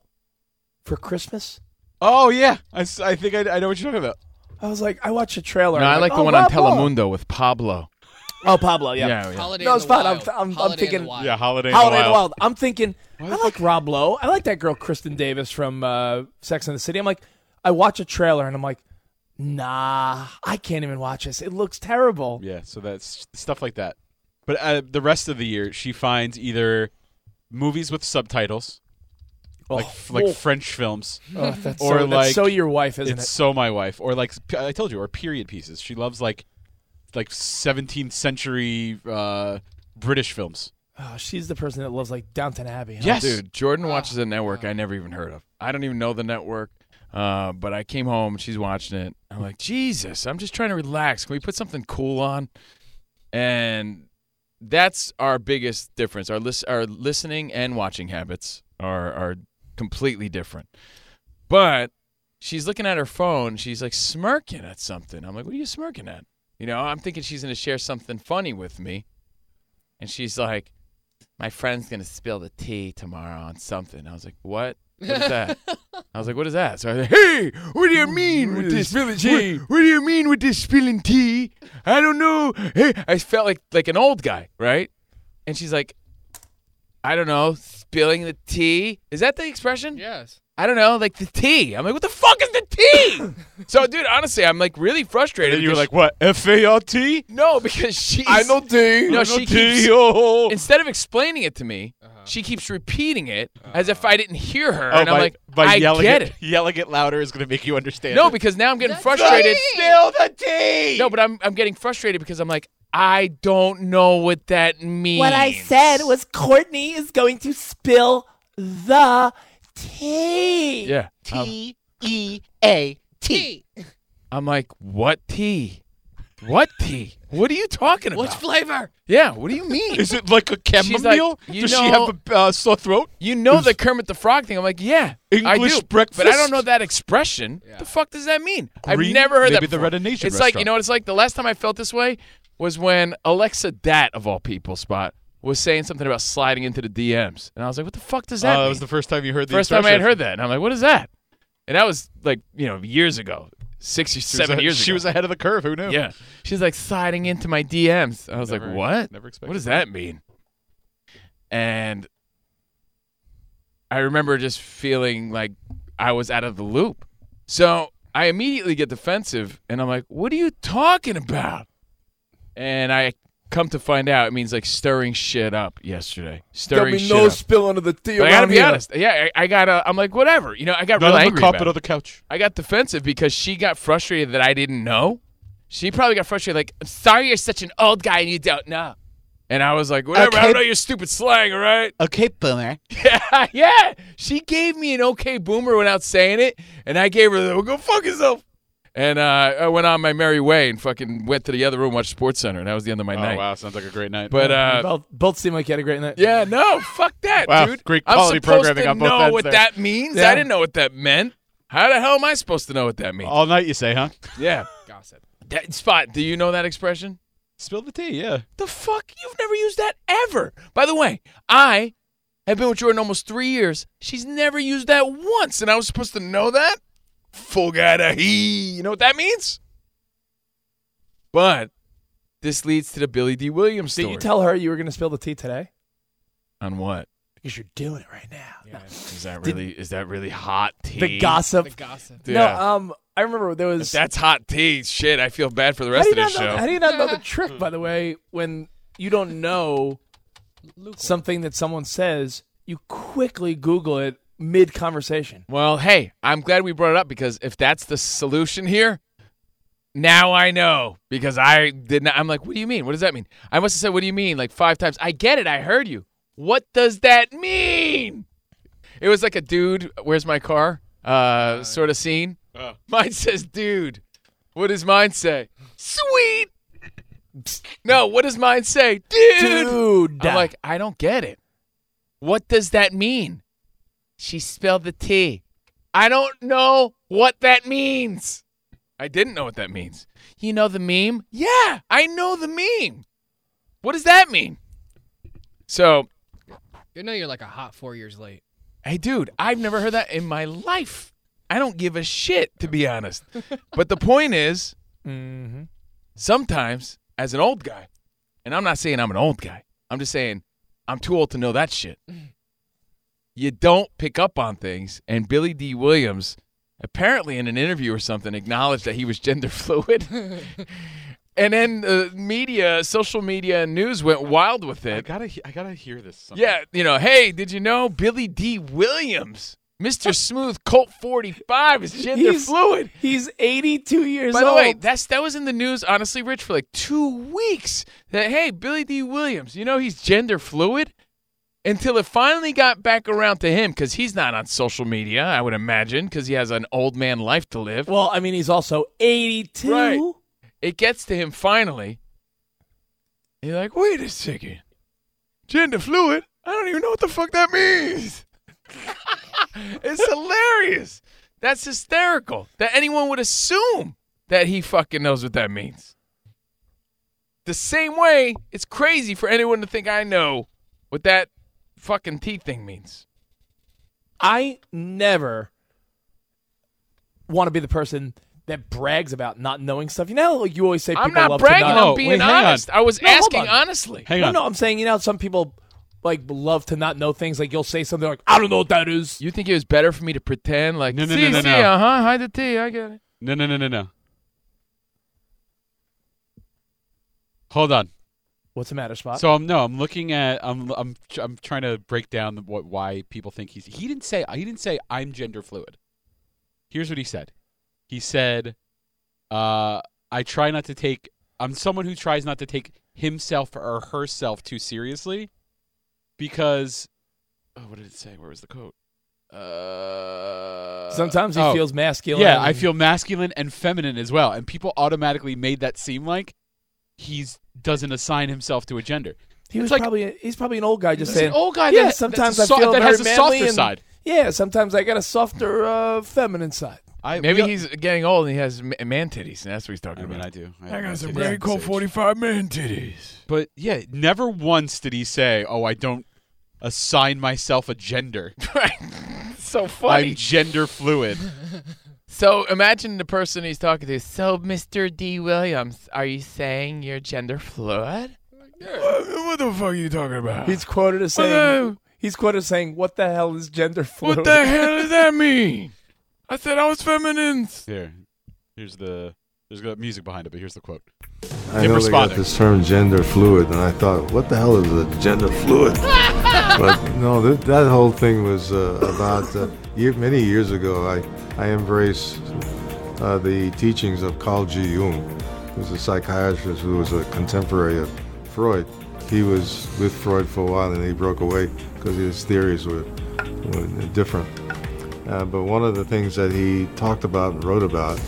for Christmas. Oh yeah, I, s- I think I, I know what you're talking about. I was like, I watched a trailer. No, I like "Oh, the one one on Telemundo with Pablo. Oh, Pablo, yeah. Yeah, yeah. Holiday no, in it's the fine. Wild. I'm, I'm, I'm Holiday in the thinking. Wild. Yeah, Holiday in the Holiday in the Wild. Wild. I'm thinking. I like Rob Lowe. I like that girl Kristen Davis from uh, Sex and the City. I'm like, I watch a trailer and I'm like, nah, I can't even watch this. It looks terrible. Yeah, so that's stuff like that. But uh, the rest of the year, she finds either movies with subtitles, like f- like Oh. French films, Oh, that's or so- that's like so your wife, isn't it's it? So my wife, or like p- I told you, or period pieces. She loves like like 17th century uh, British films. Oh, she's the person that loves like Downton Abbey. Huh? dude. Jordan watches a network I never even heard of. I don't even know the network. Uh, but I came home. She's watching it. I'm like, Jesus, I'm just trying to relax. Can we put something cool on? And that's our biggest difference. Our lis- our listening and watching habits are are completely different. But she's looking at her phone. She's like smirking at something. I'm like, what are you smirking at? You know, I'm thinking she's gonna share something funny with me. And she's like, my friend's going to spill the tea tomorrow on something. I was like, what? What is that? I was like, what is that? So I was like, hey, Mm, what do you mean with this spilling tea? What, what do you mean with this spilling tea? I don't know. Hey, I felt like like an old guy, right? And she's like, I don't know, spilling the tea. Is that the expression? Yes. I don't know, like the tea. I'm like, what the fuck is the tea? so, dude, honestly, I'm like really frustrated. And you were because- like, what? F A R T? no, because she's. I know No, tea. I know she tea, keeps. oh. Instead of explaining it to me, she keeps repeating it as if I didn't hear her, Oh, and by, I'm like, by I yelling get it, it. yelling it louder is going to make you understand. No, it. because now I'm getting frustrated. Spill the tea. No, but I'm I'm getting frustrated because I'm like, I don't know what that means. What I said was Courtney is going to spill the tea. Yeah. Um, T E A T. I'm like, what tea? What tea? What are you talking about? What's flavor? Yeah, what do you mean? Is it like a She's like, chamomile? you Does know, she have a uh, sore throat? You know the Kermit the Frog thing. I'm like, yeah, I English do, but I breakfast? don't know that expression. The fuck does that mean? I've Green? never heard that. Maybe the before. Red Nation It's like you restaurant. know what it's like. The last time I felt this way was when Alexa Dat of all people, Spot, was saying something about sliding into the DMs, and I was like, what the fuck does that? Oh, that mean? was the first time you heard the First time I had expression. heard that, and I'm like, what is that? And that was like you know years ago, six or She was seven a- years ago. She was ahead of the curve. Who knew? Yeah. She's like sliding into my DMs. I was like, Never- what? never expected What does that mean? And I remember just feeling like I was out of the loop. So I immediately get defensive and I'm like, what are you talking about? And I come to find out it means like stirring shit up yesterday. Stirring There'll be shit no up. spilling of the tea. But I gotta around be here. honest. Yeah, I, I gotta. I'm like, whatever. You know, I got None real on the angry carpet about or it. the couch. I got defensive because she got frustrated that I didn't know. She probably got frustrated, like, I'm sorry you're such an old guy and you don't know. And I was like, whatever. I don't know your stupid slang, all right? Okay, boomer. Yeah, yeah. She gave me an okay boomer without saying it, and I gave her the go fuck yourself. And uh, I went on my merry way and fucking went to the other room, watched Sports Center, and that was the end of my Oh, night. wow, sounds like a great night. But Yeah. uh, both, both seem like you had a great night. Yeah, no, fuck that, Wow, dude. great I'm quality supposed programming to on both know ends what there. that means. Yeah. I didn't know what that meant. How the hell am I supposed to know what that means? All night, you say, huh? Yeah, gossip. That, Spot, do you know that expression? Spill the tea, yeah. The fuck? You've never used that ever. By the way, I have been with Jordan almost three years. She's never used that once, and I was supposed to know that? Fogata he. E, You know what that means? But this leads to the Billy D. Williams Did story. you tell her you were going to spill the tea today? On what? Because you're doing it right now. Is that Did- really? is that really hot tea? The gossip. Yeah. No, um, I remember there If was. that's hot tea. Shit, I feel bad for the rest how of do you this not know- show. How do you not know the trick, by the way, when you don't know something that someone says, you quickly Google it mid conversation. Well, hey, I'm glad we brought it up because if that's the solution here, now I know because I did not. I'm like, what do you mean? What does that mean? I must have said, what do you mean? Like five times. I get it. I heard you. What does that mean? It was like a dude, where's my car? Uh, sort of scene. Oh. Mine says, dude. What does mine say? Sweet. No, what does mine say? Dude. Dude. I'm like, I don't get it. What does that mean? She spelled the T. I don't know what that means. I didn't know what that means. You know the meme? Yeah, I know the meme. What does that mean? So, You know you're like a hot four years late. hey, dude, I've never heard that in my life. I don't give a shit, to be honest. but the point is, Mm-hmm. sometimes as an old guy, and I'm not saying I'm an old guy, I'm just saying I'm too old to know that shit. You don't pick up on things, and Billy D. Williams, apparently in an interview or something, acknowledged that he was gender fluid. and then the media, social media, and news went wild with it. I gotta, he- I gotta hear this. Sometime. Yeah, you know, hey, did you know Billy D. Williams, Mr. Smooth Colt 45 is gender He's- fluid? He's 82 years By the way, old. that's that was in the news, honestly, Rich, for like two weeks. That hey, Billy D. Williams, you know he's gender fluid. Until it finally got back around to him, because he's not on social media, I would imagine, because he has an old man life to live. Well, I mean, he's also 82. Right. It gets to him finally. You're like, wait a second. Gender fluid? I don't even know what the fuck that means. it's hilarious. That's hysterical that anyone would assume that he fucking knows what that means. The same way, it's crazy for anyone to think I know what that fucking T thing means. I never want to be the person that brags about not knowing stuff. You know, like you always say, I'm people not love bragging, To I'm not, being Wait, hang on. honest. I was No, hold asking on. honestly. Hang no, on. no, I'm saying you know some people like love to not know things. Like you'll say something like, "I don't know what that is." You think it was better for me to pretend like No, no, see, no, no, see, no. uh-huh, hide the T, I get it. No, no, no, no, no. Hold on. What's the matter, Spot? So I'm no, I'm looking at, I'm, I'm, tr- I'm trying to break down the, what why people think he's. He didn't say, he didn't say I'm gender fluid. Here's what he said. He said, uh, I try not to take. I'm someone who tries not to take himself or herself too seriously, because. Oh, what did it say? Where was the quote? Uh, Sometimes he oh. feels masculine. Yeah, I feel masculine and feminine as well, and people automatically made that seem like he's doesn't assign himself to a gender. He was probably he's probably an old guy just He's an saying old guy Yeah, that- sometimes that's I so- feel that very has a manly softer and- side." Yeah, sometimes I got a softer uh, feminine side. I, Maybe he's getting old and he has ma- man titties, and that's what he's talking about. I do. I, got some very very cool 45 man titties. But yeah, never once did he say, "Oh, I don't assign myself a gender. so I'm funny. gender fluid." so imagine the person he's talking to. So, Mr. D. Williams, are you saying you're gender fluid? What the fuck are you talking about? He's quoted as saying Hello? he's quoted as saying, "What the hell is gender fluid?" What the hell does that mean? I said I was feminine. Here, here's the there's got music behind it, but here's the quote. I Him know they got responding. this term gender fluid, and I thought, what the hell is a gender fluid? but no, that, that whole thing was uh, about uh, year, many years ago. I, I embraced uh, the teachings of Carl G. Jung, who's a psychiatrist who was a contemporary of Freud. He was with Freud for a while, and he broke away because his theories were, were different. Uh, but one of the things that he talked about and wrote about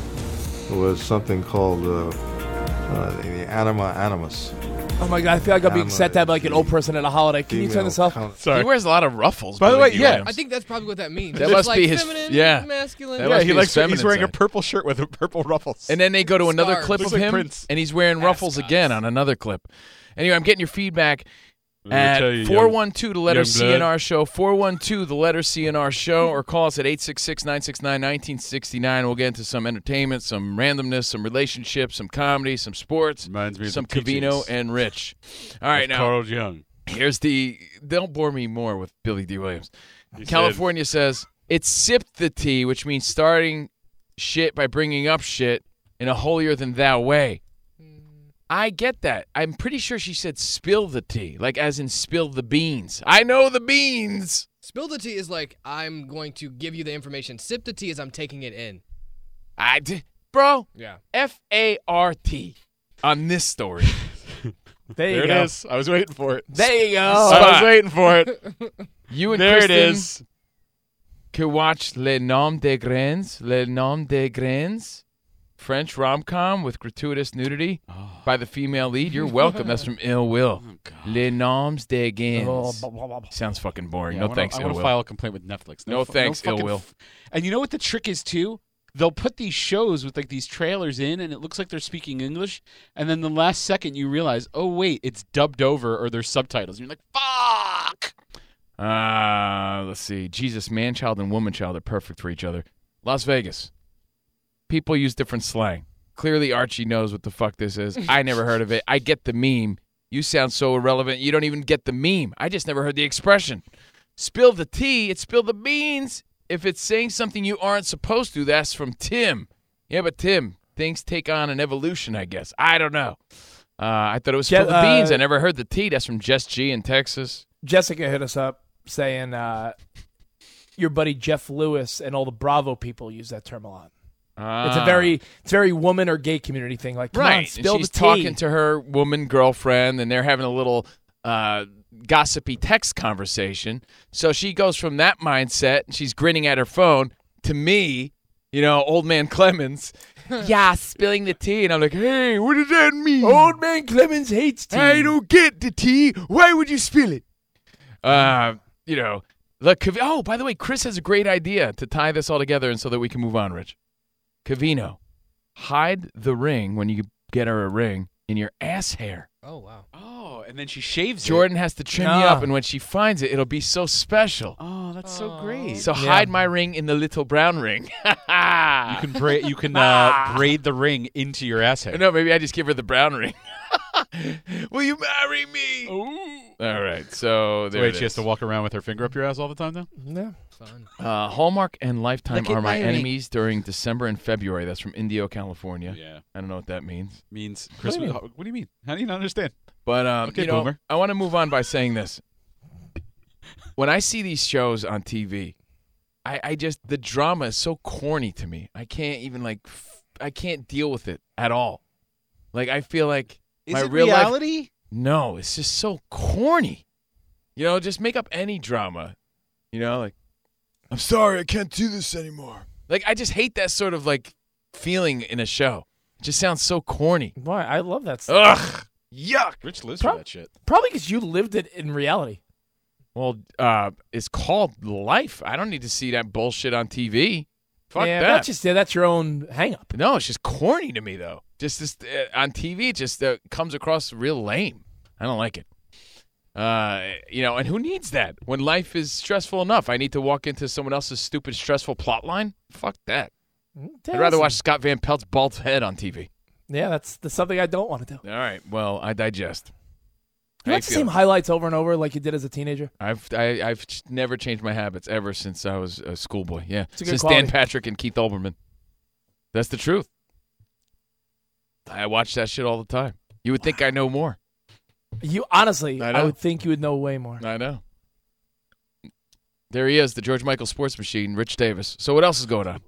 was something called uh, uh, the anima animus. Oh my god, I feel like I'm being Anima set that by like an old person at a holiday. Can you female turn this off? count. He wears a lot of ruffles. By the way, believe you, yeah. Adams. I think that's probably what that means. That It's must like be his. feminine, yeah, masculine. That Yeah, must be he his likes- he's feminine wearing a side. purple shirt with a purple ruffles. And then they go to another Stars. clip Looks of like him, Prince. and he's wearing ruffles again on another clip. Anyway, I'm getting your feedback Let me at tell you, young- 412 the letter young blood. CNR show, 412 the letter CNR show, or call us at 866 969 1969. We'll get into some entertainment, some randomness, some relationships, some comedy, some sports, me of some the Cavino teachings and Rich. All right, of now. Carl Jung. Here's the. Don't bore me more with Billy D. Williams. said- California says it sipped the tea, which means starting shit by bringing up shit in a holier than thou way. I get that. I'm pretty sure she said spill the tea, like as in spill the beans. I know the beans. Spill the tea is like I'm going to give you the information. Sip the tea is I'm taking it in. I d- bro. Yeah. F A R T on this story. There you it is. go. I was waiting for it. There you go. I was waiting for it. You and There it Kristen is. Can watch Le Nom des Grains, Le Nom des Grains, French rom com with gratuitous nudity by the female lead. You're welcome. That's from Ill Will. Le Noms des Grains. Oh, blah, blah, blah, blah. Sounds fucking boring. Yeah, I no wanna- thanks, I Ill wanna Will. file a complaint with Netflix. No, fu- thanks, Ill fucking Will. f- and you know what the trick is too? They'll put these shows with like these trailers in, and it looks like they're speaking English, and then the last second you realize, oh wait, it's dubbed over or there's subtitles. And you're like, Uh, let's see. Jesus, man child and woman child are perfect for each other. Las Vegas. People use different slang. Clearly, Archie knows what the fuck this is. I never heard of it. I get the meme. You sound so irrelevant. You don't even get the meme. I just never heard the expression. Spill the tea, it's spill the beans. If it's saying something you aren't supposed to, that's from Tim. Yeah, but Tim, things take on an evolution, I guess. I don't know. Uh, I thought it was Je- spill the beans. uh, I never heard the tea. That's from Jess G in Texas. Jessica hit us up saying uh, your buddy Jeff Lewis and all the Bravo people use that term a lot. It's a Ah. very it's very woman or gay community thing. Like, come on, right. spill and she's the tea. talking to her woman girlfriend, and they're having a little uh, gossipy text conversation. So she goes from that mindset, and she's grinning at her phone, to me, you know, old man Clemens. yeah, spilling the tea, and I'm like, hey, what does that mean? Old man Clemens hates tea. I don't get the tea. Why would you spill it? Uh, you know, look. Cav- oh, by the way, Chris has a great idea to tie this all together, and so that we can move on, Rich. Cavino, hide the ring when you get her a ring in your ass hair. Oh wow. Oh, and then she shaves Jordan it. has to trim you up, and when she finds it, it'll be so special. Oh, that's so great. So hide my ring in the little brown ring. you can braid. You can Ah. uh, braid the ring into your ass hair. No, maybe I just give her the brown ring. Will you marry me? All right. So there Wait, it she has is. to walk around with her finger up your ass all the time now. No. Uh, Hallmark and Lifetime Look at are my my ring. enemies during December and February. That's from Indio, California. Yeah. I don't know what that means. Means Christmas. What do you mean? How do you not understand? But um, Okay, you know, boomer. I want to move on by saying this. When I see these shows on TV, I, I just the drama is so corny to me. I can't even like, f- I can't deal with it at all. Like I feel like Is my it real life- reality? no, it's just so corny. You know, just make up any drama. You know, like I'm sorry, I can't do this anymore. Like I just hate that sort of like feeling in a show. It just sounds so corny. Why? I love that stuff. Ugh. Yuck. Rich lives for that shit. Probably because you lived it in reality. Well, uh, it's called life. I don't need to see that bullshit on TV. Fuck yeah, that. That's just that's your own hang up. No, it's just corny to me though. Just this uh, on TV, it just uh, comes across real lame. I don't like it. Uh, you know, and who needs that when life is stressful enough? I need to walk into someone else's stupid, stressful plot line. Fuck that. Mm, I'd rather watch Scott Van Pelt's bald head on TV. Yeah, that's, that's something I don't want to do. All right. Well, I digest. You How watch the feeling? same highlights over and over like you did as a teenager. I've I, I've ch- never changed my habits ever since I was a schoolboy. Yeah, It's a good since Dan quality. Patrick and Keith Olbermann. That's the truth. I watch that shit all the time. You would think I know more. You honestly, I I, know. would think you would know way more. I know. There he is, the George Michael Sports Machine, Rich Davis. So what else is going on?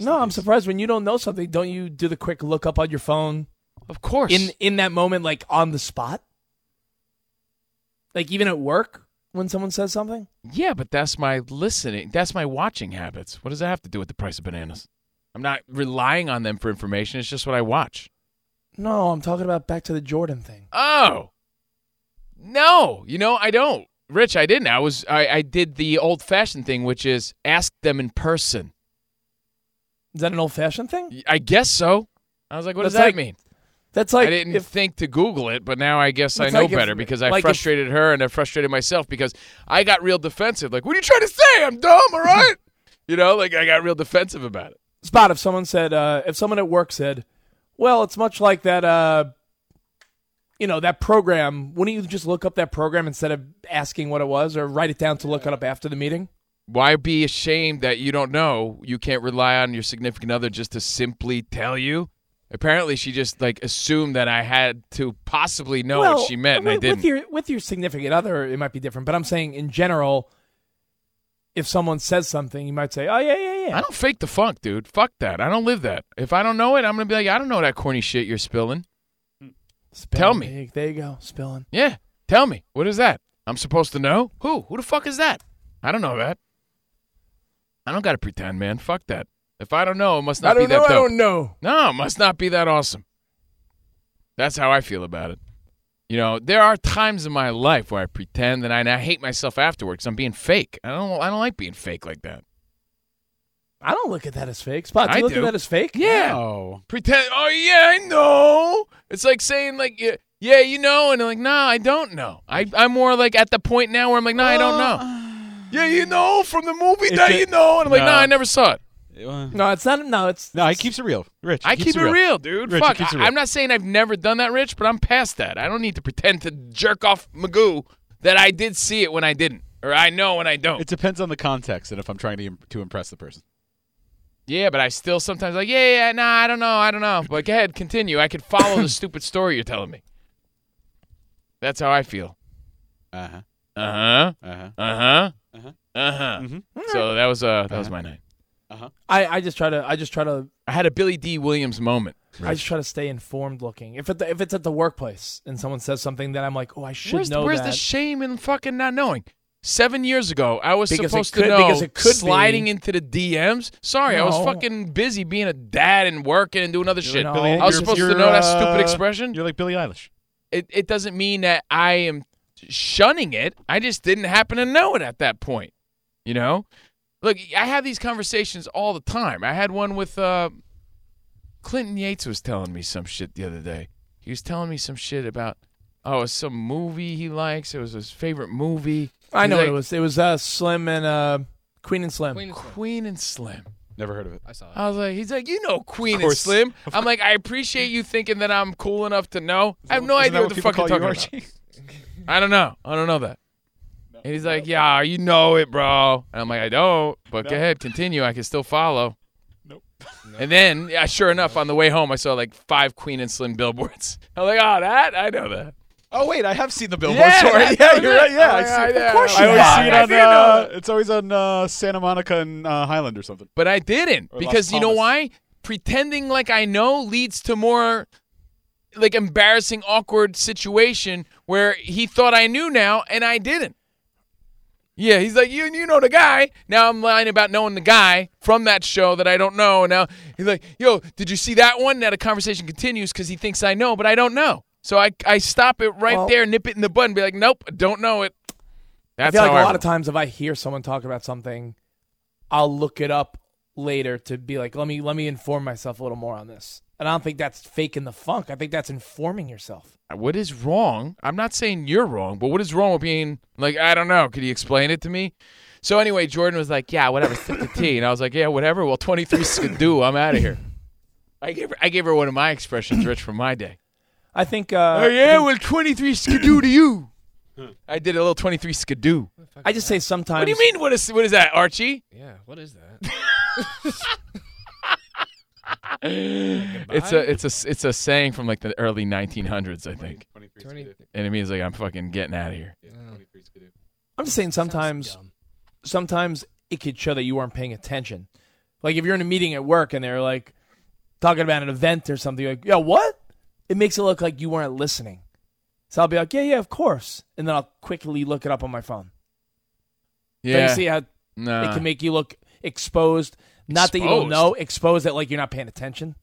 no, I'm surprised when you don't know something. Don't you do the quick look up on your phone? Of course. In in that moment, like on the spot, like even at work when someone says something. Yeah, but that's my listening. That's my watching habits. What does that have to do with the price of bananas? I'm not relying on them for information. It's just what I watch. No, I'm talking about back to the Jordan thing. Oh. No, you know, I don't. Rich, I didn't. I was I, I did the old fashioned thing, which is ask them in person. Is that an old fashioned thing? I guess so. I was like, what does That's that like- mean? That's like I didn't if- think to Google it, but now I guess I That's know like if- better because I like if- frustrated her and I frustrated myself because I got real defensive. Like, what are you trying to say? I'm dumb, all right? you know, like I got real defensive about it. Spot if someone said uh, if someone at work said, "Well, it's much like that uh, you know, that program. Wouldn't you just look up that program instead of asking what it was or write it down to look it up after the meeting?" Why be ashamed that you don't know? You can't rely on your significant other just to simply tell you. Apparently, she just like assumed that I had to possibly know Well, what she meant, and I with- didn't. With your with your significant other, it might be different, but I'm saying in general, if someone says something, you might say, "Oh yeah, yeah, yeah." I don't fake the funk, dude. Fuck that. I don't live that. If I don't know it, I'm gonna be like, I don't know that corny shit you're spilling. Tell me. Big. There you go, spilling. Yeah. Tell me. What is that? I'm supposed to know? Who? Who the fuck is that? I don't know that. I don't gotta pretend, man. Fuck that. If I don't know, it must not I don't be that know. I dope. don't know. No, it must not be that awesome. That's how I feel about it. You know, there are times in my life where I pretend and I, and I hate myself afterwards. I'm being fake. I don't. I don't like being fake like that. I don't look at that as fake. Spot, do I you look do. at that as fake? Yeah. No. Pretend. Oh yeah, I know. It's like saying like yeah, yeah you know, and like no, I don't know. I I'm more like at the point now where I'm like no, I don't know. Yeah, you know from the movie It's that a- you know, and I'm like no, No. I never saw it. No, it's not. No, it's no. He keeps it real, Rich. he I keep keeps it real, dude. Rich, he Fuck, keeps it I, real. am not saying I've never done that, Rich, but I'm past that. I don't need to pretend to jerk off Magoo that I did see it when I didn't, or I know when I don't. It depends on the context and if I'm trying to im- to impress the person. Yeah, but I still sometimes like, yeah, yeah, nah, I don't know, I don't know. But go ahead, continue. I could follow the stupid story you're telling me. That's how I feel. Uh huh. Uh huh. Uh huh. Uh huh. Uh huh. Uh huh. So that was uh that was my night. I, I just try to. I just try to. I had a Billy D. Williams moment. I just try to stay informed looking. If it, if it's at the workplace and someone says something that I'm like, oh, I should where's know where's that. the shame in fucking not knowing? Seven years ago, I was Because it supposed could- to know because it could be- sliding into the DMs. Sorry, I was No. fucking busy being a dad and working and doing other shit. Billie- I was you're- supposed to you're, know that uh, stupid expression. You're like Billie Eilish. It it doesn't mean that I am shunning it. I just didn't happen to know it at that point. You know, look, I have these conversations all the time. I had one with uh, Clinton Yates was telling me some shit the other day. He was telling me some shit about oh, it's some movie he likes. It was his favorite movie. I He's know what like, it was. It was uh, Slim and uh, Queen and Slim. Queen and Slim. Um, Queen and Slim. Never heard of it. I saw I was like, he's like, you know, Queen and course. Slim. I'm like, I appreciate you thinking that I'm cool enough to know. I have no Isn't idea that what the people fuck you're call talking about. Archie? I don't know. I don't know that. and he's like, yeah, you know it, bro. And I'm like, I don't. But go No. ahead, continue. I can still follow. Nope. And then, yeah, sure enough, on the way home, I saw like five Queen and Slim billboards. I'm like, oh, that I know that. Oh wait, I have seen the billboard. Yeah, sorry. that's yeah, what you're it- right. Yeah, oh, I yeah, see. yeah, Of course I you always have. see it I on, did know uh, that. it's always on uh, Santa Monica and uh, Highland or something. But I didn't Or Las because you know Palmas. why? Pretending like I know leads to more like embarrassing, awkward situation where he thought I knew now and I didn't. Yeah, he's like, you you know the guy. Now I'm lying about knowing the guy from that show that I don't know. And now he's like, yo, did you see that one? Now the conversation continues because he thinks I know, but I don't know. So I, I stop it right Well- there, nip it in the bud, and be like, nope, don't know it. That's I feel how like a I lot roll. of times if I hear someone talk about something, I'll look it up later to be like, let me let me inform myself a little more on this. And I don't think that's faking the funk. I think that's informing yourself. what is wrong? I'm not saying you're wrong, but what is wrong with being like, I don't know. Could you explain it to me? So anyway, Jordan was like, yeah, whatever, sip the tea. And I was like, yeah, whatever. Well, 23 skidoo, I'm out of here. I gave, her, I gave her one of my expressions, Rich, from my day. I think. Uh, oh, I yeah, think- well, 23 skidoo to you. I did a little 23 skidoo. I just say sometimes. What do you mean, what is, what is that, Archie? Yeah, what is that? It's a it's a it's a saying from like the early 1900s, I think, 23 skidoo. and it means like I'm fucking getting out of here. I'm just saying sometimes sometimes it could show that you weren't paying attention. Like if you're in a meeting at work and they're like talking about an event or something, you're like, yeah, what? It makes it look like you weren't listening. So I'll be like, yeah, yeah, of course. And then I'll quickly look it up on my phone. Don't Yeah. you see how Nah. it can make you look exposed? Not that you don't Exposed. know, expose that like you're not paying attention.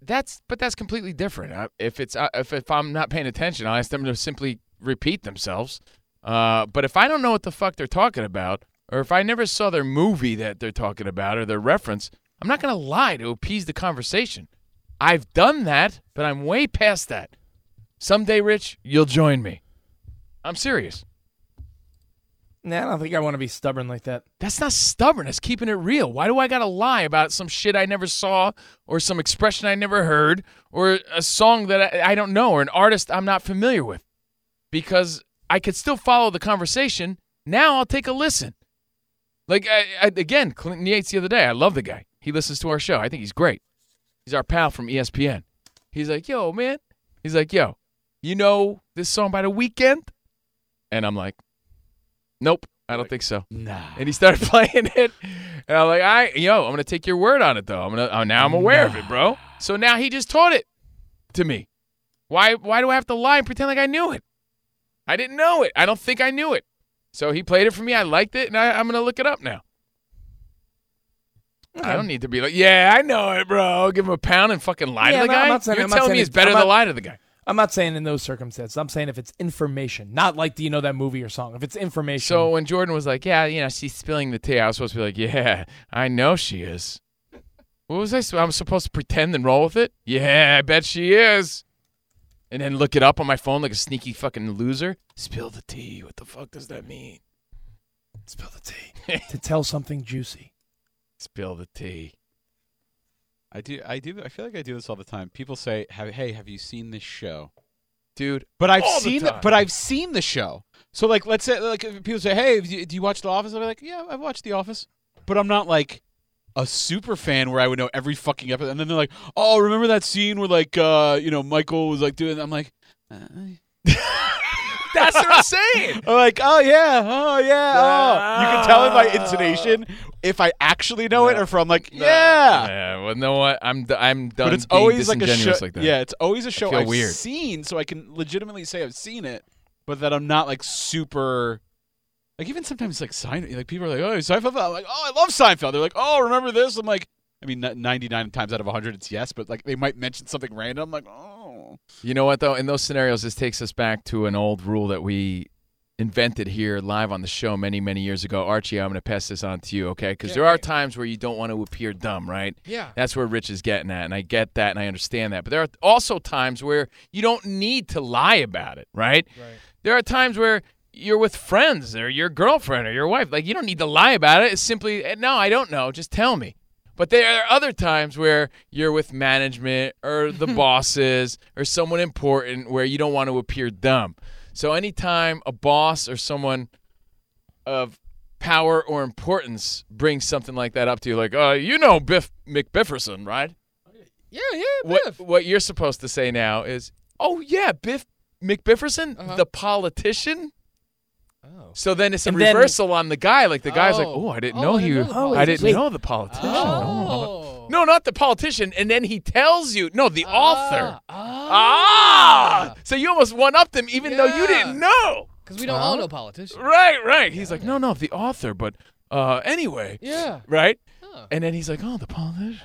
That's but that's completely different. I, if it's uh, if if I'm not paying attention, I'll ask them to simply repeat themselves. Uh, but if I don't know what the fuck they're talking about, or if I never saw their movie that they're talking about or their reference, I'm not gonna lie to appease the conversation. I've done that, but I'm way past that. Someday, Rich, you'll join me. I'm serious. Nah, I don't think I want to be stubborn like that. That's not stubborn. That's keeping it real. Why do I got to lie about some shit I never saw or some expression I never heard or a song that I, I don't know or an artist I'm not familiar with? Because I could still follow the conversation. Now I'll take a listen. Like, I, I, again, Clinton Yates the other day, I love the guy. He listens to our show. I think he's great. He's our pal from E ESPN. He's like, yo, man. He's like, yo, you know this song by the weekend? And I'm like, Nope, I don't think so. Nah. And he started playing it, and I'm like, I yo, I'm gonna take your word on it though. I'm gonna oh, now I'm aware of it, bro. So now he just taught it to me. Why why do I have to lie and pretend like I knew it? I didn't know it. I don't think I knew it. So he played it for me. I liked it, and I, I'm gonna look it up now. I don't need to be like, yeah, I know it, bro. Give him a pound and fucking lie to the no, guy. I'm not saying, You're I'm not telling saying me it's better I'm not- to lie to the guy. I'm not saying in those circumstances. I'm saying if it's information, not like do you know that movie or song. If it's information, So when Jordan was like, "Yeah, you know, she's spilling the tea," I was supposed to be like, "Yeah, I know she is." What was I? s- I'm supposed to pretend and roll with it? Yeah, I bet she is. And then look it up on my phone like a sneaky fucking loser. Spill the tea. What the fuck does that mean? spill the tea to tell something juicy. Spill the tea. I do. I do. I feel like I do this all the time. People say, "Have- "Hey, have you seen this show, dude?" But I've all the seen. time. but I've seen the show. So like, let's say like if people say, "Hey, do you, do you watch The Office?" I'll be like, "Yeah, I've watched The Office," but I'm not like a super fan where I would know every fucking episode. And then they're like, "Oh, remember that scene where like uh, you know Michael was like doing?" I'm like, That's what I'm saying. I'm like, oh yeah, oh yeah, oh. You can tell in my intonation if I actually know it or if I'm like, yeah. Yeah. Well, no, what? I'm d- I'm done. But it's being always like a show. disingenuous like that. Yeah, it's always a show I feel I've weird. seen, so I can legitimately say I've seen it, but that I'm not like super. Like even sometimes like Seinfeld, like people are like, oh Seinfeld, I'm like, oh I love Seinfeld. They're like, oh remember this? I'm like, I mean, ninety nine times out of hundred it's yes, but like they might mention something random. I'm like, oh, You know what though? In those scenarios, this takes us back to an old rule that we invented here live on the show many, many years ago. Archie, I'm going to pass this on to you, okay? Because there are times where you don't want to appear dumb, right? Yeah. That's where Rich is getting at, and I get that, and I understand that. But there are also times where you don't need to lie about it, right? Right. There are times where you're with friends or your girlfriend or your wife. Like you don't need to lie about it. It's simply eh, no, I don't know. Just tell me. But there are other times where you're with management or the bosses or someone important where you don't want to appear dumb. So anytime a boss or someone of power or importance brings something like that up to you, like, uh, you know Biff McBifferson, right? Yeah, yeah. What, what you're supposed to say now is, oh, yeah, Biff McBifferson, Uh-huh. the politician. Oh. So then it's a And then- reversal on the guy. Like the guy's like, oh, I didn't know he. Oh, I didn't wait. know the politician. Oh. No, not the politician. And then he tells you, no, the author. Ah. So you almost one upped him, even though you didn't know. Because we don't all know politicians. Right, right. He's like, no, no, the author, but uh, anyway. Yeah. Right? And then he's like, oh, the politician.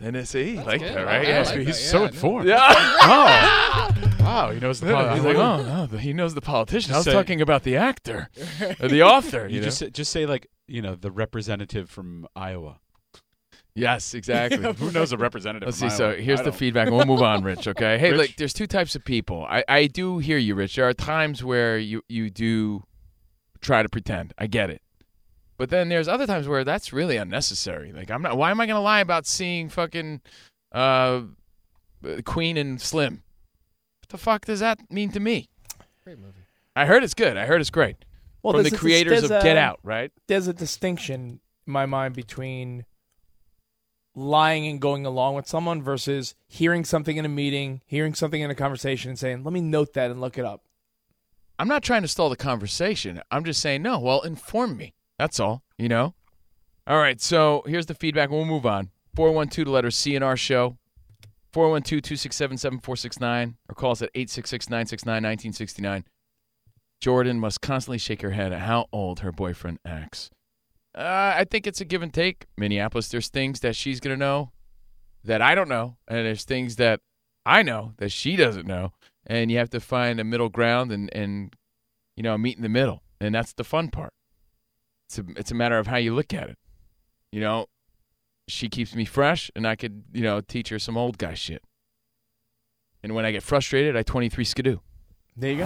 And it's, he liked good. that, I- I right? Yeah, like he's that, so yeah. informed. Yeah. oh. Wow, he knows the Yeah, politician. He's I like, oh, wonder- no, the, he knows the politician. I was Just say- talking about the actor, or the author. You, You, know? just just say like you know the representative from Iowa. Yes, exactly. Who knows a representative? Let's from see. So Iowa? here's I the don't. feedback, and we'll move on, Rich. Okay. Hey, Rich? look, there's two types of people. I, I do hear you, Rich. There are times where you you do try to pretend. I get it, but then there's other times where that's really unnecessary. Like I'm not. Why am I going to lie about seeing fucking uh, Queen and Slim? What the fuck does that mean to me? Great movie. I heard it's good. I heard it's great. From there's the a- creators of there's Get a- Out, right? There's a distinction in my mind between lying and going along with someone versus hearing something in a meeting, hearing something in a conversation, and saying, "Let me note that and look it up." I'm not trying to stall the conversation. I'm just saying, no, well, inform me. That's all, you know? All right, so here's the feedback. We'll move on. 412 to letter C in our show. 412 267 7469 or call us at 866 969 1969. Jordan must constantly shake her head at how old her boyfriend acts. Uh, I think it's a give and take. Minneapolis, there's things that she's going to know that I don't know, and there's things that I know that she doesn't know, and you have to find a middle ground and and you know meet in the middle, and that's the fun part. It's a it's a matter of how you look at it. You know, she keeps me fresh, and I could you know teach her some old guy shit. And when I get frustrated, I 23 skidoo. There you go.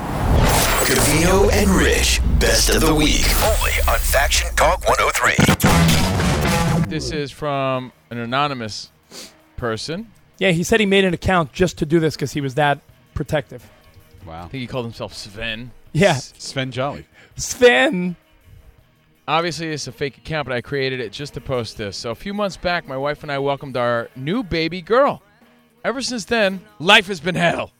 Cavino and Rich, best of the week. Only on Faction Talk 103. This is from an anonymous person. Yeah, he said he made an account just to do this because he was that protective. Wow. I think he called himself Sven. Yeah. Sven Jolly. Sven. Obviously, it's a fake account, but I created it just to post this. So a few months back, my wife and I welcomed our new baby girl. Ever since then, life has been hell.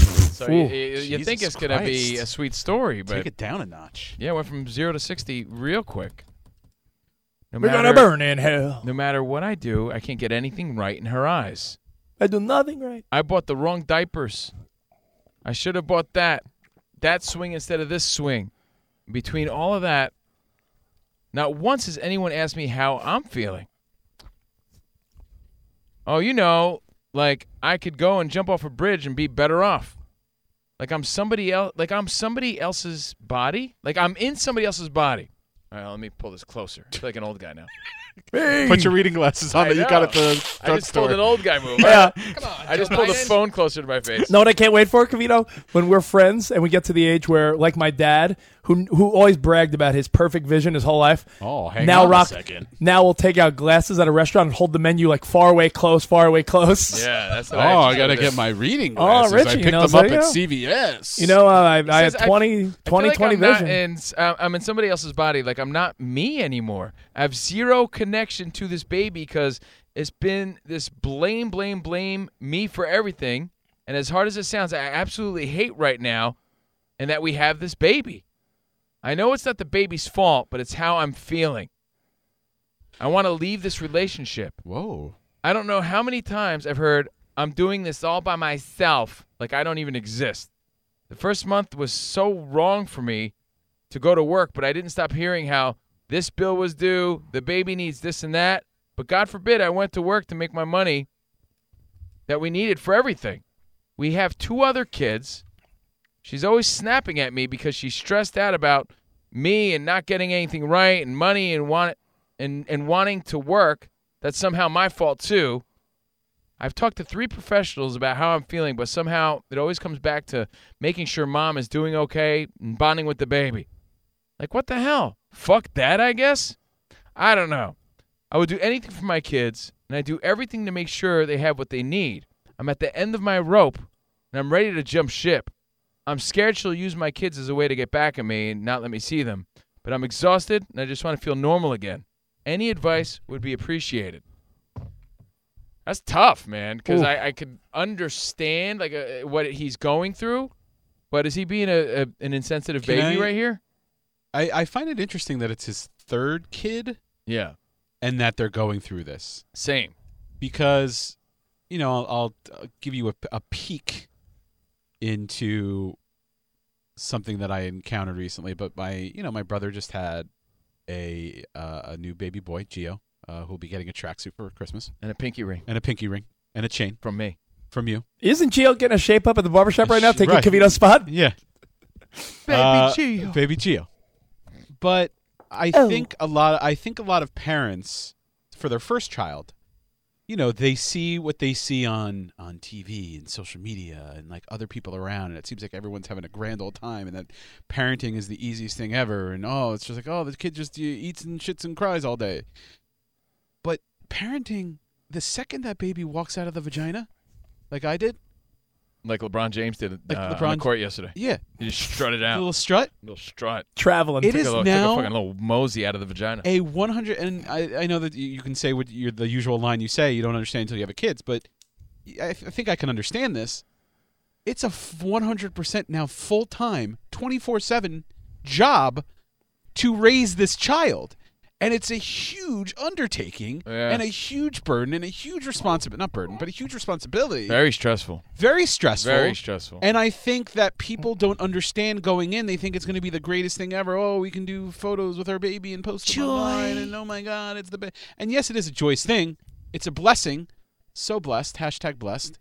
So you, Ooh, you, you think Jesus it's going to be Christ. a sweet story, but Take it down a notch. Yeah, went from zero to sixty real quick. We're gonna burn in hell. No matter what I do, I can't get anything right in her eyes. I do nothing right. I bought the wrong diapers. I should have bought that that swing instead of this swing. Between all of that, not once has anyone asked me how I'm feeling. Oh, you know, like I could go and jump off a bridge and be better off. Like I'm somebody else. Like I'm somebody else's body. Like I'm in somebody else's body. All right, let me pull this closer. I feel like an old guy now. Put your reading glasses on I that you got at know. the I drugstore. just pulled an old guy move. Yeah. Come on. I just pulled the phone closer to my face. No, what I can't wait for, Cavino, when we're friends and we get to the age where, like my dad, who who always bragged about his perfect vision his whole life. Oh, hang now on a rock, second. Now we'll take out glasses at a restaurant and hold the menu like far away, close, far away, close. Yeah, that's Oh, what I I, actually gotta did. get my reading Oh, glasses. Richie, I you picked know, them so up there you at go. CVS. You know, uh, I, I Says have 20, 20, I feel 20 like I'm not vision. in s- uh, I'm- I'm in somebody else's body. Like I'm not me anymore. I have zero connection to this baby because it's been this blame, blame, blame me for everything. And as hard as it sounds, I absolutely hate right now, and that we have this baby. I know it's not the baby's fault, but it's how I'm feeling. I want to leave this relationship. Whoa. I don't know how many times I've heard I'm doing this all by myself, like I don't even exist. The first month was so wrong for me to go to work, but I didn't stop hearing how this bill was due, the baby needs this and that. But God forbid I went to work to make my money that we needed for everything. We have two other kids. She's always snapping at me because she's stressed out about me and not getting anything right and money and want and, and wanting to work. That's somehow my fault too. I've talked to three professionals about how I'm feeling, but somehow it always comes back to making sure mom is doing okay and bonding with the baby. Like what the hell? Fuck that, I guess? I don't know. I would do anything for my kids, and I do everything to make sure they have what they need. I'm at the end of my rope, and I'm ready to jump ship. I'm scared she'll use my kids as a way to get back at me and not let me see them. But I'm exhausted, and I just want to feel normal again. Any advice would be appreciated. That's tough, man, because Ooh. I, I could understand like uh, what he's going through, but is he being a, a an insensitive Can baby I- right here? I, I find it interesting that it's his third kid. Yeah. And that they're going through this. Same. Because, you know, I'll, I'll uh, give you a, a peek into something that I encountered recently. But my, you know, my brother just had a uh, a new baby boy, Gio, uh, who'll be getting a tracksuit for Christmas and a pinky ring and a pinky ring and a chain from me, from you. Isn't Gio getting a shape up at the barbershop right now, taking right. Cavino's spot? Yeah. Baby Uh, Gio. Baby Gio. But I Oh. think a lot. I think a lot of parents for their first child, you know, they see what they see on on TV and social media and like other people around, and it seems like everyone's having a grand old time, and that parenting is the easiest thing ever, and oh, it's just like oh, the kid just uh, eats and shits and cries all day. But parenting, the second that baby walks out of the vagina, like I did, like LeBron James did Like uh, on the LeBron- court yesterday. yeah. he just strutted out. little strut? little strut, Traveling. It took is a little, now- took a fucking little mosey out of the vagina. a 100 and I, I know that you you can say what you're the usual line you say you don't understand until you have a kids but i, I think i can understand this it's a f- 100% now full-time 24-7 job to raise this child and it's a huge undertaking Yeah. and a huge burden and a huge responsibility not burden but a huge responsibility Very stressful. very stressful Very stressful. and i think that people don't understand going in they think it's going to be the greatest thing ever oh we can do photos with our baby and post them online and oh my god it's the best and yes it is a joyous thing it's a blessing so blessed hashtag blessed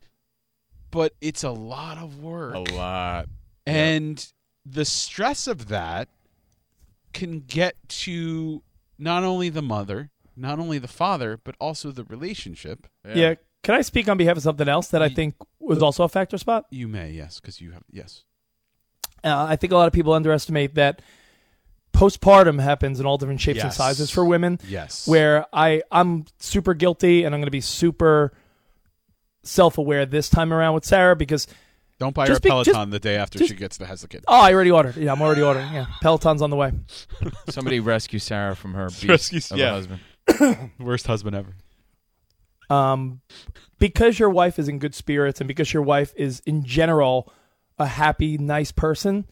but it's a lot of work A lot. and the stress of that can get to not only the mother, not only the father, but also the relationship. Yeah. Can I speak on behalf of something else that I think was also a factor spot? You may, yes, because you have, yes. Uh, I think a lot of people underestimate that postpartum happens in all different shapes and Yes. sizes for women. Yes. Where I I'm super guilty and I'm going to be super self-aware this time around with Sarah because don't buy just her be- a Peloton just- the day after just- she gets the has the kid. Oh, I already ordered. Yeah, I'm already ordering. Yeah, Peloton's on the way. Somebody rescue Sarah from her beast Rescue- of a yeah. husband. Worst husband ever. um, because your wife is in good spirits and because your wife is in general a happy, nice person,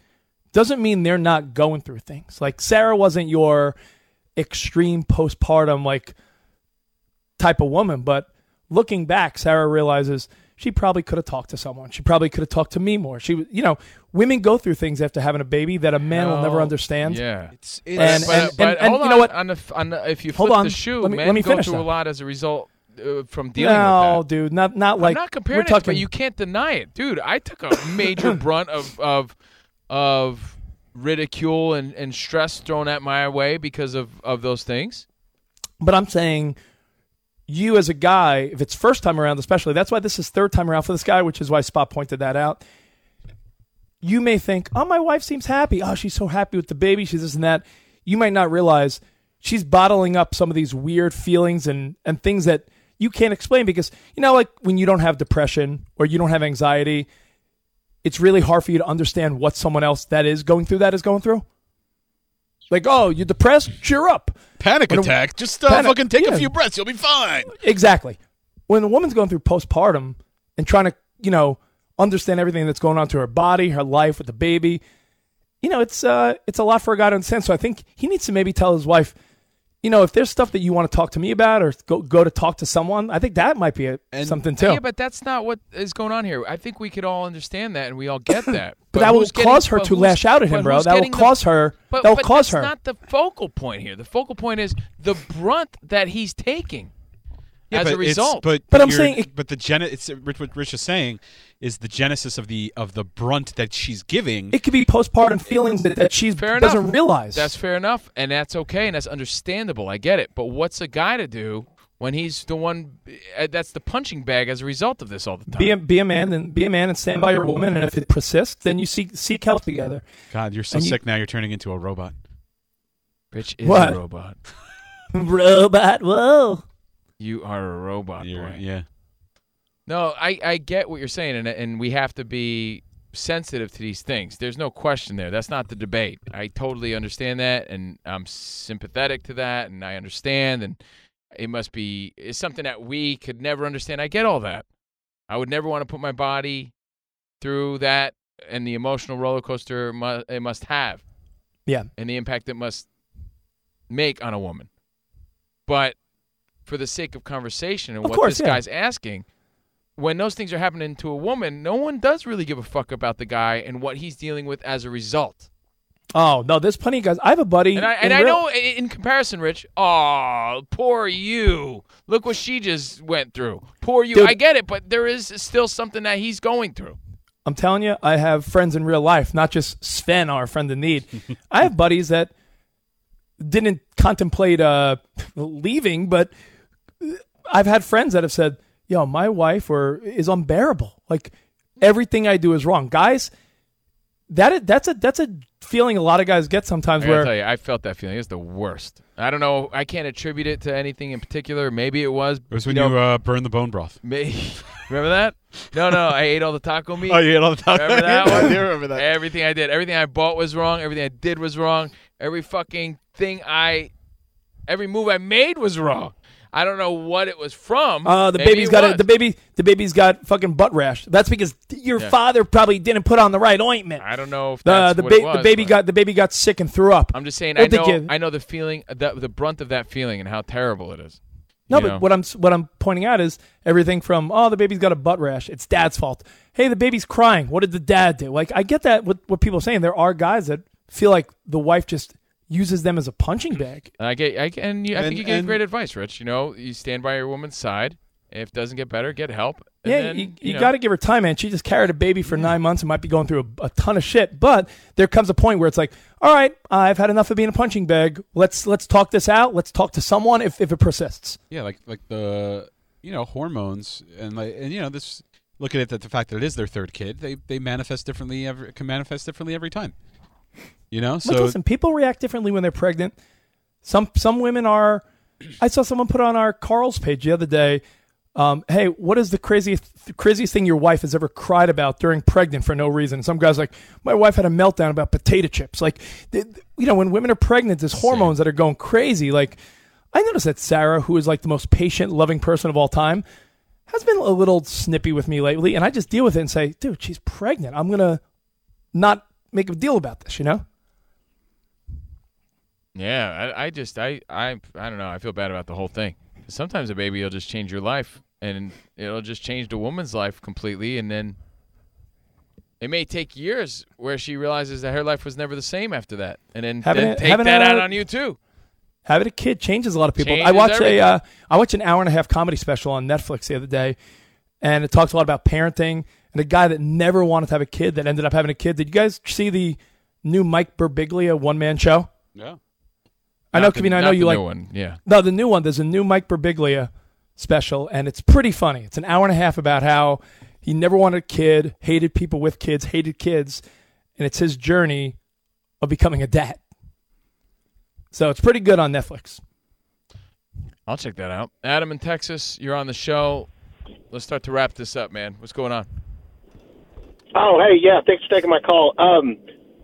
doesn't mean they're not going through things. Like Sarah wasn't your extreme postpartum like type of woman, but looking back, Sarah realizes she probably could have talked to someone. She probably could have talked to me more. She, you know, women go through things after having a baby that a man will never Oh, understand. Yeah. and, and, but, but and- and hold you know on, what? On the, f- on the, if you Hold flip on. the shoe, Let me- men let me go finish through now. a lot as a result uh, from dealing no, with that. dude, not not like I'm not comparing we're it, talking but you can't deny it, dude. I took a major brunt of of of ridicule and, and stress thrown at my way because of of those things. But I'm saying you as a guy, if it's first time around, especially, that's why this is third time around for this guy, which is why Spot pointed that out. You may think, oh, my wife seems happy. Oh, she's so happy with the baby. She's this and that. You might not realize she's bottling up some of these weird feelings and, and things that you can't explain because, you know, like when you don't have depression or you don't have anxiety, it's really hard for you to understand what someone else that is going through that is going through. Like, oh, you're depressed? Cheer up. Panic When a- attack. Just uh, panic- fucking take yeah. a few breaths. You'll be fine. Exactly. When a woman's going through postpartum and trying to, you know, understand everything that's going on to her body, her life with the baby, you know, it's uh it's a lot for a guy to understand. So I think he needs to maybe tell his wife, you know, if there's stuff that you want to talk to me about or go go to talk to someone, I think that might be a, something too. Yeah, but that's not what is going on here. I think we could all understand that and we all get that. But that will who's getting- cause her but to who's- lash out at him, but bro. who's That will getting the- cause her- But, that will but cause that's her. not the focal point here. The focal point is the brunt that he's taking as a but it's- result. but But I'm you're- saying but the gen it's uh, Rich, what Rich is saying is the genesis of the of the brunt that she's giving. it could be postpartum feelings that, that she fair doesn't enough. realize. That's fair enough, and that's okay, and that's understandable. I get it. But what's a guy to do when he's the one uh, that's the punching bag as a result of this all the time? be a, be a man and be a man and stand by your woman and if it persists then you seek seek help together God, you're so And you- sick now. You're turning into a robot. Rich is a What? robot. robot whoa You are a robot, boy. Yeah. No, I, I get what you're saying, and and we have to be sensitive to these things. There's no question there. That's not the debate. I totally understand that, and I'm sympathetic to that, and I understand, and it must be it's something that we could never understand. I get all that. I would never want to put my body through that and the emotional roller coaster mu- it must have yeah and the impact it must make on a woman. But for the sake of conversation and Of what course, this yeah. guy's asking, when those things are happening to a woman, no one does really give a fuck about the guy and what he's dealing with as a result. oh no there's plenty of guys i have a buddy And I, in and I real- know i- in comparison, Rich, oh, poor you. Look what she just went through. Poor you. Dude. I get it, but there is still something that he's going through. I'm telling you, I have friends in real life, not just Sven, our friend in need. I have buddies that didn't contemplate uh, leaving, but I've had friends that have said, "Yo, my wife or is unbearable. Like everything I do is wrong." Guys, that that's a that's a feeling a lot of guys get sometimes I gotta where tell you, I felt that feeling. It's the worst. I don't know. I can't attribute it to anything in particular. Maybe it was. It was when you, uh, burned the bone broth. May- remember that? No, no. I ate all the taco meat. Oh, you ate all the taco Remember that meat? one? I do remember that. Everything I did, everything I bought was wrong. Everything I did was wrong. Every fucking thing I, every move I made was wrong. I don't know what it was from. Uh, the Maybe baby's it got was. a, the baby. The baby's got fucking butt rash. That's because th- your Yeah. father probably didn't put on the right ointment. I don't know if The that's the, what it ba- was, the baby but- got the baby got sick and threw up. I'm just saying. Don't I know. think you- I know the feeling, the, the brunt of that feeling, and how terrible it is. No, You but know? what I'm s- what I'm pointing out is everything from oh the baby's got a butt rash. It's dad's fault. Hey, the baby's crying. What did the dad do? Like I get that what what people are saying. There are guys that feel like the wife just uses them as a punching bag. I get, I get- and you, I And- think you gave and- great advice, Rich. You know, you stand by your woman's side. If it doesn't get better, get help. And yeah, then, you, you, know, got to give her time, man. She just carried a baby for nine months and might be going through a, a ton of shit. But there comes a point where it's like, all right, I've had enough of being a punching bag. Let's let's talk this out. Let's talk to someone if, if it persists. Yeah, like like the you know hormones and like and you know this looking at the, the fact that it is their third kid, they they manifest differently every can manifest differently every time. You know, But so listen, people react differently when they're pregnant. Some some women are. I saw someone put on our Carl's page the other day. Um, hey, what is the craziest craziest thing your wife has ever cried about during pregnant for no reason? Some guys like my wife had a meltdown about potato chips. Like, th- th- you know, when women are pregnant, there's hormones that are going crazy. Like, I noticed that Sarah, who is like the most patient, loving person of all time, has been a little snippy with me lately, and I just deal with it and say, dude, she's pregnant. I'm gonna not make a deal about this. You know. Yeah, I, I just, I, I, I don't know. I feel bad about the whole thing. Sometimes a baby will just change your life, and it'll just change the woman's life completely, and then it may take years where she realizes that her life was never the same after that, and then, Having then a- take having that a- out on you too. Having a kid changes a lot of people. I Changes watched everything. a uh, I watched an hour and a half comedy special on Netflix the other day, and it talks a lot about parenting and a guy that never wanted to have a kid that ended up having a kid. Did you guys see the new Mike Birbiglia one man show? Yeah. I know, Not the- Kavina, I know not you the like new one, yeah. No, the new one. There's a new Mike Birbiglia special, and it's pretty funny. It's an hour and a half about how he never wanted a kid, hated people with kids, hated kids, and it's his journey of becoming a dad. So it's pretty good on Netflix. I'll check that out. Adam in Texas, you're on the show. Let's start to wrap this up, man. What's going on? Oh, hey, yeah, thanks for taking my call. Um,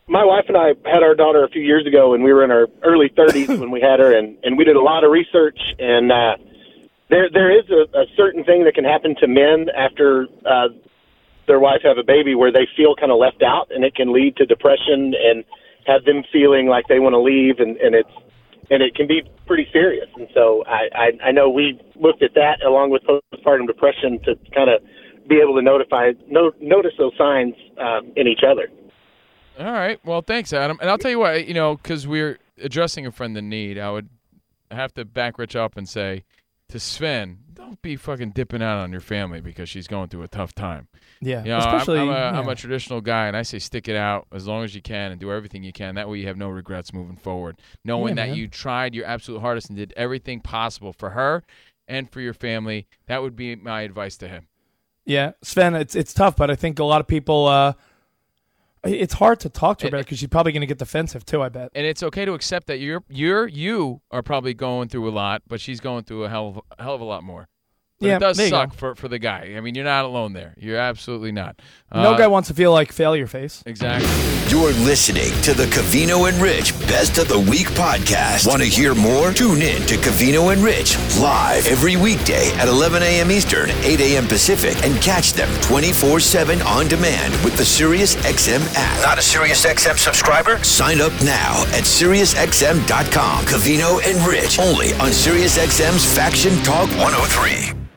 my wife and I had our daughter a few years ago, and we were in our early 30s when we had her, and, and we did a lot of research. And uh, there there is a, a certain thing that can happen to men after uh, their wife have a baby, where they feel kind of left out, and it can lead to depression and have them feeling like they want to leave, and, and it's and it can be pretty serious. And so I, I I know we looked at that along with postpartum depression to kind of be able to notify no, notice those signs um, in each other. All right. Well, thanks, Adam. And I'll tell you what, you know, because we're addressing a friend in need, I would have to back Rich up and say to Sven, don't be fucking dipping out on your family because she's going through a tough time. Yeah, You know, I'm- especially- I'm, a am yeah. a traditional guy, and I say stick it out as long as you can and do everything you can. That way you have no regrets moving forward, knowing Yeah, that man. you tried your absolute hardest and did everything possible for her and for your family. That would be my advice to him. Yeah, Sven, it's it's tough, but I think a lot of people. Uh, it- it's hard to talk to her Eh, about because she's probably going to get defensive too. I bet. and it's okay to accept that you're you're you are probably going through a lot, but she's going through a hell of, hell of a lot more. But Yeah, it does there you suck for, for the guy. I mean, you're not alone there. You're absolutely not. no Uh, guy wants to feel like failure face. Exactly. You're listening to the Cavino and Rich Best of the Week podcast. Want to hear more? Tune in to Cavino and Rich live every weekday at 11 a.m. Eastern, 8 a.m. Pacific, and catch them 24 7 on demand with the SiriusXM app. Not a SiriusXM subscriber? Sign up now at SiriusXM.com. Cavino and Rich, only on SiriusXM's Faction Talk 103.